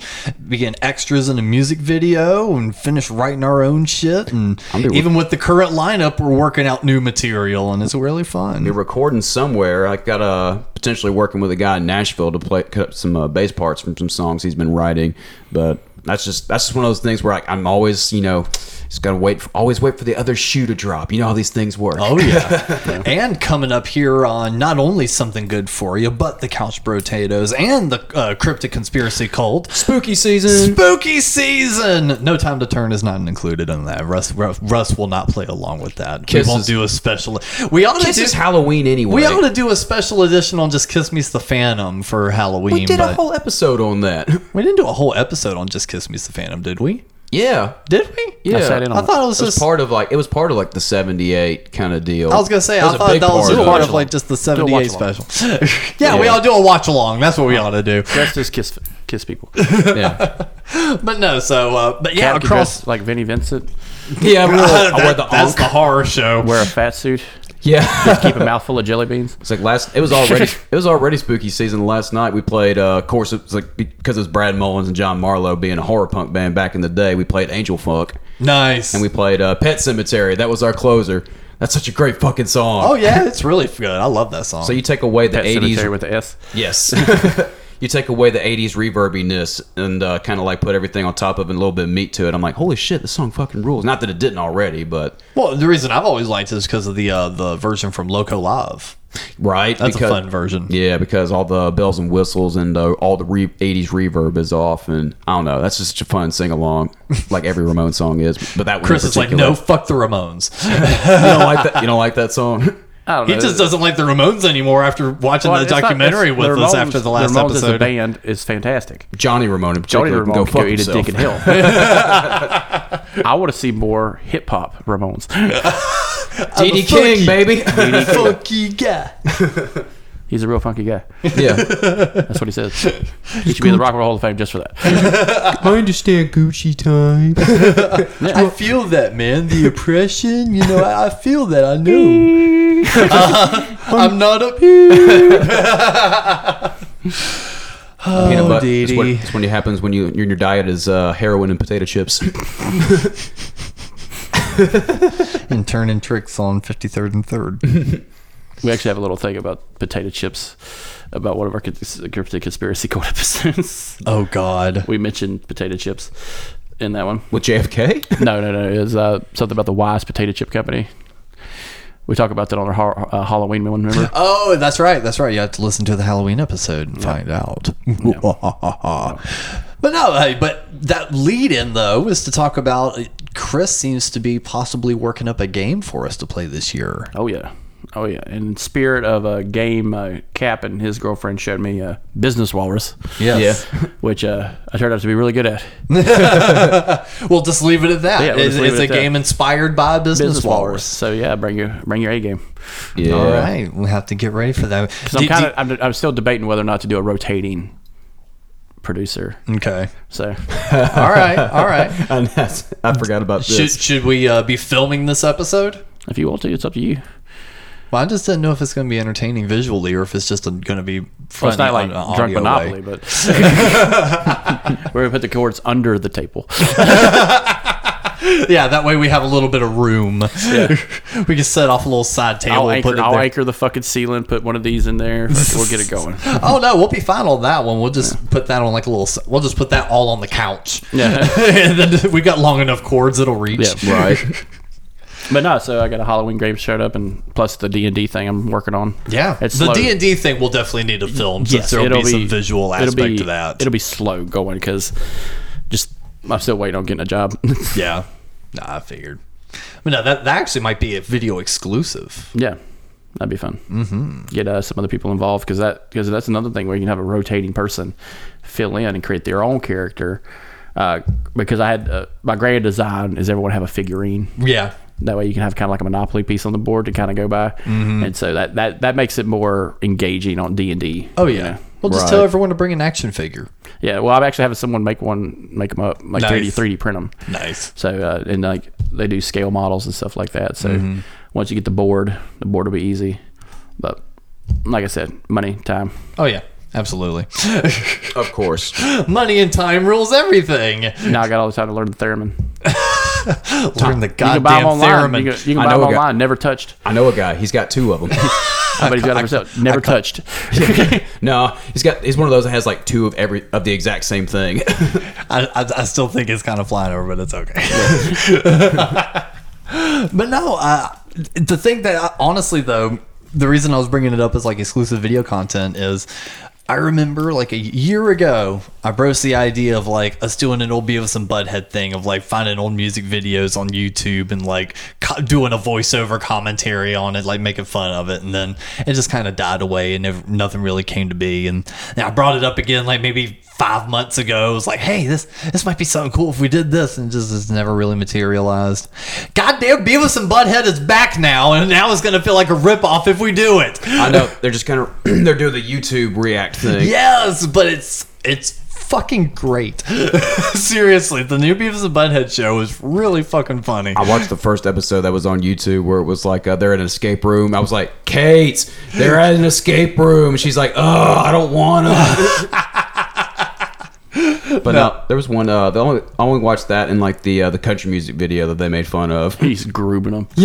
[SPEAKER 7] We getting extras in a music video and finish writing our own shit. And even with the current lineup, we're working out new material and it's really fun.
[SPEAKER 5] You're recording somewhere. I got uh, potentially working with a guy in Nashville to play cut up some uh, bass parts from some songs he's been writing, but That's just that's just one of those things where I, I'm always you know just gotta wait for, always wait for the other shoe to drop. You know how these things work.
[SPEAKER 7] Oh yeah. And coming up here on not only something good for you, but the couch potatoes and the uh, cryptic conspiracy cult.
[SPEAKER 5] spooky season.
[SPEAKER 7] Spooky season. No time to turn is not included in that. Russ Russ, Russ will not play along with that.
[SPEAKER 5] Kiss
[SPEAKER 7] we won't
[SPEAKER 5] is-
[SPEAKER 7] do a special. We ought to
[SPEAKER 5] This
[SPEAKER 7] do,
[SPEAKER 5] is Halloween anyway.
[SPEAKER 7] we ought to do a special edition on just Kiss Me's the Phantom for Halloween.
[SPEAKER 5] We did a
[SPEAKER 7] but
[SPEAKER 5] whole episode on that.
[SPEAKER 7] we didn't do a whole episode on just Kiss Me's the Phantom, did we?
[SPEAKER 5] Yeah.
[SPEAKER 7] Did we?
[SPEAKER 5] Yeah.
[SPEAKER 6] sat in on
[SPEAKER 7] I thought it was
[SPEAKER 5] It was
[SPEAKER 7] just.
[SPEAKER 5] part of like it was part of like the '78 kind of deal.
[SPEAKER 7] I was gonna say
[SPEAKER 5] It
[SPEAKER 7] I
[SPEAKER 5] a
[SPEAKER 7] thought
[SPEAKER 5] big
[SPEAKER 7] that was
[SPEAKER 5] it.
[SPEAKER 7] part, of like just the
[SPEAKER 6] a watch
[SPEAKER 7] '78
[SPEAKER 6] along.
[SPEAKER 7] special. yeah, we
[SPEAKER 5] Yeah.
[SPEAKER 7] all do a watch along. That's what we ought to do.
[SPEAKER 6] That's just kiss kiss people.
[SPEAKER 5] yeah,
[SPEAKER 7] But no, so uh, but
[SPEAKER 6] Cat
[SPEAKER 7] yeah,
[SPEAKER 6] can
[SPEAKER 7] across.
[SPEAKER 6] dress like Vinnie Vincent,
[SPEAKER 5] yeah. I'm really-
[SPEAKER 7] Uh,
[SPEAKER 5] I wear
[SPEAKER 7] that-
[SPEAKER 5] the
[SPEAKER 7] that's
[SPEAKER 5] onk.
[SPEAKER 7] the horror show.
[SPEAKER 6] wear a fat suit,
[SPEAKER 5] yeah.
[SPEAKER 6] keep a mouthful of jelly beans.
[SPEAKER 5] It's like last. It was already. it was already spooky season. Last night we played. Uh, of course, it was like because it was Brad Mullins and John Marlowe being a horror punk band back in the day. We played Angel Funk
[SPEAKER 7] nice.
[SPEAKER 5] and we played uh, Pet Cemetery. That was our closer. That's such a great fucking song.
[SPEAKER 7] oh yeah, it's really good. I love that song.
[SPEAKER 5] So you take away the
[SPEAKER 6] Pet
[SPEAKER 5] eighties.
[SPEAKER 6] cemetery with the S.
[SPEAKER 5] Yes. you take away the 80s reverbiness and uh, kind of like put everything on top of it, and a little bit of meat to it. I'm like, holy shit, this song fucking rules. Not that it didn't already, but
[SPEAKER 7] well, the reason I've always liked it is because of the uh, the version from Loco Live.
[SPEAKER 5] right?
[SPEAKER 7] That's a fun version.
[SPEAKER 5] Yeah, because all the bells and whistles and uh, all the re- 80s reverb is off, and I don't know. That's just a fun sing along, like every Ramon song is. But that one in
[SPEAKER 7] Chris is like,
[SPEAKER 5] particular.
[SPEAKER 7] no, fuck the Ramones.
[SPEAKER 5] you don't like that. You don't like that song.
[SPEAKER 6] I don't
[SPEAKER 7] he
[SPEAKER 6] know.
[SPEAKER 7] just doesn't like the Ramones anymore after watching
[SPEAKER 6] Well,
[SPEAKER 7] that
[SPEAKER 6] it's not-
[SPEAKER 7] documentary
[SPEAKER 6] it's-
[SPEAKER 7] with
[SPEAKER 6] the
[SPEAKER 7] us
[SPEAKER 6] Ramones-
[SPEAKER 7] after the last
[SPEAKER 6] Ramones As a
[SPEAKER 7] episode.
[SPEAKER 6] band is fantastic.
[SPEAKER 5] Johnny Ramone in
[SPEAKER 6] Johnny
[SPEAKER 5] particular
[SPEAKER 6] Ramone
[SPEAKER 5] can
[SPEAKER 6] go,
[SPEAKER 5] go fuck
[SPEAKER 6] eat a
[SPEAKER 5] himself.
[SPEAKER 6] dick in hell. I want to see more hip hop Ramones.
[SPEAKER 5] D.D. King, baby.
[SPEAKER 7] Fuck you, guy.
[SPEAKER 6] He's a real funky guy.
[SPEAKER 5] yeah.
[SPEAKER 6] That's what he says. He should be in the Rock and Roll Hall of Fame just for that.
[SPEAKER 5] I understand Gucci time.
[SPEAKER 7] I feel that, man. The oppression, you know, I, I feel that. I know. Uh, I'm not a
[SPEAKER 6] Oh,
[SPEAKER 5] peanut butter.
[SPEAKER 7] dee
[SPEAKER 5] It's, what,
[SPEAKER 7] dee.
[SPEAKER 5] it's when it happens when you your, your diet is uh, heroin and potato chips.
[SPEAKER 7] and turning tricks on 53rd and 3rd.
[SPEAKER 6] We actually have a little thing about potato chips, about one of our cons- cryptic conspiracy court episodes.
[SPEAKER 7] oh, God.
[SPEAKER 6] we mentioned potato chips in that one.
[SPEAKER 5] With JFK?
[SPEAKER 6] No, no, no. It was uh, something about the Wise Potato Chip Company. We talk about that on our ha- uh, Halloween one, remember?
[SPEAKER 7] Oh, that's right. That's right. You have to listen to the Halloween episode and find out. But no, hey, but that lead in, though, is to talk about uh, Chris seems to be possibly working up a game for us to play this year.
[SPEAKER 6] Oh yeah, oh yeah. In spirit of a game, uh, Cap and his girlfriend showed me uh, Business Walrus,
[SPEAKER 7] Yes.
[SPEAKER 6] which uh, I turned out to be really good at.
[SPEAKER 7] We'll just leave it at that.
[SPEAKER 6] Yeah, we'll
[SPEAKER 7] it's
[SPEAKER 6] just leave it
[SPEAKER 7] it's a
[SPEAKER 6] at that.
[SPEAKER 7] game inspired by Business, Walrus.
[SPEAKER 6] So yeah, bring your bring your A game.
[SPEAKER 5] Yeah.
[SPEAKER 7] All right. We'll have to get ready for that.
[SPEAKER 6] 'Cause I'm
[SPEAKER 7] Do-
[SPEAKER 6] kind of I'm, I'm still debating whether or not to do a rotating producer.
[SPEAKER 7] do- okay.
[SPEAKER 6] So
[SPEAKER 7] All right. All right.
[SPEAKER 5] And that's, I forgot about this.
[SPEAKER 7] Should, should we uh, be filming this episode?
[SPEAKER 6] if you want to, it's up to you.
[SPEAKER 7] Well, I just didn't know if it's going to be entertaining visually or if it's just going to be fun.
[SPEAKER 6] Well, it's not like
[SPEAKER 7] on an
[SPEAKER 6] drunk
[SPEAKER 7] audio
[SPEAKER 6] Monopoly,
[SPEAKER 7] way.
[SPEAKER 6] but we're gonna put the cords under the table.
[SPEAKER 7] Yeah, that way we have a little bit of room. we can set off a little side table.
[SPEAKER 6] I'll,
[SPEAKER 7] and
[SPEAKER 6] anchor,
[SPEAKER 7] put it
[SPEAKER 6] I'll
[SPEAKER 7] there.
[SPEAKER 6] anchor the fucking ceiling. Put one of these in there. We'll get it going.
[SPEAKER 7] Oh no, we'll be fine on that one. We'll just put that on like a little. s- We'll just put that all on the couch.
[SPEAKER 6] Yeah.
[SPEAKER 7] and then we got long enough cords it'll reach.
[SPEAKER 6] Yeah.
[SPEAKER 5] Right.
[SPEAKER 6] But no, so I got a Halloween game showed up, and plus the D and D thing I'm working on.
[SPEAKER 7] Yeah,
[SPEAKER 6] it's
[SPEAKER 7] the
[SPEAKER 6] slow.
[SPEAKER 7] D and D thing we'll definitely need to film since there'll be, some visual
[SPEAKER 6] it'll
[SPEAKER 7] aspect
[SPEAKER 6] be-
[SPEAKER 7] to that.
[SPEAKER 6] It'll be slow going because just I'm still waiting on getting a job.
[SPEAKER 7] yeah, nah, I figured. But no, that, that actually might be a video exclusive.
[SPEAKER 6] yeah, that'd be fun. Mm-hmm. Get uh, some other people involved because that because that's another thing where you can have a rotating person fill in and create their own character. Uh, because I had uh, my grand design is everyone have a figurine.
[SPEAKER 7] Yeah,
[SPEAKER 6] That way you can have kind of like a monopoly piece on the board to kind of go by,
[SPEAKER 7] Mm-hmm.
[SPEAKER 6] and so that, that that makes it more engaging on D and D.
[SPEAKER 7] Oh yeah. We'll just tell everyone to bring an action figure.
[SPEAKER 6] Yeah, well, I'm actually having someone make one, make them up, like
[SPEAKER 7] Nice.
[SPEAKER 6] 3D, 3D print them.
[SPEAKER 7] Nice.
[SPEAKER 6] So, uh, and like they do scale models and stuff like that. So,
[SPEAKER 7] Mm-hmm.
[SPEAKER 6] once you get the board, the board will be easy. But like I said, money, time.
[SPEAKER 7] Oh yeah. Absolutely.
[SPEAKER 5] Of course.
[SPEAKER 7] Money and time rules everything.
[SPEAKER 6] Now I got all the time to learn the theremin.
[SPEAKER 7] Learn
[SPEAKER 6] You can buy
[SPEAKER 7] the goddamn
[SPEAKER 6] them online.
[SPEAKER 7] theremin.
[SPEAKER 6] You can, you can
[SPEAKER 5] I
[SPEAKER 6] buy them
[SPEAKER 5] know a guy-
[SPEAKER 6] online. Never touched.
[SPEAKER 5] I know a guy. He's got two of them.
[SPEAKER 6] but he's got them for sale. Never touched.
[SPEAKER 5] No, he's got he's one of those that has like two of every of the exact same thing.
[SPEAKER 7] I, I, I still think it's kind of flying over, but it's okay. but no, uh, the thing that I, honestly though, the reason I was bringing it up as like exclusive video content is. I remember like a year ago, I broached the idea of like us doing an old Beavis and Butthead thing of like finding old music videos on YouTube and like co- doing a voiceover commentary on it, like making fun of it. And then it just kind of died away and never, nothing really came to be. And, and I brought it up again, like maybe five months ago. It was like, hey, this this might be something cool if we did this, and it just it's never really materialized. Goddamn, Beavis and Butthead is back now, and now it's gonna feel like a ripoff if we do it.
[SPEAKER 5] I know they're just kind of they're doing the YouTube React thing.
[SPEAKER 7] Yes, but it's it's fucking great. Seriously, the new Beavis and Butthead show is really fucking funny.
[SPEAKER 5] I watched the first episode that was on YouTube where it was like uh, they're in an escape room. I was like, Kate, they're at an escape room. And she's like, oh, I don't want to. But no. there was one. Uh, the only I only watched that in like the uh, the country music video that they made fun of.
[SPEAKER 6] he's grooving them.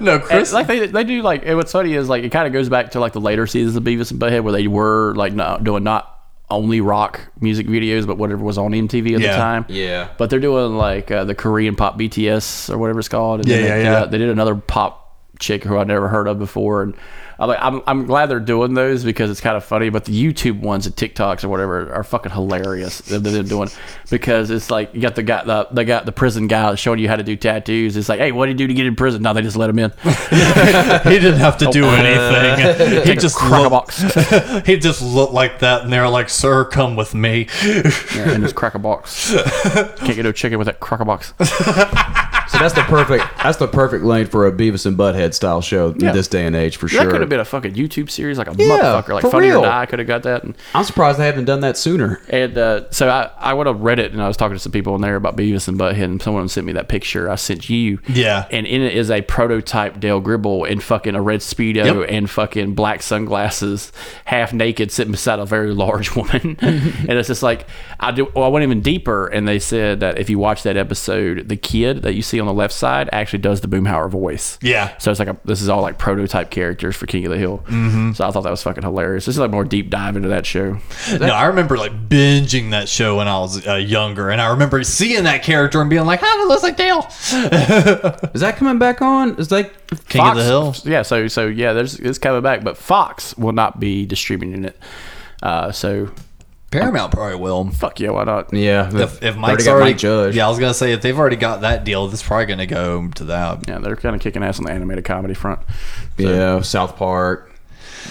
[SPEAKER 7] No, Chris.
[SPEAKER 6] It's like they, they do like and what's funny is like it kind of goes back to like the later seasons of Beavis and Butthead where they were like not doing not only rock music videos but whatever was on MTV at
[SPEAKER 7] Yeah.
[SPEAKER 6] the time.
[SPEAKER 5] Yeah.
[SPEAKER 6] But they're doing like uh, the Korean pop BTS or whatever it's called. And
[SPEAKER 7] Yeah,
[SPEAKER 6] then
[SPEAKER 7] yeah,
[SPEAKER 6] they,
[SPEAKER 7] yeah.
[SPEAKER 6] Did, uh, they did another pop chick who I'd never heard of before and I'm like I'm, I'm glad they're doing those because it's kind of funny but the YouTube ones and TikToks or whatever are fucking hilarious that they're doing because it's like you got the guy the, they got the prison guy showing you how to do tattoos it's like hey what do you do to get in prison no they just let him in
[SPEAKER 7] he didn't have to do anything. he
[SPEAKER 6] Take a
[SPEAKER 7] just
[SPEAKER 6] cracker
[SPEAKER 7] looked,
[SPEAKER 6] box.
[SPEAKER 7] he just looked like that, and they're like, "Sir, come with me."
[SPEAKER 6] yeah, in his cracker box. Can't get no chicken with that cracker box.
[SPEAKER 5] So that's the perfect that's the perfect lane for a Beavis and Butthead style show
[SPEAKER 6] Yeah.
[SPEAKER 5] in this day and age for sure.
[SPEAKER 6] That could have been a fucking YouTube series, like a
[SPEAKER 5] Yeah,
[SPEAKER 6] motherfucker. Like
[SPEAKER 5] for
[SPEAKER 6] Funny
[SPEAKER 5] real.
[SPEAKER 6] or Die could have got that. And,
[SPEAKER 5] I'm surprised they haven't done that sooner.
[SPEAKER 6] and uh, so I, I went on Reddit and I was talking to some people in there about Beavis and Butthead, and someone sent me that picture I sent you.
[SPEAKER 7] Yeah.
[SPEAKER 6] And in it is a prototype Dale Gribble in fucking a red Speedo
[SPEAKER 7] Yep.
[SPEAKER 6] and fucking black sunglasses, half naked, sitting beside a very large woman. and it's just like, I, do, well, I went even deeper, and they said that if you watch that episode, the kid that you see on the left side actually does the Boomhauer voice.
[SPEAKER 7] Yeah.
[SPEAKER 6] So it's like a, this is all like prototype characters for King of the Hill. Mm-hmm. So I thought that was fucking hilarious. This is like more deep dive into that show.
[SPEAKER 7] no, I remember like binging that show when I was uh, younger, and I remember seeing that character and being like, "Ah, that looks like Dale."
[SPEAKER 5] Is that coming back on? Is like
[SPEAKER 7] King of the Hill.
[SPEAKER 6] Yeah. So so yeah, there's it's coming back, but Fox will not be distributing it. Uh, so
[SPEAKER 7] Paramount probably will.
[SPEAKER 6] fuck yeah, why not?
[SPEAKER 5] yeah.
[SPEAKER 7] If, if
[SPEAKER 5] already
[SPEAKER 7] Mike's
[SPEAKER 5] got
[SPEAKER 7] already,
[SPEAKER 5] Mike Judge.
[SPEAKER 7] yeah, I was gonna say if they've already got that deal, this is probably gonna go to that.
[SPEAKER 6] Yeah, they're kind of kicking ass on the animated comedy front.
[SPEAKER 5] Yeah, South Park,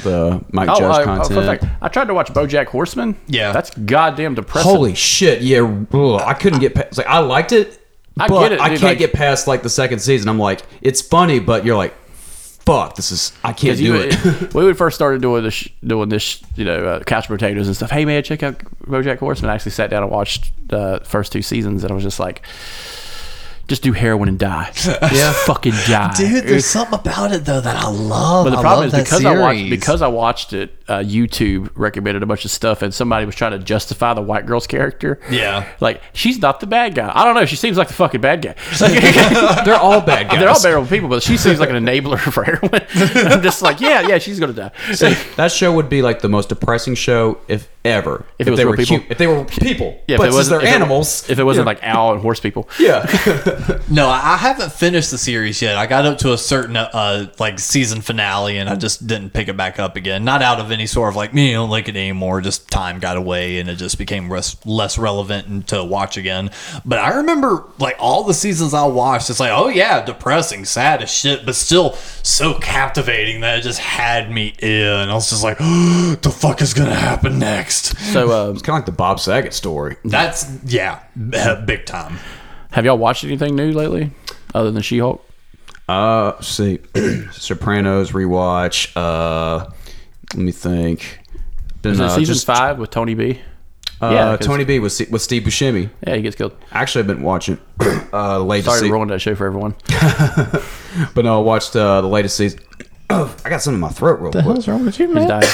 [SPEAKER 5] the Mike
[SPEAKER 6] Oh,
[SPEAKER 5] Judge
[SPEAKER 6] uh, oh,
[SPEAKER 5] content.
[SPEAKER 6] fun fact, I tried to watch BoJack Horseman.
[SPEAKER 7] Yeah.
[SPEAKER 6] that's goddamn depressing.
[SPEAKER 5] Holy shit! Yeah, ugh, I couldn't get past. Like, I liked it,
[SPEAKER 6] I
[SPEAKER 5] but
[SPEAKER 6] get it,
[SPEAKER 5] I
[SPEAKER 6] dude,
[SPEAKER 5] can't
[SPEAKER 6] like-
[SPEAKER 5] get past like the second season. I'm like, it's funny, but you're like, fuck, this is I can't
[SPEAKER 6] you
[SPEAKER 5] do it.
[SPEAKER 6] would- when we first started doing this, doing this, you know, uh, couch potatoes and stuff. Hey man, check out BoJack Horseman. I actually sat down and watched the first two seasons, and I was just like, just do heroin and die. yeah, fucking die,
[SPEAKER 7] Dude, there's something about it though that I love.
[SPEAKER 6] But the
[SPEAKER 7] I
[SPEAKER 6] problem
[SPEAKER 7] love
[SPEAKER 6] is
[SPEAKER 7] that
[SPEAKER 6] because I watched
[SPEAKER 7] series.
[SPEAKER 6] because I watched it, uh, YouTube recommended a bunch of stuff, and somebody was trying to justify the white girl's character.
[SPEAKER 7] Yeah.
[SPEAKER 6] like she's not the bad guy. I don't know. She seems like the fucking bad guy. Like,
[SPEAKER 5] They're all bad guys.
[SPEAKER 6] They're all bearable people, but she seems like an enabler for heroin. I'm just like, yeah, yeah, she's gonna die.
[SPEAKER 5] That show would be like the most depressing show if ever.
[SPEAKER 6] If it was
[SPEAKER 5] they
[SPEAKER 6] real
[SPEAKER 5] were
[SPEAKER 6] people.
[SPEAKER 5] hu- if they were people,
[SPEAKER 6] Yeah,
[SPEAKER 5] but since
[SPEAKER 6] wasn't-
[SPEAKER 5] they're
[SPEAKER 6] it-
[SPEAKER 5] animals.
[SPEAKER 6] if it wasn't like owl and horse people,
[SPEAKER 5] yeah,
[SPEAKER 7] No, I I haven't finished the series yet. I got up to a certain uh, like season finale, and I just didn't pick it back up again. Not out of any sort of like me, I don't like it anymore. Just time got away, and it just became res- less relevant and to watch again. But I remember like all the seasons I watched. It's like, oh yeah, depressing, sad as shit, but still so captivating that it just had me in. I was just like, the fuck is gonna happen next?
[SPEAKER 6] so um,
[SPEAKER 5] it's kind of like the Bob Saget story.
[SPEAKER 6] Mm-hmm.
[SPEAKER 7] That's yeah, big time.
[SPEAKER 6] have y'all watched anything new lately other than She-Hulk?
[SPEAKER 5] Uh, let's see, Sopranos rewatch. Uh, let me think. Been,
[SPEAKER 6] Is it
[SPEAKER 5] uh,
[SPEAKER 6] season
[SPEAKER 5] just,
[SPEAKER 6] five with Tony B?
[SPEAKER 5] Uh,
[SPEAKER 6] Yeah, 'cause-
[SPEAKER 5] Tony B with with Steve Buscemi.
[SPEAKER 6] Yeah, he gets killed.
[SPEAKER 5] Actually, I've been watching uh, the latest.
[SPEAKER 6] Sorry to
[SPEAKER 5] se-
[SPEAKER 6] ruin that show for everyone.
[SPEAKER 5] But no, I watched uh, the latest season I got something in my throat real quick.
[SPEAKER 8] wrong with you,
[SPEAKER 6] He's dying.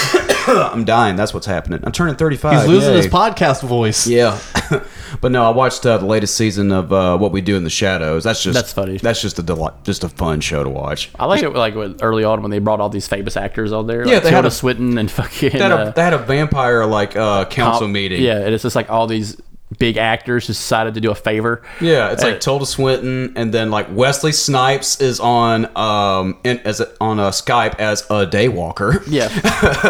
[SPEAKER 5] I'm dying. That's what's happening. I'm turning 35.
[SPEAKER 7] He's losing
[SPEAKER 5] Uh, Yay.
[SPEAKER 7] his podcast voice.
[SPEAKER 5] Yeah, but no, I watched uh, the latest season of uh, What We Do in the Shadows. That's just
[SPEAKER 6] That's funny.
[SPEAKER 5] That's just a delight, just a fun show to watch.
[SPEAKER 6] I like it like with early on when they brought all these famous actors on there.
[SPEAKER 5] Yeah,
[SPEAKER 6] like
[SPEAKER 5] they had
[SPEAKER 6] Tilda
[SPEAKER 5] a-
[SPEAKER 6] Swinton and fucking
[SPEAKER 5] They had
[SPEAKER 6] uh,
[SPEAKER 5] a, they had a vampire like uh, council
[SPEAKER 6] comp-
[SPEAKER 5] meeting.
[SPEAKER 6] Yeah, and it's just like all these big actors just decided to do a favor.
[SPEAKER 5] yeah. It's like
[SPEAKER 6] Uh,
[SPEAKER 5] Tilda Swinton, and then like Wesley Snipes is on um in, as a, on a Skype as a daywalker.
[SPEAKER 6] Yeah,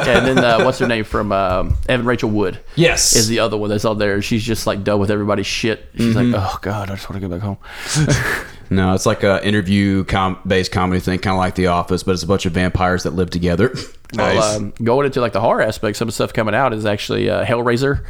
[SPEAKER 6] and then uh, what's her name from um, Evan Rachel Wood?
[SPEAKER 5] Yes.
[SPEAKER 6] is the other one that's on there. She's just like done with everybody's shit. She's
[SPEAKER 5] Mm-hmm.
[SPEAKER 6] like, oh god, I just want to go back home.
[SPEAKER 5] No, it's like a interview com- based comedy thing, kind of like The Office, but it's a bunch of vampires that live together.
[SPEAKER 6] Well, um, going into like the horror aspect, some of the stuff coming out is actually uh, Hellraiser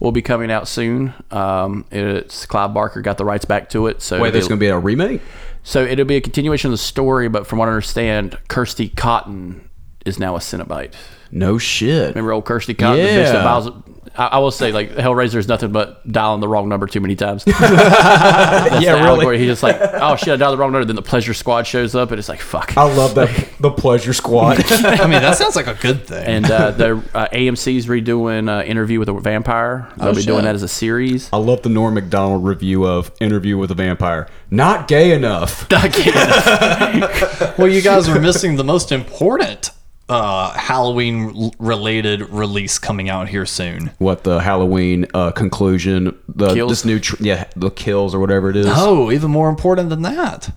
[SPEAKER 6] will be coming out soon. Um, it's Clive Barker got the rights back to it, so
[SPEAKER 5] Wait, there's
[SPEAKER 6] it'll-
[SPEAKER 5] gonna be a remake.
[SPEAKER 6] so it'll be a continuation of the story. But from what I understand, Kirsty Cotton is now a Cenobite.
[SPEAKER 5] No shit.
[SPEAKER 6] Remember old Kirsty Cotton, the bitch
[SPEAKER 5] Yeah.
[SPEAKER 6] that bows. I, I will say, like Hellraiser is nothing but dialing the wrong number too many times. That's the
[SPEAKER 5] really.
[SPEAKER 6] allegory. He's just like, oh shit, I dialed the wrong number. Then the Pleasure Squad shows up, and it's like, fuck.
[SPEAKER 5] I love that the Pleasure Squad.
[SPEAKER 7] I mean, that sounds like a good thing.
[SPEAKER 6] and uh, the uh, AMC's redoing uh, Interview with a Vampire.
[SPEAKER 5] Oh,
[SPEAKER 6] They'll be doing
[SPEAKER 7] shit.
[SPEAKER 6] that as a series.
[SPEAKER 5] I love the Norm Macdonald review of Interview with a Vampire. Not gay enough.
[SPEAKER 7] well, you guys are missing the most important uh, Halloween related release coming out here soon.
[SPEAKER 5] What the Halloween uh, conclusion? The
[SPEAKER 6] Kills.
[SPEAKER 5] this new tr- yeah the kills or whatever it is.
[SPEAKER 7] Oh, even more important than that.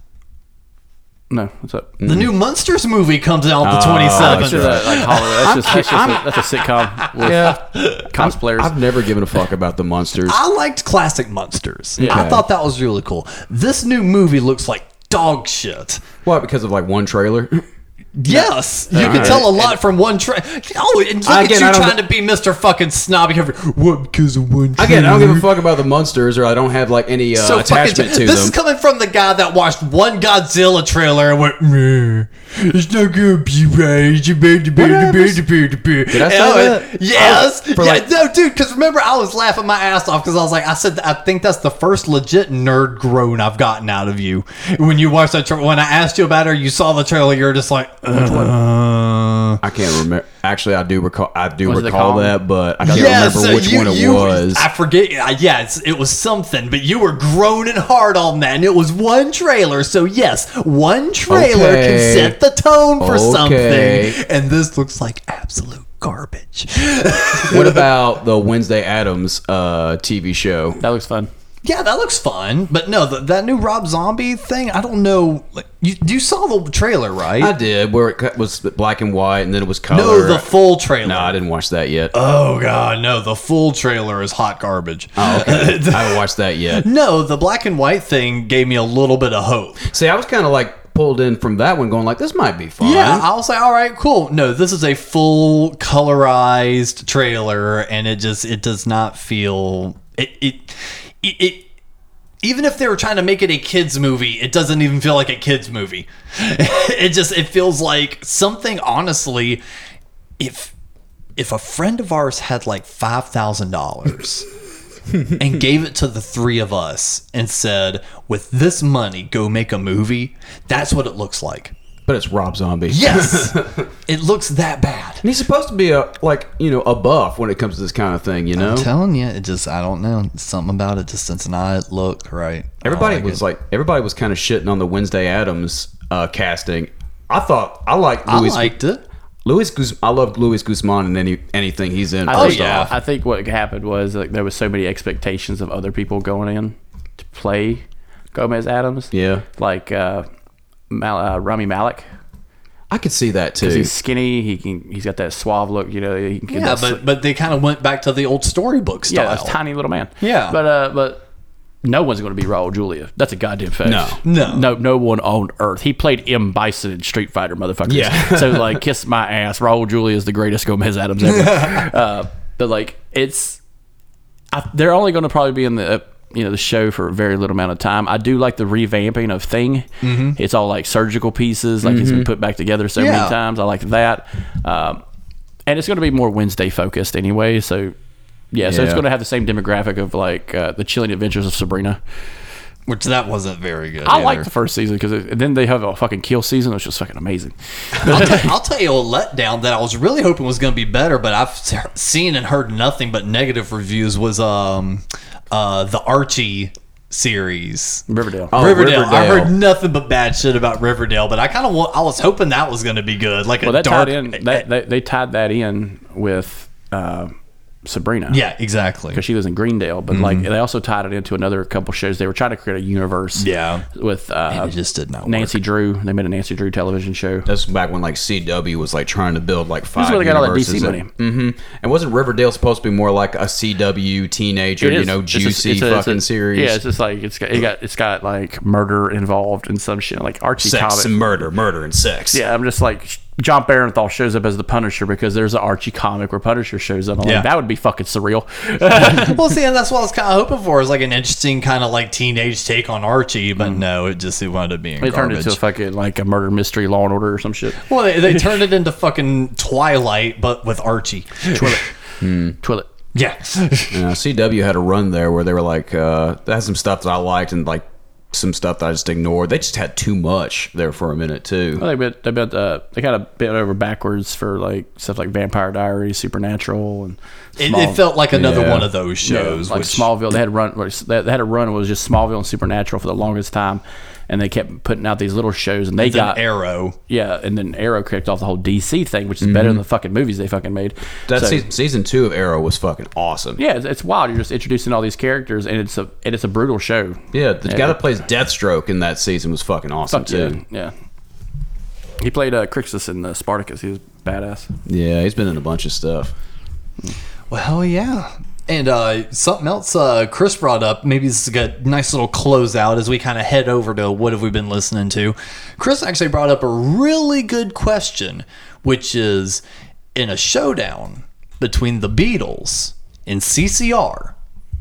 [SPEAKER 6] No, what's up?
[SPEAKER 5] Mm.
[SPEAKER 7] The new Monsters movie comes out
[SPEAKER 5] Ah,
[SPEAKER 7] the
[SPEAKER 6] That's
[SPEAKER 7] 27th.
[SPEAKER 6] just a, like, holiday. That's just, that's, just a, that's a sitcom with cosplayers.
[SPEAKER 5] I've never given a fuck about the monsters.
[SPEAKER 7] I liked classic Monsters. I thought that was really cool. This new movie looks like dog shit.
[SPEAKER 5] What because of like one trailer?
[SPEAKER 7] Yes, you can
[SPEAKER 5] right.
[SPEAKER 7] tell a lot from one track. Oh,
[SPEAKER 5] Again,
[SPEAKER 7] and look
[SPEAKER 5] I
[SPEAKER 7] at you
[SPEAKER 5] don't-
[SPEAKER 7] trying to be Mr. fucking snobby. Cover. What because of one track?
[SPEAKER 5] Again, I don't give a fuck about the monsters, or I don't have like any uh,
[SPEAKER 7] so
[SPEAKER 5] attachment
[SPEAKER 7] fucking,
[SPEAKER 5] to
[SPEAKER 7] this
[SPEAKER 5] them.
[SPEAKER 7] is coming from the guy that watched one Godzilla trailer and went, "Meh, "It's not gonna be right." Did
[SPEAKER 5] Did I
[SPEAKER 7] I
[SPEAKER 5] say that? Oh,
[SPEAKER 7] Yes.
[SPEAKER 5] for
[SPEAKER 7] yeah,
[SPEAKER 5] like-
[SPEAKER 7] no, dude. Because remember, I was laughing my ass off because I was like, I said, I think that's the first legit nerd groan I've gotten out of you when you watched that. Tra- when I asked you about it, or you saw the trailer. You're just like, uh,
[SPEAKER 5] I can't remember. Actually, I do recall. I do
[SPEAKER 6] Was it a
[SPEAKER 5] recall
[SPEAKER 6] Kong?
[SPEAKER 5] that, but I can't
[SPEAKER 7] Yeah,
[SPEAKER 5] remember
[SPEAKER 7] so
[SPEAKER 5] which
[SPEAKER 7] you-
[SPEAKER 5] one it
[SPEAKER 7] you-
[SPEAKER 5] was.
[SPEAKER 7] I forget. uh, Yeah, it's, it was something, but you were groaning hard on that, and it was one trailer. So yes, one trailer
[SPEAKER 5] Okay.
[SPEAKER 7] can set the tone for
[SPEAKER 5] Okay.
[SPEAKER 7] something, and this looks like absolute garbage.
[SPEAKER 5] what about the Wednesday Adams uh, TV show?
[SPEAKER 6] that looks fun.
[SPEAKER 7] yeah, that looks fun, but no, th that new Rob Zombie thing. I don't know. Like, you you saw the trailer, right?
[SPEAKER 5] I did where it cut- was black and white, and then it was color.
[SPEAKER 7] no, the full trailer.
[SPEAKER 5] No, I didn't watch that yet.
[SPEAKER 7] oh god, no, the full trailer is hot garbage.
[SPEAKER 5] Oh, okay. I haven't watched that yet.
[SPEAKER 7] no, the black and white thing gave me a little bit of hope.
[SPEAKER 5] See, I was kind of like pulled in from that one, going like, "This might be fun."
[SPEAKER 7] Yeah, I was like, all right, cool. No, this is a full colorized trailer, and it just it does not feel it it it. it even if they were trying to make it a kids movie, it doesn't even feel like a kids movie. it just it feels like something. Honestly, if if a friend of ours had like five thousand dollars and gave it to the three of us and said, "With this money, go make a movie," that's what it looks like.
[SPEAKER 5] but it's Rob Zombie.
[SPEAKER 7] Yes, it looks that bad.
[SPEAKER 5] and he's supposed to be a like you know a buff when it comes to this kind of thing. You know,
[SPEAKER 7] I'm telling you, it just I don't know something about it just does not look right. I don't
[SPEAKER 5] everybody
[SPEAKER 7] like
[SPEAKER 5] was
[SPEAKER 7] it.
[SPEAKER 5] like, everybody was kind of shitting on the Wednesday Adams uh, casting. I thought I liked
[SPEAKER 7] I
[SPEAKER 5] Louis.
[SPEAKER 7] liked it.
[SPEAKER 5] Louis Guz- I love Louis Guzman in any anything he's in. Oh,
[SPEAKER 6] I
[SPEAKER 5] first
[SPEAKER 6] think,
[SPEAKER 5] off.
[SPEAKER 6] I think what happened was like there was so many expectations of other people going in to play Gomez Adams.
[SPEAKER 5] Yeah.
[SPEAKER 6] like uh, Mal- uh, Rami Malik.
[SPEAKER 5] I could see that too.
[SPEAKER 6] He's skinny. He can. He's got that suave look. You know. He can
[SPEAKER 7] Yeah,
[SPEAKER 6] that sli-
[SPEAKER 7] but but they kind of went back to the old storybook style.
[SPEAKER 6] yeah, a tiny little man.
[SPEAKER 7] Yeah.
[SPEAKER 6] but uh, but no one's going to be Raul Julia. That's a goddamn fact.
[SPEAKER 5] No.
[SPEAKER 7] No.
[SPEAKER 6] no, no one on earth. He played M Bison in Street Fighter, motherfuckers.
[SPEAKER 5] Yeah.
[SPEAKER 6] so like, kiss my ass. Raul Julia is the greatest Gomez Adams ever. uh, but like, it's I, they're only going to probably be in the. Uh, you know the show for a very little amount of time. I do like the revamping of Thing. It's all like surgical pieces, like it's been put back together so
[SPEAKER 7] Mm-hmm. Yeah.
[SPEAKER 6] many times. I like that, um, and it's going to be more Wednesday focused anyway. So yeah, so it's
[SPEAKER 5] Yeah.
[SPEAKER 6] going to have the same demographic of like uh, the Chilling Adventures of Sabrina,
[SPEAKER 7] Which that wasn't very good.
[SPEAKER 6] I
[SPEAKER 7] either.
[SPEAKER 6] like the first season because then they have a fucking kill season, which is fucking amazing.
[SPEAKER 7] I'll, t- I'll tell you a letdown that I was really hoping was going to be better, but I've se- seen and heard nothing but negative reviews. Was um, uh, the Archie series
[SPEAKER 6] Oh, Riverdale.
[SPEAKER 7] Riverdale. I
[SPEAKER 5] Riverdale.
[SPEAKER 7] heard nothing but bad shit about Riverdale, but I kind of I was hoping that was going to be good, like
[SPEAKER 6] well,
[SPEAKER 7] a
[SPEAKER 6] that
[SPEAKER 7] dark.
[SPEAKER 6] tied in. That, they, they tied that in with uh, Sabrina.
[SPEAKER 7] yeah, exactly.
[SPEAKER 6] because she lives in Greendale. But like
[SPEAKER 5] Mm-hmm.
[SPEAKER 6] they also tied it into another couple shows. They were trying to create a universe.
[SPEAKER 7] Yeah.
[SPEAKER 6] with uh,
[SPEAKER 7] it just did not work.
[SPEAKER 6] Nancy Drew. They made a Nancy Drew television show.
[SPEAKER 5] That's back when like CW was like trying to build like five.
[SPEAKER 6] is where they got all that DC money.
[SPEAKER 5] hmm And wasn't Riverdale supposed to be more like a CW teenager,
[SPEAKER 6] It
[SPEAKER 5] you
[SPEAKER 6] is-
[SPEAKER 5] know,
[SPEAKER 6] it's just-
[SPEAKER 5] juicy
[SPEAKER 6] it's a- it's a-
[SPEAKER 5] fucking series?
[SPEAKER 6] Yeah, it's just like it's got it got it's got like murder involved and some shit like Archie
[SPEAKER 5] sex
[SPEAKER 6] comic.
[SPEAKER 5] and murder, murder and sex.
[SPEAKER 6] Yeah, I'm just like John Barenthal shows up as the Punisher because there's an Archie comic where Punisher shows up. I'm
[SPEAKER 7] Yeah.
[SPEAKER 6] like, that would be fucking surreal.
[SPEAKER 7] well, see, and that's what I was kind of hoping for is like an interesting kind of like teenage take on Archie, but no, it just it wound up being
[SPEAKER 6] it Mm. turned
[SPEAKER 7] garbage.
[SPEAKER 6] into a fucking like a murder mystery, Law and Order or some shit.
[SPEAKER 7] well, they, they turned it into fucking Twilight, but with Archie.
[SPEAKER 6] Toilet, toilet.
[SPEAKER 7] Yeah,
[SPEAKER 5] You know, CW uh, had a run there where they were like, uh, they had some stuff that I liked and like some stuff that I just ignored. They just had too much there for a minute too.
[SPEAKER 6] Well, they bent, they bent, uh, they kind of bent over backwards for like stuff like Vampire Diaries, Supernatural, and
[SPEAKER 7] it,
[SPEAKER 6] Small-
[SPEAKER 7] it felt like another
[SPEAKER 5] Yeah.
[SPEAKER 7] one of those
[SPEAKER 6] yeah,
[SPEAKER 7] shows.
[SPEAKER 6] like
[SPEAKER 7] which,
[SPEAKER 6] Smallville. They had run, they they had a run was just Smallville and Supernatural for the longest time, and they kept putting out these little shows, and they
[SPEAKER 7] then
[SPEAKER 6] got
[SPEAKER 7] Arrow.
[SPEAKER 6] yeah, and then Arrow kicked off the whole DC thing, which is better than the fucking movies they fucking made.
[SPEAKER 5] That
[SPEAKER 6] So-
[SPEAKER 5] season, season two of Arrow was fucking awesome.
[SPEAKER 6] yeah, it's, it's wild. You're just introducing all these characters, and it's a and it's a brutal show.
[SPEAKER 5] Yeah, the guy that plays Deathstroke in that season was fucking awesome
[SPEAKER 6] Fuck
[SPEAKER 5] too.
[SPEAKER 6] yeah, yeah. He played uh, Crixus in uh, Spartacus. He was badass.
[SPEAKER 5] Yeah, he's been in a bunch of stuff.
[SPEAKER 7] Well, yeah. And uh, something else uh, Chris brought up, maybe this is a nice little closeout as we kind of head over to what have we been listening to. Chris actually brought up a really good question, which is in a showdown between the Beatles and CCR,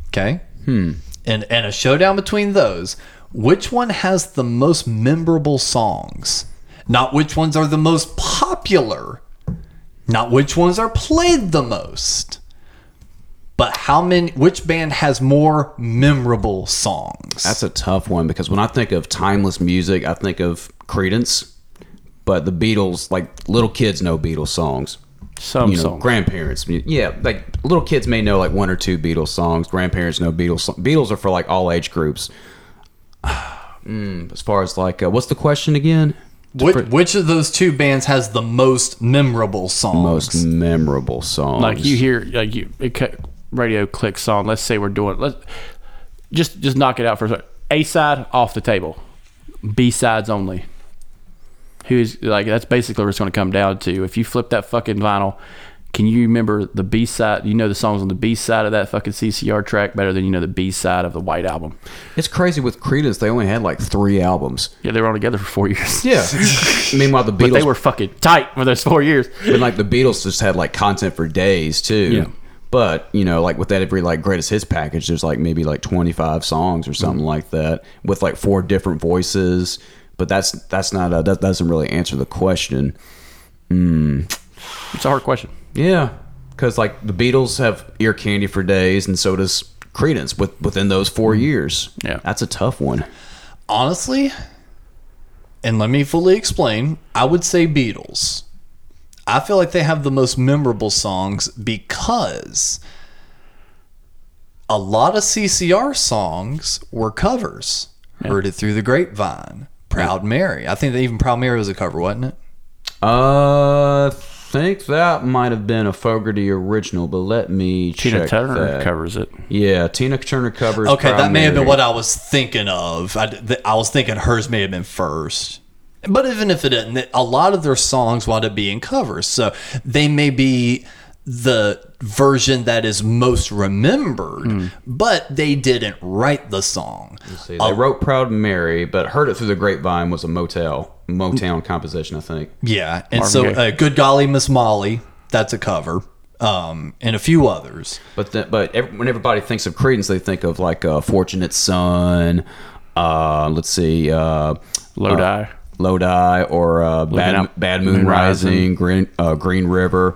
[SPEAKER 7] okay? Hmm. And, and a showdown between those, which one has the most memorable songs? Not which ones are the most popular, not which ones are played the most but how many which band has more memorable songs
[SPEAKER 5] That's a tough one because when I think of timeless music, I think of Credence, but the Beatles, like little kids know Beatles songs.
[SPEAKER 6] Some
[SPEAKER 5] you know,
[SPEAKER 6] song.
[SPEAKER 5] grandparents, yeah, like little kids may know like one or two Beatles songs. Grandparents know Beatles. Song. Beatles are for like all age groups. Mm, as far as like, uh, what's the question again?
[SPEAKER 7] which, which of those two bands has the most memorable songs
[SPEAKER 5] Most memorable songs.
[SPEAKER 6] like you hear like you it cut, radio clicks on let's say we're doing let's just just knock it out for a second a side off the table b sides only who's like that's basically what it's going to come down to if you flip that fucking vinyl can you remember the b side you know the songs on the b side of that fucking ccr track better than you know the b side of the white album
[SPEAKER 5] it's crazy with Credence. They only had like three albums.
[SPEAKER 6] yeah they were all together for four years
[SPEAKER 5] Yeah. Meanwhile, the Beatles
[SPEAKER 6] they were fucking tight for those four years
[SPEAKER 5] But like the Beatles just had like content for days too.
[SPEAKER 6] Yeah.
[SPEAKER 5] But you know, like with that every like greatest hits package, there's like maybe like 25 songs or something
[SPEAKER 7] Mm-hmm.
[SPEAKER 5] like that with like four different voices. But that's that's not a, that doesn't really answer the question.
[SPEAKER 6] it's a hard question
[SPEAKER 5] Yeah, because like the Beatles have ear candy for days, and so does Credence with within those four
[SPEAKER 7] Mm-hmm.
[SPEAKER 5] years.
[SPEAKER 6] Yeah.
[SPEAKER 5] that's a tough one.
[SPEAKER 7] honestly and let me fully explain i would say beatles i feel like they have the most memorable songs because a lot of ccr songs were covers heard it through the grapevine proud mary i think that even proud mary was a cover wasn't it
[SPEAKER 5] Uh, think that might have been a Fogerty original, but let me
[SPEAKER 6] tina
[SPEAKER 5] check
[SPEAKER 6] turner
[SPEAKER 5] that.
[SPEAKER 6] covers it
[SPEAKER 5] Yeah, Tina Turner covers.
[SPEAKER 7] Okay, that may have been
[SPEAKER 5] Primary.
[SPEAKER 7] what I was thinking of. I, d- th- I was thinking hers may have been first. But even if it didn't, it- a lot of their songs wound up being covers. So they may be the version that is most remembered,
[SPEAKER 6] Hmm.
[SPEAKER 7] but they didn't write the song.
[SPEAKER 5] See, they wrote "Proud Mary," but "Heard It Through the Grapevine" was a motel Motown composition, I think.
[SPEAKER 7] Yeah. And
[SPEAKER 6] Marvin
[SPEAKER 7] so,
[SPEAKER 6] Gaye.
[SPEAKER 7] uh, Good Golly, Miss Molly, that's a cover, um, and a few others.
[SPEAKER 5] But th- but ev when everybody thinks of Credence, they think of like uh, "Fortunate Son." Uh, let's see, uh,
[SPEAKER 6] lodi
[SPEAKER 5] "Lodi" or uh, "Bad,
[SPEAKER 6] Out-
[SPEAKER 5] Bad Moon,
[SPEAKER 6] Moon
[SPEAKER 5] Rising,",
[SPEAKER 6] Rising.
[SPEAKER 5] Green, uh, "Green River."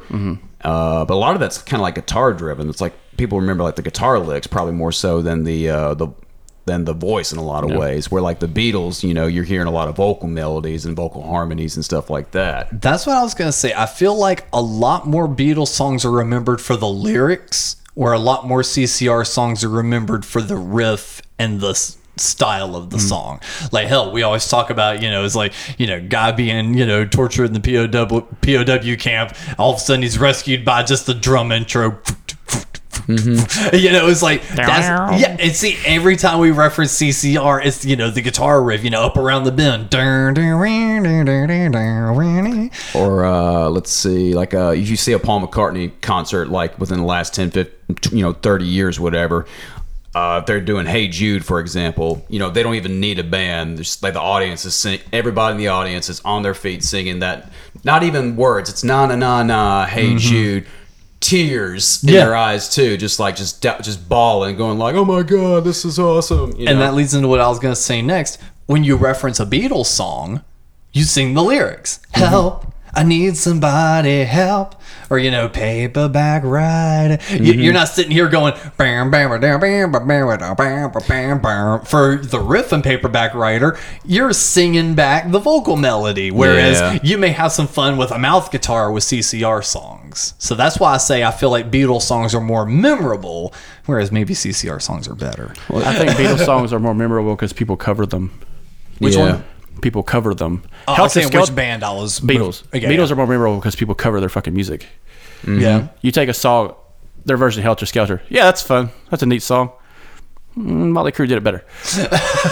[SPEAKER 5] Uh, but a lot of that's kind of like guitar driven. It's like people remember like the guitar licks probably more so than the uh, the than the voice in a lot of ways. Where like the Beatles, you know, you're hearing a lot of vocal melodies and vocal harmonies and stuff like that.
[SPEAKER 7] That's what I was going to say. I feel like a lot more Beatles songs are remembered for the lyrics, where a lot more CCR songs are remembered for the riff and the s- style of the song. Like, hell, we always talk about, you know, it's like, you know, guy being, you know, tortured in the POW, POW camp. All of a sudden he's rescued by just the drum intro. You know, it's like that's yeah. And see, every time we reference CCR, it's you know the guitar riff, you know, up around the bend. Dun, dun, dun, dun, dun, dun, dun, dun.
[SPEAKER 5] Or uh, let's see, like uh, if you see a Paul McCartney concert, like within the last 10, 15, you know, thirty years, whatever. Uh, if they're doing Hey Jude, for example, you know they don't even need a band. There's like the audience is sing. Everybody in the audience is on their feet singing that. Not even words. It's na na na na. Hey
[SPEAKER 6] Mm-hmm.
[SPEAKER 5] Jude. Tears in
[SPEAKER 7] Yeah.
[SPEAKER 5] their eyes too, just like just da- just bawling, going like, "Oh my god, this is awesome!" You
[SPEAKER 7] And
[SPEAKER 5] know?
[SPEAKER 7] that leads into what I was going to say next. When you reference a Beatles song, you sing the lyrics.
[SPEAKER 5] Mm-hmm.
[SPEAKER 7] Help. I need somebody help, or you know, paperback ride.
[SPEAKER 5] Mm-hmm.
[SPEAKER 7] You, you're not sitting here going bam, bam, bam, bam, bam, bam, bam, bam, bam, bam for the riff and paperback rider. You're singing back the vocal melody, whereas
[SPEAKER 5] Yeah.
[SPEAKER 7] you may have some fun with a mouth guitar with CCR songs. So that's why I say I feel like Beatles songs are more memorable, whereas maybe CCR songs are better.
[SPEAKER 6] I think Beatles songs are more memorable because people cover them.
[SPEAKER 5] Which
[SPEAKER 7] one?
[SPEAKER 6] People cover them.
[SPEAKER 7] Oh, I was saying which band I was.
[SPEAKER 6] Beatles.
[SPEAKER 7] Okay,
[SPEAKER 6] Beatles
[SPEAKER 7] yeah. Mm-hmm.
[SPEAKER 6] are more memorable because people cover their fucking music.
[SPEAKER 7] Yeah.
[SPEAKER 6] You take a song, their version of Helter Skelter. Yeah, that's fun. That's a neat song. Mm, Motley Crue did it better.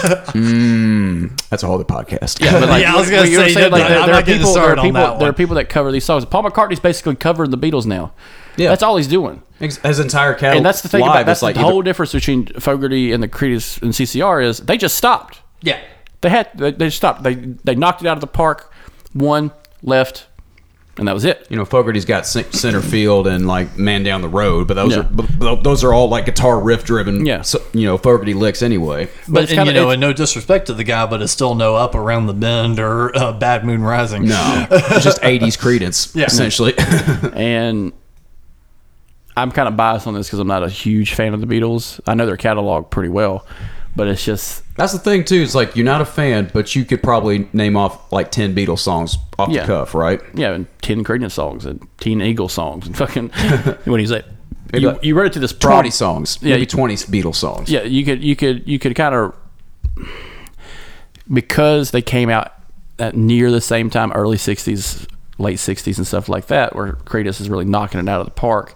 [SPEAKER 5] That's a whole other podcast.
[SPEAKER 6] But like,
[SPEAKER 7] Yeah, I was gonna
[SPEAKER 6] what you were
[SPEAKER 7] say,
[SPEAKER 6] saying,
[SPEAKER 7] no, I'm
[SPEAKER 6] there are
[SPEAKER 7] not getting
[SPEAKER 6] people, there are
[SPEAKER 7] started on
[SPEAKER 6] people,
[SPEAKER 7] that one.
[SPEAKER 6] there are people that cover these songs. Paul McCartney's basically covering the Beatles now.
[SPEAKER 5] Yeah.
[SPEAKER 6] that's all he's doing.
[SPEAKER 5] Ex- his entire catalog.
[SPEAKER 6] And that's the thing
[SPEAKER 5] live
[SPEAKER 6] about
[SPEAKER 5] is
[SPEAKER 6] that's
[SPEAKER 5] like
[SPEAKER 6] the
[SPEAKER 5] either-
[SPEAKER 6] whole difference between Fogerty and the Creedus and CCR is they just stopped.
[SPEAKER 7] Yeah.
[SPEAKER 6] They had they, they stopped. They they knocked it out of the park. One left, and that was it.
[SPEAKER 5] you know Fogerty's got c- center field and like man down the road, but those
[SPEAKER 6] Yeah.
[SPEAKER 5] are but but those are all like guitar riff driven.
[SPEAKER 6] Yeah.
[SPEAKER 5] so, you know Fogerty licks anyway.
[SPEAKER 7] But,
[SPEAKER 6] it's
[SPEAKER 7] and,
[SPEAKER 6] kinda-
[SPEAKER 7] you know,
[SPEAKER 6] it's-
[SPEAKER 7] and no disrespect to the guy, but it's still no up around the bend or uh, Bad Moon Rising.
[SPEAKER 5] No, it's just '80s Credence,
[SPEAKER 7] Yeah.
[SPEAKER 5] essentially.
[SPEAKER 6] And I'm kind of biased on this because I'm not a huge fan of the Beatles. I know their catalog pretty well, but it's just
[SPEAKER 5] that's the thing too. It's like you're not a fan, but you could probably name off like ten Beatles songs off
[SPEAKER 6] Yeah.
[SPEAKER 5] the cuff, right?
[SPEAKER 6] yeah, and ten Creedence songs and Teen Eagle songs and fucking what do you say?
[SPEAKER 5] Maybe
[SPEAKER 6] You,
[SPEAKER 5] like
[SPEAKER 6] you run into this problem.
[SPEAKER 5] Twenty songs,
[SPEAKER 6] Yeah,
[SPEAKER 5] maybe
[SPEAKER 6] you-
[SPEAKER 5] twenty Beatles songs.
[SPEAKER 6] yeah you could you could you could kind of because they came out at near the same time early 60s late 60s and stuff like that where Creedus is really knocking it out of the park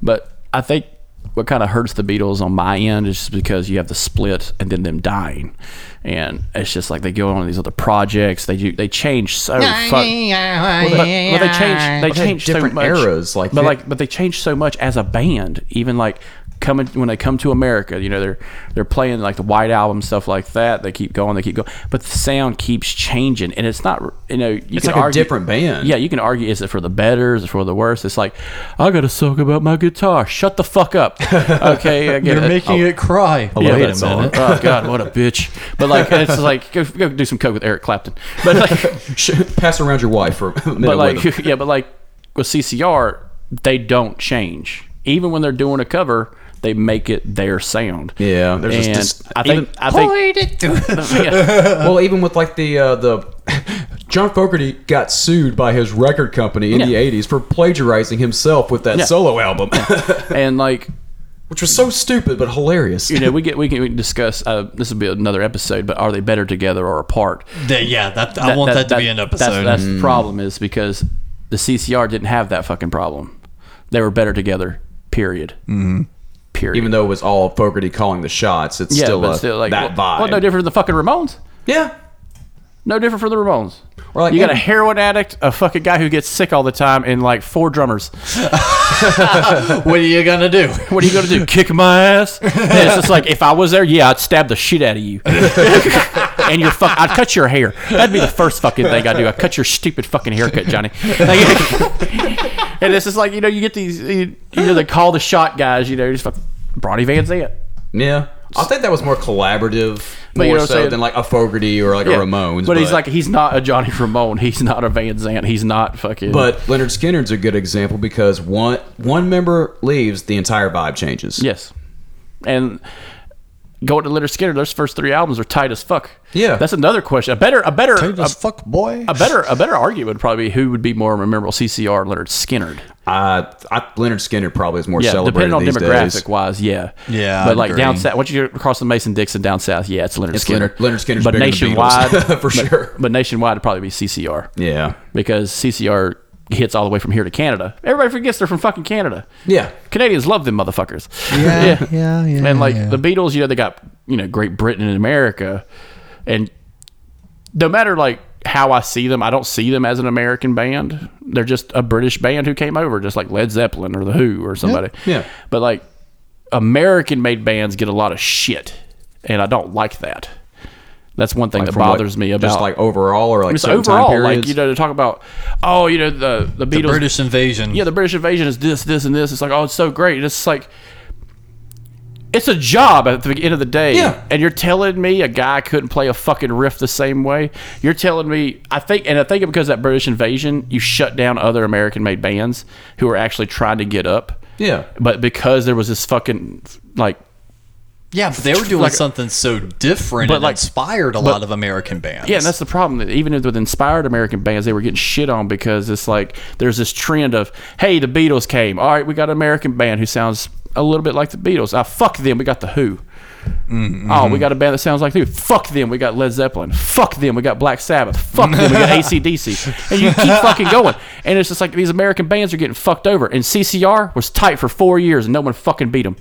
[SPEAKER 6] but i think what kind of hurts the Beatles on my end is just because you have the split and then them dying, and it's just like they go on these other projects. They do, they change so fuck. But, but they changed. They
[SPEAKER 5] had
[SPEAKER 6] changed
[SPEAKER 5] different
[SPEAKER 6] so much.
[SPEAKER 5] eras, like
[SPEAKER 6] but
[SPEAKER 5] they-
[SPEAKER 6] like, but they changed so much as a band. Even like coming when they come to America, you know, they're they're playing like the White Album stuff like that. They keep going. They keep going. But the sound keeps changing, and it's not. You know, you
[SPEAKER 5] It's
[SPEAKER 6] can
[SPEAKER 5] like a
[SPEAKER 6] argue-
[SPEAKER 5] different band.
[SPEAKER 6] Yeah, you can argue is it for the better? Is it for the worse? It's like I got a song about my guitar. Shut the fuck up. Okay, I get
[SPEAKER 7] You're
[SPEAKER 6] it.
[SPEAKER 7] making it cry.
[SPEAKER 5] love
[SPEAKER 7] Wait
[SPEAKER 5] that
[SPEAKER 7] a
[SPEAKER 5] song.
[SPEAKER 7] minute.
[SPEAKER 6] Oh God, what a bitch! But like, it's like go, go do some coke with Eric Clapton. But like,
[SPEAKER 5] Pass around your wife for a minute.
[SPEAKER 6] but
[SPEAKER 5] with them.
[SPEAKER 6] like yeah, but like with CCR, they don't change. Even when they're doing a cover, they make it their sound.
[SPEAKER 5] Yeah, there's just
[SPEAKER 6] and
[SPEAKER 5] this-
[SPEAKER 6] I
[SPEAKER 5] even-
[SPEAKER 6] think I think yeah,
[SPEAKER 5] well, even with like the uh, the John Fogerty got sued by his record company in
[SPEAKER 6] Yeah.
[SPEAKER 5] the '80s for plagiarizing himself with that
[SPEAKER 6] Yeah.
[SPEAKER 5] solo album,
[SPEAKER 6] and like
[SPEAKER 5] which was so stupid but hilarious.
[SPEAKER 6] you know, we get we can, we can discuss. Uh, this will be another episode, but are they better together or apart?
[SPEAKER 7] That- yeah, that, I want that, to be an
[SPEAKER 6] that's-
[SPEAKER 7] episode.
[SPEAKER 6] That's,
[SPEAKER 5] Mm.
[SPEAKER 6] the problem is because the CCR didn't have that fucking problem. They were better together. Period. Mm-hmm. Period.
[SPEAKER 5] Even though it was all Fogerty calling the shots, it's
[SPEAKER 6] yeah,
[SPEAKER 5] still,
[SPEAKER 6] but
[SPEAKER 5] a-
[SPEAKER 6] still like
[SPEAKER 5] that
[SPEAKER 6] well,
[SPEAKER 5] vibe.
[SPEAKER 6] well, no different than the fucking Ramones.
[SPEAKER 5] Yeah,
[SPEAKER 6] No different from the Ramones.
[SPEAKER 5] Or like-
[SPEAKER 6] you got a heroin addict, a fucking guy who gets sick all the time, and like four drummers.
[SPEAKER 7] what are you gonna do?
[SPEAKER 6] What are you gonna do? Kick my ass? And it's just like if I was there, yeah, I'd stab the shit out of you. and your fuck, I'd cut your hair. That'd be the first fucking thing I do. I would cut your stupid fucking haircut, Johnny. Like, and it's just like you know, you get these, you, you know, they call the shot guys. You know, just fuck, Bronny Van Zant.
[SPEAKER 5] yeah. I think that was more collaborative,
[SPEAKER 6] But you
[SPEAKER 5] more
[SPEAKER 6] know what I'm
[SPEAKER 5] so
[SPEAKER 6] saying?
[SPEAKER 5] than like a Fogerty or like
[SPEAKER 6] Yeah.
[SPEAKER 5] a Ramones.
[SPEAKER 6] but, he's like, he's not a Johnny Ramone. He's not a Van Zant. He's not fucking.
[SPEAKER 5] But Leonard Skinner's a good example because one one member leaves, the entire vibe changes.
[SPEAKER 6] Yes, and Going to Leonard Skinner, those first three albums are tight as fuck.
[SPEAKER 5] Yeah.
[SPEAKER 6] that's another question. A better, a better,
[SPEAKER 7] Tight
[SPEAKER 6] a,
[SPEAKER 7] as fuck, boy.
[SPEAKER 6] a better, a better argument would probably be who would be more memorable, CCR or Leonard Skinner.
[SPEAKER 5] I, I, Leonard Skinner probably is more
[SPEAKER 6] Yeah,
[SPEAKER 5] celebrated
[SPEAKER 6] depending on
[SPEAKER 5] these
[SPEAKER 6] demographic
[SPEAKER 5] days.
[SPEAKER 6] wise, yeah,
[SPEAKER 7] Yeah,
[SPEAKER 6] But
[SPEAKER 7] I'd
[SPEAKER 6] like down
[SPEAKER 7] agree.
[SPEAKER 6] south, once you get across the Mason Dixon down south, yeah, it's Leonard
[SPEAKER 5] It's
[SPEAKER 6] Skinner.
[SPEAKER 5] Leonard- Leonard Skinner's
[SPEAKER 6] but
[SPEAKER 5] bigger than the
[SPEAKER 6] nationwide
[SPEAKER 5] Beatles, for
[SPEAKER 6] but-
[SPEAKER 5] sure.
[SPEAKER 6] But nationwide, it'd probably be CCR.
[SPEAKER 5] Yeah,
[SPEAKER 6] because CCR hits all the way from here to Canada. Everybody forgets they're from fucking Canada.
[SPEAKER 5] yeah.
[SPEAKER 6] Canadians love them motherfuckers. Yeah, yeah, yeah. and like the Beatles, you know, they got you know Great Britain and America, and no matter like how I see them, I don't see them as an American band. They're just a British band who came over, just like Led Zeppelin or the Who or somebody.
[SPEAKER 5] yeah.
[SPEAKER 6] But like American made bands get a lot of shit, and I don't like that. That's one thing that
[SPEAKER 5] From what-
[SPEAKER 6] bothers me about
[SPEAKER 5] just like overall or like
[SPEAKER 6] it's
[SPEAKER 5] certain time
[SPEAKER 6] overall
[SPEAKER 5] periods.
[SPEAKER 6] like you know to talk about oh you know the the Beatles
[SPEAKER 7] The British
[SPEAKER 5] Mm.
[SPEAKER 7] invasion.
[SPEAKER 6] yeah the British invasion is this this and this it's like oh it's so great and it's like it's a job at the end of the day
[SPEAKER 5] Yeah.
[SPEAKER 6] and you're telling me a guy couldn't play a fucking riff the same way you're telling me I think and I think because of that British invasion you shut down other American made bands who are actually trying to get up
[SPEAKER 5] yeah,
[SPEAKER 6] but because there was this fucking like
[SPEAKER 7] Yeah, but they were doing
[SPEAKER 6] Like-
[SPEAKER 7] something so different
[SPEAKER 6] But
[SPEAKER 7] and
[SPEAKER 6] like-
[SPEAKER 7] inspired a
[SPEAKER 6] but-
[SPEAKER 7] lot of American bands.
[SPEAKER 6] Yeah, and that's the problem. That even with inspired American bands, they were getting shit on because it's like there's this trend of, hey, the Beatles came. All right, we got an American band who sounds a little bit like the Beatles. Ah, fuck them. We got the Who. Oh, we got a band that sounds like the Who. Fuck them. We got Led Zeppelin. Fuck them. We got Black Sabbath. Fuck them. We got ACDC. And you keep fucking going. And it's just like these American bands are getting fucked over. And CCR was tight for four years and no one fucking beat them.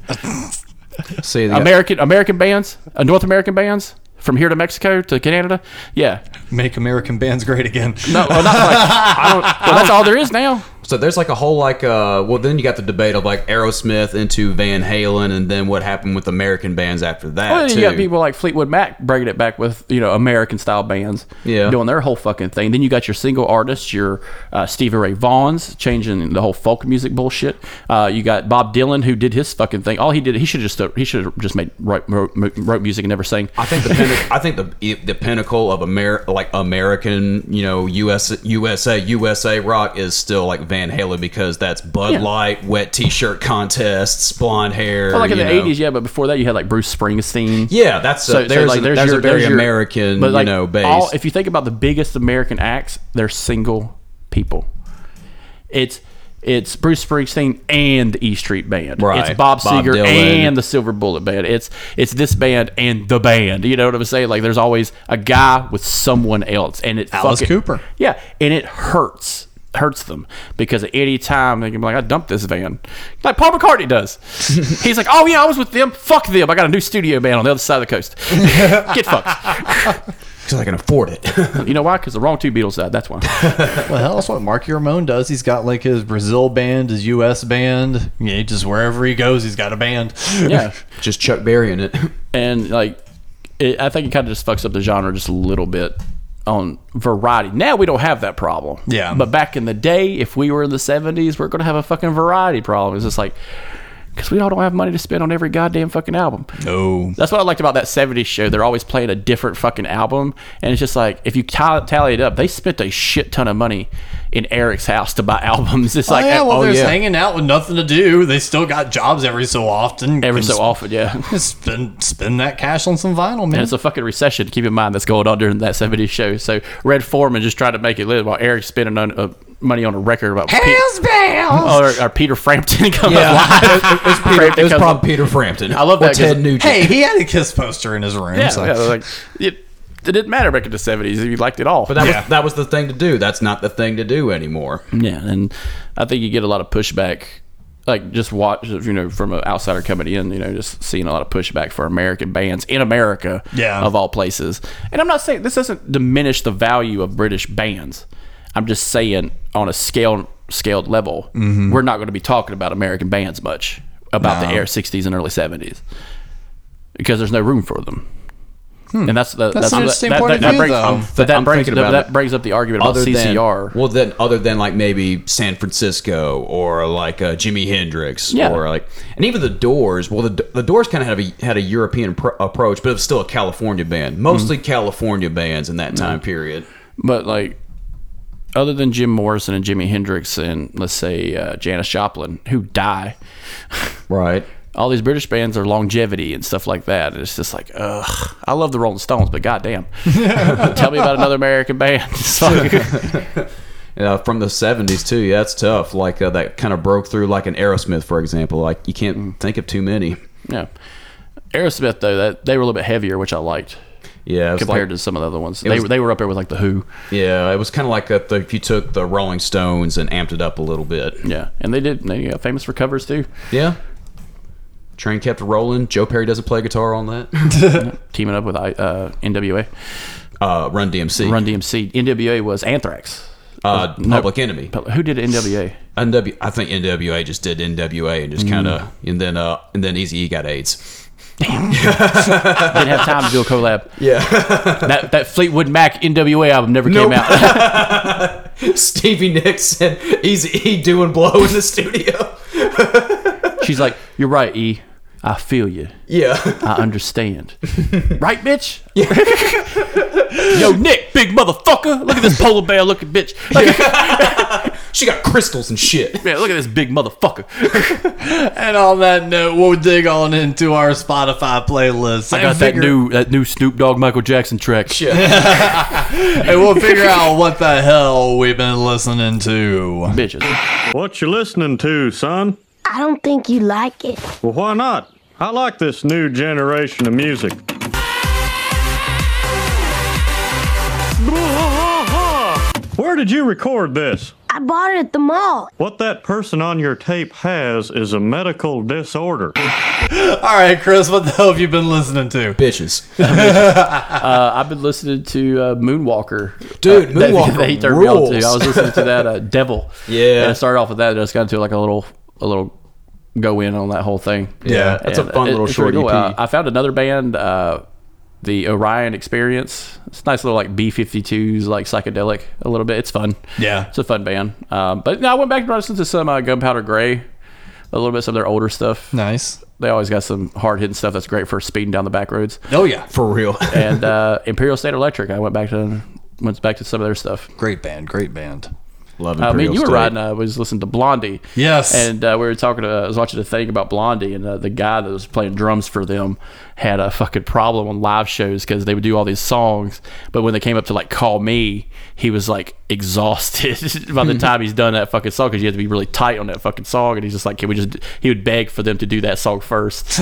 [SPEAKER 5] see, they got-
[SPEAKER 6] American American bands, uh, North American bands. From here to Mexico to Canada, yeah,
[SPEAKER 7] Make American bands great again.
[SPEAKER 6] no, well, not like, I don't, well, that's all there is now.
[SPEAKER 5] So there's like a whole like uh well then you got the debate of like Aerosmith into Van Halen and then what happened with American bands after that
[SPEAKER 6] Well,
[SPEAKER 5] too.
[SPEAKER 6] you got people like Fleetwood Mac bringing it back with you know American style bands,
[SPEAKER 5] Yeah.
[SPEAKER 6] doing their whole fucking thing. Then you got your single artists, your uh, Stevie Ray Vaughan's changing the whole folk music bullshit. Uh, you got Bob Dylan who did his fucking thing. All he did, he should just he should have just made wrote, wrote, wrote music and never sang.
[SPEAKER 5] I think the pinnacle, I think the the pinnacle of Amer like American you know US USA USA rock is still like Van Halen because that's Bud
[SPEAKER 6] Yeah.
[SPEAKER 5] Light, wet T-shirt contests, blonde hair.
[SPEAKER 6] Well, like in
[SPEAKER 5] you
[SPEAKER 6] the
[SPEAKER 5] know.
[SPEAKER 6] eighties, yeah, but before that you had like Bruce Springsteen.
[SPEAKER 5] Yeah, that's a, there's, a, there's, a very American
[SPEAKER 6] but, like,
[SPEAKER 5] you know base.
[SPEAKER 6] all- if you think about the biggest American acts, they're single people. It's it's Bruce Springsteen and the E Street Band.
[SPEAKER 5] Right.
[SPEAKER 6] It's Bob,
[SPEAKER 5] Bob
[SPEAKER 6] Seger
[SPEAKER 5] Dylan.
[SPEAKER 6] and the Silver Bullet Band. It's it's this band and the band. You know what I'm saying? Like there's always a guy with someone else, and it
[SPEAKER 7] Alice
[SPEAKER 6] fucking-
[SPEAKER 7] Cooper.
[SPEAKER 6] Yeah, and it hurts hurts them because at any time they can be like, I dumped this van, like Paul McCartney does. He's like, Oh yeah, I was with them. Fuck them. I got a new studio band on the other side of the coast. Get fucked.
[SPEAKER 5] 'Cause I can afford it.
[SPEAKER 6] You know why? Because the wrong two Beatles died. That's why.
[SPEAKER 7] Well, hell, that's what Marky Ramone does. He's got like his Brazil band, his U.S. band. Yeah, just wherever he goes, he's got a band.
[SPEAKER 6] Yeah,
[SPEAKER 5] Just Chuck Berry in it.
[SPEAKER 6] and like, it, I think it kind of just fucks up the genre just a little bit on variety. Now we don't have that problem.
[SPEAKER 7] Yeah.
[SPEAKER 6] But back in the day, if we were in the seventies, we're gonna have a fucking variety problem. It's just like. Because we all don't have money to spend on every goddamn fucking album.
[SPEAKER 7] No.
[SPEAKER 6] That's what I liked about that 70s show. They're always playing a different fucking album. And it's just like, if you tally, tally it up, they spent a shit ton of money in Eric's house to buy albums. It's
[SPEAKER 7] Oh,
[SPEAKER 6] like,
[SPEAKER 7] yeah,
[SPEAKER 6] oh,
[SPEAKER 7] well, they're
[SPEAKER 5] yeah.
[SPEAKER 7] hanging out with nothing to do. They still got jobs every so often.
[SPEAKER 6] every
[SPEAKER 7] Can
[SPEAKER 6] so
[SPEAKER 7] sp-
[SPEAKER 6] often, yeah.
[SPEAKER 7] Spend, spend that cash on some vinyl, man.
[SPEAKER 6] And it's a fucking recession. Keep in mind that's going on during that '70s show. So Red Foreman just trying to make it live while Eric's spending on, uh, money on a record about Pe- Oh,
[SPEAKER 7] Hells bells!
[SPEAKER 6] or, or Peter Frampton coming live.
[SPEAKER 5] it was, Peter, it was
[SPEAKER 6] Because-
[SPEAKER 5] probably Peter Frampton.
[SPEAKER 6] I love
[SPEAKER 5] Or
[SPEAKER 6] that 'cause-
[SPEAKER 5] Ted Nugent.
[SPEAKER 7] Hey, he had a Kiss poster in his room.
[SPEAKER 6] Yeah,
[SPEAKER 7] so-
[SPEAKER 6] yeah, like it, it didn't matter back in the '70s. You liked it all.
[SPEAKER 5] But that
[SPEAKER 7] Yeah.
[SPEAKER 5] was that was the thing to do. That's not the thing to do anymore.
[SPEAKER 6] Yeah, and I think you get a lot of pushback, like just watch, you know, from an outsider coming in, you know, just seeing a lot of pushback for American bands in America,
[SPEAKER 7] Yeah.
[SPEAKER 6] of all places. And I'm not saying this doesn't diminish the value of British bands. I'm just saying on a scale scaled level,
[SPEAKER 5] Mm-hmm.
[SPEAKER 6] we're not going to be talking about American bands much about the air 60s and early 70s because there's no room for them. And that's the
[SPEAKER 7] That's an
[SPEAKER 6] that-
[SPEAKER 7] interesting
[SPEAKER 6] that,
[SPEAKER 7] point
[SPEAKER 6] that,
[SPEAKER 7] of
[SPEAKER 6] that
[SPEAKER 7] view,
[SPEAKER 6] brings,
[SPEAKER 7] though.
[SPEAKER 6] But that
[SPEAKER 5] Hmm. I'm
[SPEAKER 6] brings
[SPEAKER 5] thinking
[SPEAKER 6] that,
[SPEAKER 5] about
[SPEAKER 6] that
[SPEAKER 5] it.
[SPEAKER 6] brings up the argument about CCR.
[SPEAKER 5] Than, well, then other than like maybe San Francisco or like uh, Jimi Hendrix
[SPEAKER 6] Yeah.
[SPEAKER 5] or like and even the Doors. Well, the the Doors kind of had a had a European pro- approach, but it was still a California band, mostly
[SPEAKER 6] Mm-hmm.
[SPEAKER 5] California bands in that time period.
[SPEAKER 6] But like, other than Jim Morrison and Jimi Hendrix and let's say uh, Janis Joplin, who die,
[SPEAKER 5] Right.
[SPEAKER 6] all these British bands are longevity and stuff like that. And it's just like, ugh. I love the Rolling Stones, but goddamn, tell me about another American band. It's like-
[SPEAKER 5] uh, from the 70s too yeah that's tough like uh, that kind of broke through like an aerosmith for example like you can't
[SPEAKER 6] Mm.
[SPEAKER 5] think of too many
[SPEAKER 6] yeah, Aerosmith though that they were a little bit heavier, which I liked
[SPEAKER 5] yeah it was
[SPEAKER 6] compared
[SPEAKER 5] like-
[SPEAKER 6] to some of the other ones. They
[SPEAKER 5] was-
[SPEAKER 6] were they were up there with like the Who.
[SPEAKER 5] yeah it was kind of like if, the, if you took the rolling stones and amped it up a little bit
[SPEAKER 6] Yeah, and they did. They got famous for covers too.
[SPEAKER 5] yeah train kept rolling joe perry doesn't play guitar on that
[SPEAKER 6] Teaming up with I, uh, NWA,
[SPEAKER 5] uh, run dmc
[SPEAKER 6] Run DMC. NWA was Anthrax.
[SPEAKER 5] uh,
[SPEAKER 6] no.
[SPEAKER 5] public enemy
[SPEAKER 6] Who did NWA?
[SPEAKER 5] NW, i think nwa just did nwa and just kind of and then uh and then easy got aids
[SPEAKER 6] Didn't have time to do a collab. Yeah, that that Fleetwood Mac NWA album never
[SPEAKER 5] Nope.
[SPEAKER 6] came out.
[SPEAKER 5] stevie nicks and easy e doing blow in the studio
[SPEAKER 6] She's like, "You're right, E. I feel you.
[SPEAKER 5] yeah
[SPEAKER 6] I understand. right, bitch? Yo, Nick, big motherfucker. Look at this polar bear looking bitch. Look at,
[SPEAKER 5] She got crystals and shit.
[SPEAKER 6] man, look at this big motherfucker.
[SPEAKER 7] And on that note, we'll dig on into our Spotify playlist.
[SPEAKER 6] I got that new that new Snoop Dogg Michael Jackson track.
[SPEAKER 7] and we'll figure out what the hell we've been listening to.
[SPEAKER 6] Bitches.
[SPEAKER 8] What you listening to, son?
[SPEAKER 9] I don't think you like it.
[SPEAKER 8] Well, why not? I like this new generation of music. Where did you record this?
[SPEAKER 9] I bought it at the mall.
[SPEAKER 8] What that person on your tape has is a medical disorder.
[SPEAKER 7] All right, Chris, what the hell have you been listening to?
[SPEAKER 5] Bitches.
[SPEAKER 6] Uh, I've been listening to uh, Moonwalker. Uh,
[SPEAKER 5] Dude,
[SPEAKER 6] That-
[SPEAKER 5] Moonwalker
[SPEAKER 6] that he turned me on
[SPEAKER 5] rules.
[SPEAKER 6] to. I was listening to that uh, Devil.
[SPEAKER 5] Yeah.
[SPEAKER 6] And I started off with that. And I just got into like a little a little go in on that whole thing.
[SPEAKER 5] Yeah, that's a
[SPEAKER 6] And
[SPEAKER 5] fun
[SPEAKER 6] it-
[SPEAKER 5] little
[SPEAKER 6] it's
[SPEAKER 5] short E
[SPEAKER 6] really cool.
[SPEAKER 5] EP.
[SPEAKER 6] Uh, I found another band, uh, the Orion Experience. It's a nice little like B52s, like psychedelic a little bit. It's fun.
[SPEAKER 7] Yeah.
[SPEAKER 6] it's a fun band. Um, but no, I went back and listened to some uh, Gunpowder Gray, a little bit some of their older stuff.
[SPEAKER 7] Nice.
[SPEAKER 6] They always got some hard hitting stuff that's great for speeding down the back roads.
[SPEAKER 7] Oh, yeah.
[SPEAKER 5] For real.
[SPEAKER 6] And uh, Imperial State Electric, I went back to went back to some of their stuff.
[SPEAKER 7] Great band, great band.
[SPEAKER 5] Love
[SPEAKER 6] I mean, you were riding. I was listening to Blondie.
[SPEAKER 7] Yes.
[SPEAKER 6] and uh, we were talking. Uh, I was watching a thing about Blondie, and uh, the guy that was playing drums for them had a fucking problem on live shows because they would do all these songs, but when they came up to like "Call Me," he was like exhausted by the time he's done that fucking song because you have to be really tight on that fucking song, and he's just like, "Can we just?" He would beg for them to do that song first.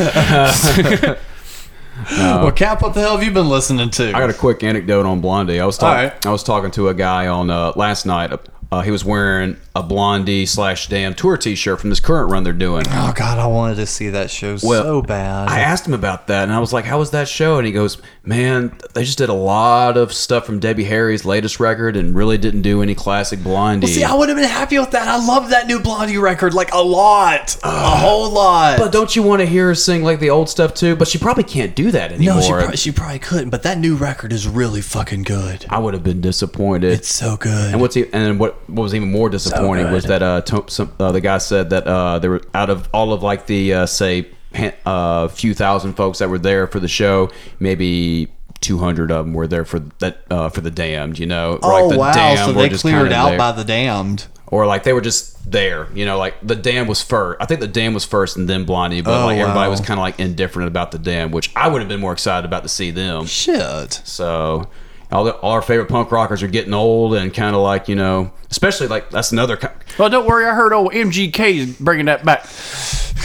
[SPEAKER 7] well, Cap, what the hell have you been listening to?
[SPEAKER 5] I got a quick anecdote on Blondie. I was
[SPEAKER 7] All
[SPEAKER 5] talking.
[SPEAKER 7] right.
[SPEAKER 5] I was talking to a guy on uh, last night. Uh, he was wearing a Blondie slash Damn tour T-shirt from this current run they're doing.
[SPEAKER 7] oh, God, I wanted to see that show so bad.
[SPEAKER 5] I asked him about that, and I was like, "How was that show?" And he goes, "Man, they just did a lot of stuff from Debbie Harry's latest record, and really didn't do any classic Blondie."
[SPEAKER 7] See, I would have been happy with that. I love that new Blondie record, like a lot, a whole lot.
[SPEAKER 5] but don't you want to hear her sing like the old stuff too? But she probably can't do that anymore.
[SPEAKER 7] no, she, prob- she probably couldn't. But that new record is really fucking good.
[SPEAKER 5] I would have been disappointed.
[SPEAKER 7] It's so good.
[SPEAKER 5] And what's e- and what what was even more disappointing was that uh, to, some, uh the guy said that uh there were out of all of like the uh, say a uh, few thousand folks that were there for the show, maybe. 200 of them were there for that uh, for the damned you know Or,
[SPEAKER 7] oh
[SPEAKER 5] like the
[SPEAKER 7] wow!
[SPEAKER 5] damned
[SPEAKER 7] so
[SPEAKER 5] were
[SPEAKER 7] they
[SPEAKER 5] just
[SPEAKER 7] cleared
[SPEAKER 5] kinda
[SPEAKER 7] out
[SPEAKER 5] there.
[SPEAKER 7] by the damned.
[SPEAKER 5] or like they were just there you know like the damned was first i think the damned was first and then blondie but
[SPEAKER 7] Oh,
[SPEAKER 5] like everybody
[SPEAKER 7] wow.
[SPEAKER 5] was kind of like indifferent about the damned which i would have been more excited about to see them
[SPEAKER 7] Shit.
[SPEAKER 5] so all, the, all our favorite punk rockers are getting old and kind of like you know, especially like that's another co-
[SPEAKER 6] well, don't worry. I heard old MGK is bringing that back.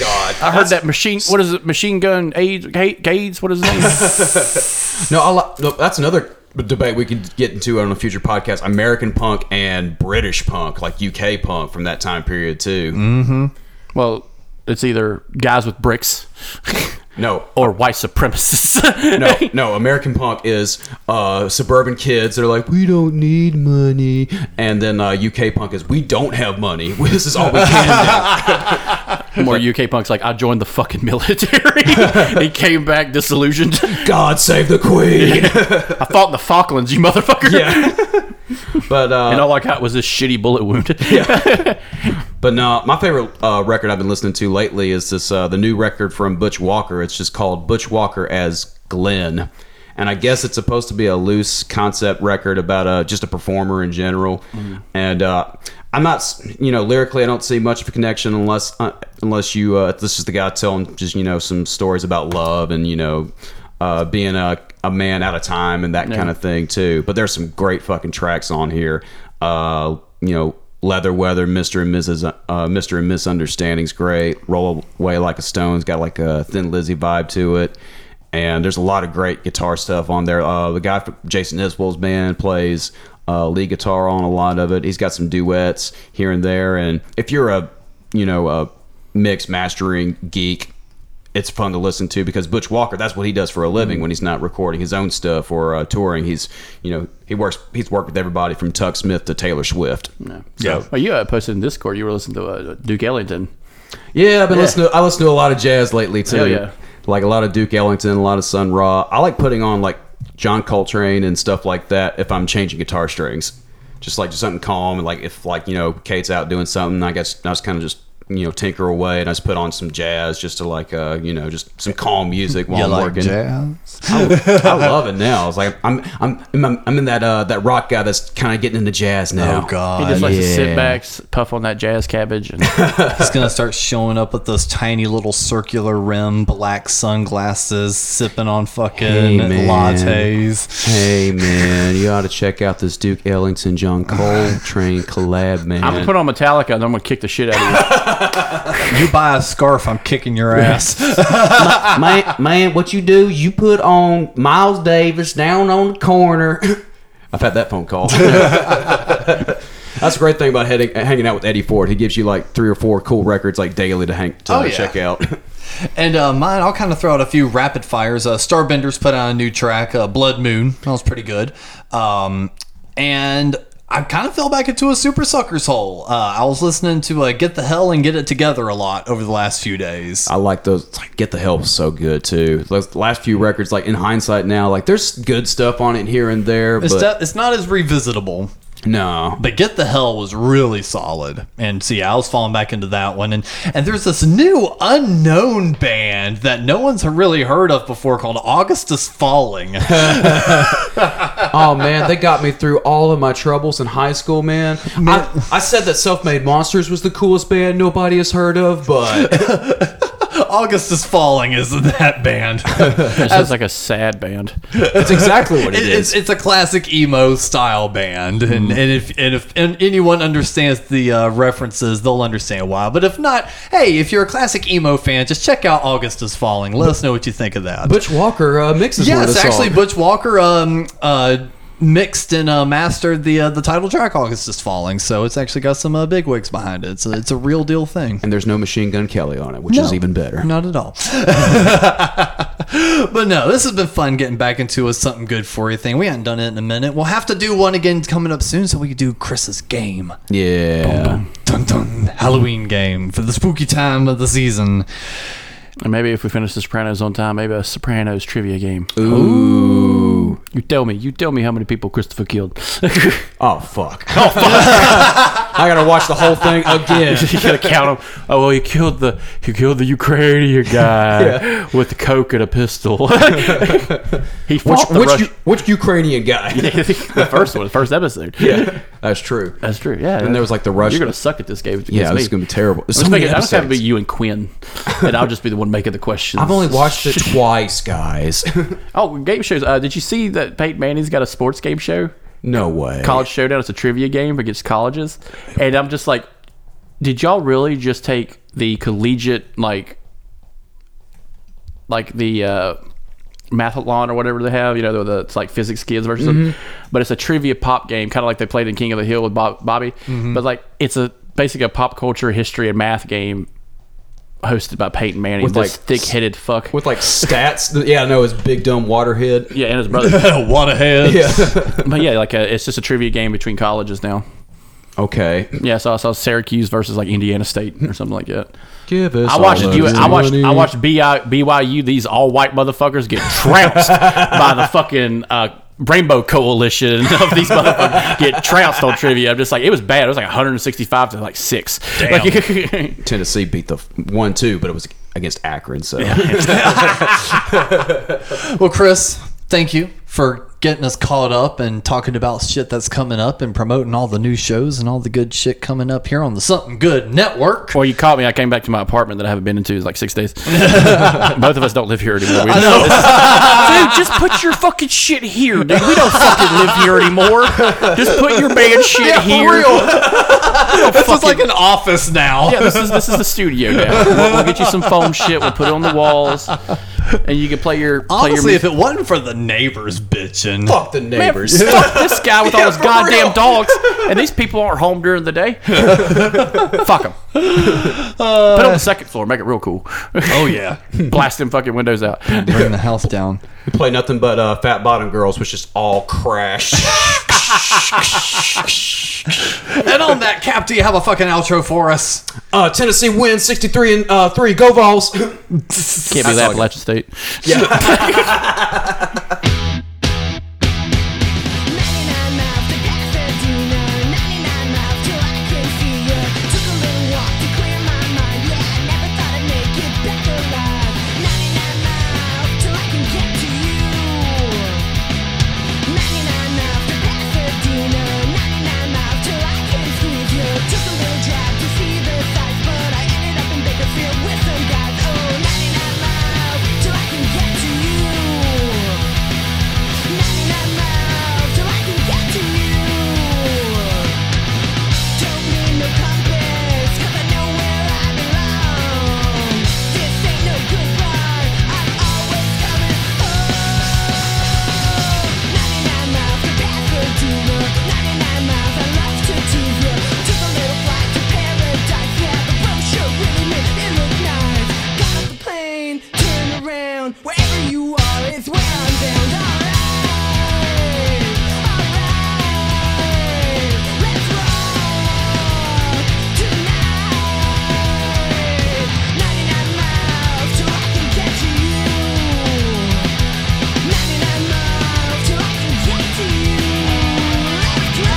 [SPEAKER 5] God.
[SPEAKER 6] I heard that machine. What is it? Machine gun AIDS? Ga- Gades? What is his name?
[SPEAKER 5] No, I li- no, that's another debate we could get into on a future podcast: American punk and British punk, like UK punk from that time period too.
[SPEAKER 6] well, it's either guys with bricks.
[SPEAKER 5] No,
[SPEAKER 6] or white supremacists.
[SPEAKER 5] no, no. American punk is uh, suburban kids that are like, we don't need money, and then uh, UK punk is we don't have money. This is all we can. do.
[SPEAKER 6] More UK punks like I joined the fucking military. he came back disillusioned.
[SPEAKER 5] God save the queen.
[SPEAKER 6] I fought in the Falklands, you motherfucker.
[SPEAKER 5] but uh,
[SPEAKER 6] And all I got was this shitty bullet wound.
[SPEAKER 5] But no, my favorite uh, record I've been listening to lately is this uh, the new record from Butch Walker. It's just called Butch Walker as Glenn, and I guess it's supposed to be a loose concept record about uh, just a performer in general. And uh, I'm not, s- you know, lyrically, I don't see much of a connection unless uh, unless you uh, this is the guy telling just you know some stories about love and you know uh, being a a man out of time and that kind of thing too. But there's some great fucking tracks on here. Uh, you know, Leather Weather, Mister and Mrs. Uh, Mister and Misunderstandings, great. Roll Away Like a Stone's got like a Thin Lizzy vibe to it. And there's a lot of great guitar stuff on there. Uh, the guy from Jason Isbell's band plays uh, lead guitar on a lot of it. He's got some duets here and there. And if you're a, you know, a mix mastering geek, it's fun to listen to because Butch Walker, that's what he does for a living when he's not recording his own stuff or uh, touring. He's, you know, he works, he's worked with everybody from Tuck Smith to Taylor Swift.
[SPEAKER 7] Yeah.
[SPEAKER 6] Oh, you uh, posted in Discord. You were listening to uh, Duke Ellington.
[SPEAKER 5] Yeah, I've been listening. To, I listen to a lot of jazz lately too.
[SPEAKER 6] Hell yeah.
[SPEAKER 5] Like a lot of Duke Ellington, a lot of Sun Ra. I like putting on like John Coltrane and stuff like that if I'm changing guitar strings. Just like just something calm and like if like you know Kate's out doing something, I guess I just kind of just you know tinker away and I just put on some jazz just to like uh you know just some calm music while
[SPEAKER 7] You
[SPEAKER 5] I'm
[SPEAKER 7] like
[SPEAKER 5] working.
[SPEAKER 7] jazz?
[SPEAKER 5] I love it now. It's like I'm I'm I'm, I'm in that uh that rock guy that's kind of getting into jazz now.
[SPEAKER 7] Oh God!
[SPEAKER 6] He just likes to
[SPEAKER 7] yeah.
[SPEAKER 6] sit back, s- puff on that jazz cabbage, and
[SPEAKER 7] He's gonna start showing up with those tiny little circular rim black sunglasses, sipping on fucking
[SPEAKER 5] Hey, man.
[SPEAKER 7] lattes.
[SPEAKER 5] Hey man, you ought to check out this Duke Ellington John Coltrane collab, man.
[SPEAKER 6] I'm gonna put on Metallica, and I'm gonna kick the shit out of you.
[SPEAKER 7] You buy a scarf, I'm kicking your ass.
[SPEAKER 5] man, man, what you do? You put on Miles Davis down on the corner. I've had that phone call. That's the great thing about heading, hanging out with Eddie Ford. He gives you like three or four cool records like daily to hang to
[SPEAKER 7] Oh, yeah.
[SPEAKER 5] check out.
[SPEAKER 7] and uh, mine, I'll kind of throw out a few rapid fires. Uh, Starbenders put out a new track, uh, Blood Moon. That was pretty good. Um, and I kind of fell back into a super sucker's hole. Uh, I was listening to uh, Get the Hell and Get It Together a lot over the last few days.
[SPEAKER 5] I like those. it's Like, Get the Help is so good too. Those last few records, like in hindsight now, like there's good stuff on it here and there,
[SPEAKER 7] It's,
[SPEAKER 5] but
[SPEAKER 7] de- it's not as revisitable.
[SPEAKER 5] no.
[SPEAKER 7] But Get the Hell was really solid. And see, I was falling back into that one. And and there's this new unknown band that no one's really heard of before called Augustus Falling.
[SPEAKER 5] oh man, they got me through all of my troubles in high school, man. I, I said that Self Made Monsters was the coolest band nobody has heard of, but
[SPEAKER 7] Augustus Falling is that band. it,
[SPEAKER 6] It sounds like a sad band.
[SPEAKER 5] it's exactly what
[SPEAKER 7] it's, it's a classic emo style band. And, and if and if and anyone understands the uh, references, they'll understand why. But if not, hey, if you're a classic emo fan, just check out Augustus Falling. Let us know what you think of that.
[SPEAKER 5] Butch Walker uh, mixes
[SPEAKER 7] Yeah,
[SPEAKER 5] one of
[SPEAKER 7] it's
[SPEAKER 5] the
[SPEAKER 7] actually
[SPEAKER 5] songs.
[SPEAKER 7] Butch Walker um, uh, mixed and uh, mastered the uh, the title track "August Is Falling," so it's actually got some uh, big wigs behind it. So it's a real deal thing.
[SPEAKER 5] and there's no Machine Gun Kelly on it, which is
[SPEAKER 7] No,
[SPEAKER 5] even better.
[SPEAKER 7] Not at all. but no, this has been fun getting back into a something good for you thing. We haven't done it in a minute. We'll have to do one again coming up soon, so we can do Chris's game.
[SPEAKER 5] Yeah,
[SPEAKER 7] Dun dun Halloween game for the spooky time of the season.
[SPEAKER 6] And maybe if we finish the Sopranos on time, maybe a Sopranos trivia game. Ooh. You tell me. You tell me how many people Christopher killed.
[SPEAKER 5] Oh fuck! Oh fuck! I gotta watch the whole thing again.
[SPEAKER 6] you gotta count them. Oh well, he killed the he killed the Ukrainian guy with the coke and a pistol. he fought
[SPEAKER 5] Which,
[SPEAKER 6] the
[SPEAKER 5] which,
[SPEAKER 6] Russian.
[SPEAKER 5] U- which Ukrainian guy?
[SPEAKER 6] the first one, the first episode.
[SPEAKER 5] yeah, that's true.
[SPEAKER 6] that's true. Yeah,
[SPEAKER 5] And there was, like, the Russian-
[SPEAKER 6] You're gonna suck at this game. if it
[SPEAKER 5] Yeah,
[SPEAKER 6] gets
[SPEAKER 5] this
[SPEAKER 6] me.
[SPEAKER 5] is gonna be terrible.
[SPEAKER 6] I'm
[SPEAKER 5] There's
[SPEAKER 6] just
[SPEAKER 5] so many
[SPEAKER 6] making- I'm just having to be
[SPEAKER 5] episodes.
[SPEAKER 6] you and Quinn, and I'll just be the one making the questions.
[SPEAKER 5] I've only watched it twice, guys.
[SPEAKER 6] Oh, game shows. Uh, did you see that Peyton Manning's got a sports game show?
[SPEAKER 5] no way.
[SPEAKER 6] College Showdown. It's a trivia game against colleges, and I'm just like, did y'all really just take the collegiate like, like the uh, mathlon or whatever they have? You know, the, the it's like physics kids versus, them.
[SPEAKER 5] Mm-hmm.
[SPEAKER 6] but it's a trivia pop game, kind of like they played in King of the Hill with Bob, Bobby,
[SPEAKER 5] Mm-hmm.
[SPEAKER 6] but like it's a basically a pop culture, history, and math game. Hosted by Peyton Manning,
[SPEAKER 5] With,
[SPEAKER 6] this
[SPEAKER 5] like,
[SPEAKER 6] thick-headed fuck.
[SPEAKER 5] with like stats. yeah, I know it's big dumb waterhead.
[SPEAKER 6] yeah, and his brother.
[SPEAKER 7] what a head!
[SPEAKER 6] But yeah, like a, it's just a trivia game between colleges now.
[SPEAKER 5] Okay.
[SPEAKER 6] Yeah, so I saw Syracuse versus like Indiana State or something like that.
[SPEAKER 5] Give us.
[SPEAKER 6] I watched you. I watched. I watched BI, BYU. These all white motherfuckers get trounced by the fucking uh, Rainbow Coalition of these motherfuckers get trounced on trivia. I'm just like it was bad. It was like 165 to like six. Like,
[SPEAKER 5] Tennessee beat the one two, but it was against Akron. So
[SPEAKER 7] Well, Chris, thank you for getting us caught up and talking about shit that's coming up and promoting all the new shows and all the good shit coming up here on the Something Good Network.
[SPEAKER 6] Well, you caught me. I came back to my apartment that I haven't been into in like six days. Both of us don't live here anymore. We I know. Dude, just put your fucking shit here, dude. We don't fucking live here anymore. Just put your band shit here.
[SPEAKER 7] this is like an office now.
[SPEAKER 6] Yeah, this is this is the studio now. We'll, we'll get you some foam shit. We'll put it on the walls, and you can play your play
[SPEAKER 7] Honestly,
[SPEAKER 6] your
[SPEAKER 7] if it wasn't for the neighbors bitching,
[SPEAKER 5] Fuck the neighbors.
[SPEAKER 6] Fuck this guy with all his goddamn dogs, and these people aren't home during the day. Fuck them. Put it on the second floor, make it real cool.
[SPEAKER 7] Uh, oh yeah,
[SPEAKER 6] Blast them fucking windows out.
[SPEAKER 7] burn the house down.
[SPEAKER 5] we play nothing but uh, Fat Bottom Girls, which is all crash.
[SPEAKER 7] And on that cap, do you have a fucking outro for us?
[SPEAKER 5] uh, Tennessee wins 63 and uh, 3. Go Vols.
[SPEAKER 6] Can't be that Appalachian State.
[SPEAKER 10] Wherever you are is where I'm bound. Alright, alright, let's roll tonight. 99 miles till I can get to you. 99 miles till I can get to you. Let's roll.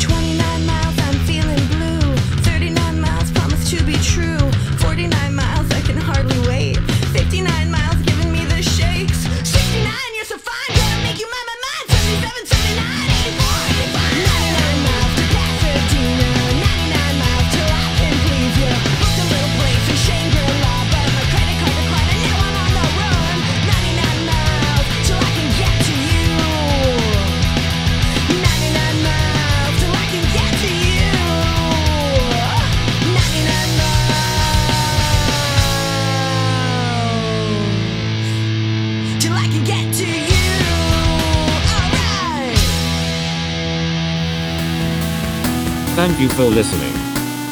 [SPEAKER 10] Twenty-nine miles, I'm feeling blue. Thirty-nine miles, promise to be true. Forty-nine miles, I can hardly wait. Fifty-nine miles, giving me the shakes. Sixty-nine, you're so fine, gonna make you mine, my mind. Seventy-seven, seventy-nine, eighty-four, eighty-five. Ninety-nine miles to Pasadena. Ninety-nine miles till I can please you. Booked a little place in Shangri-La, but my credit card declined, and now I'm on the run. Ninety-nine miles till I can get to you. 99 miles till I can get to you. 99 miles till I can get to you. Alright.
[SPEAKER 1] Thank you for listening.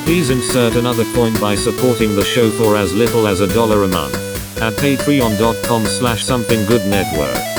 [SPEAKER 1] Please insert another coin by supporting the show for as little as a dollar a month at patreon.com slash somethinggoodnetwork.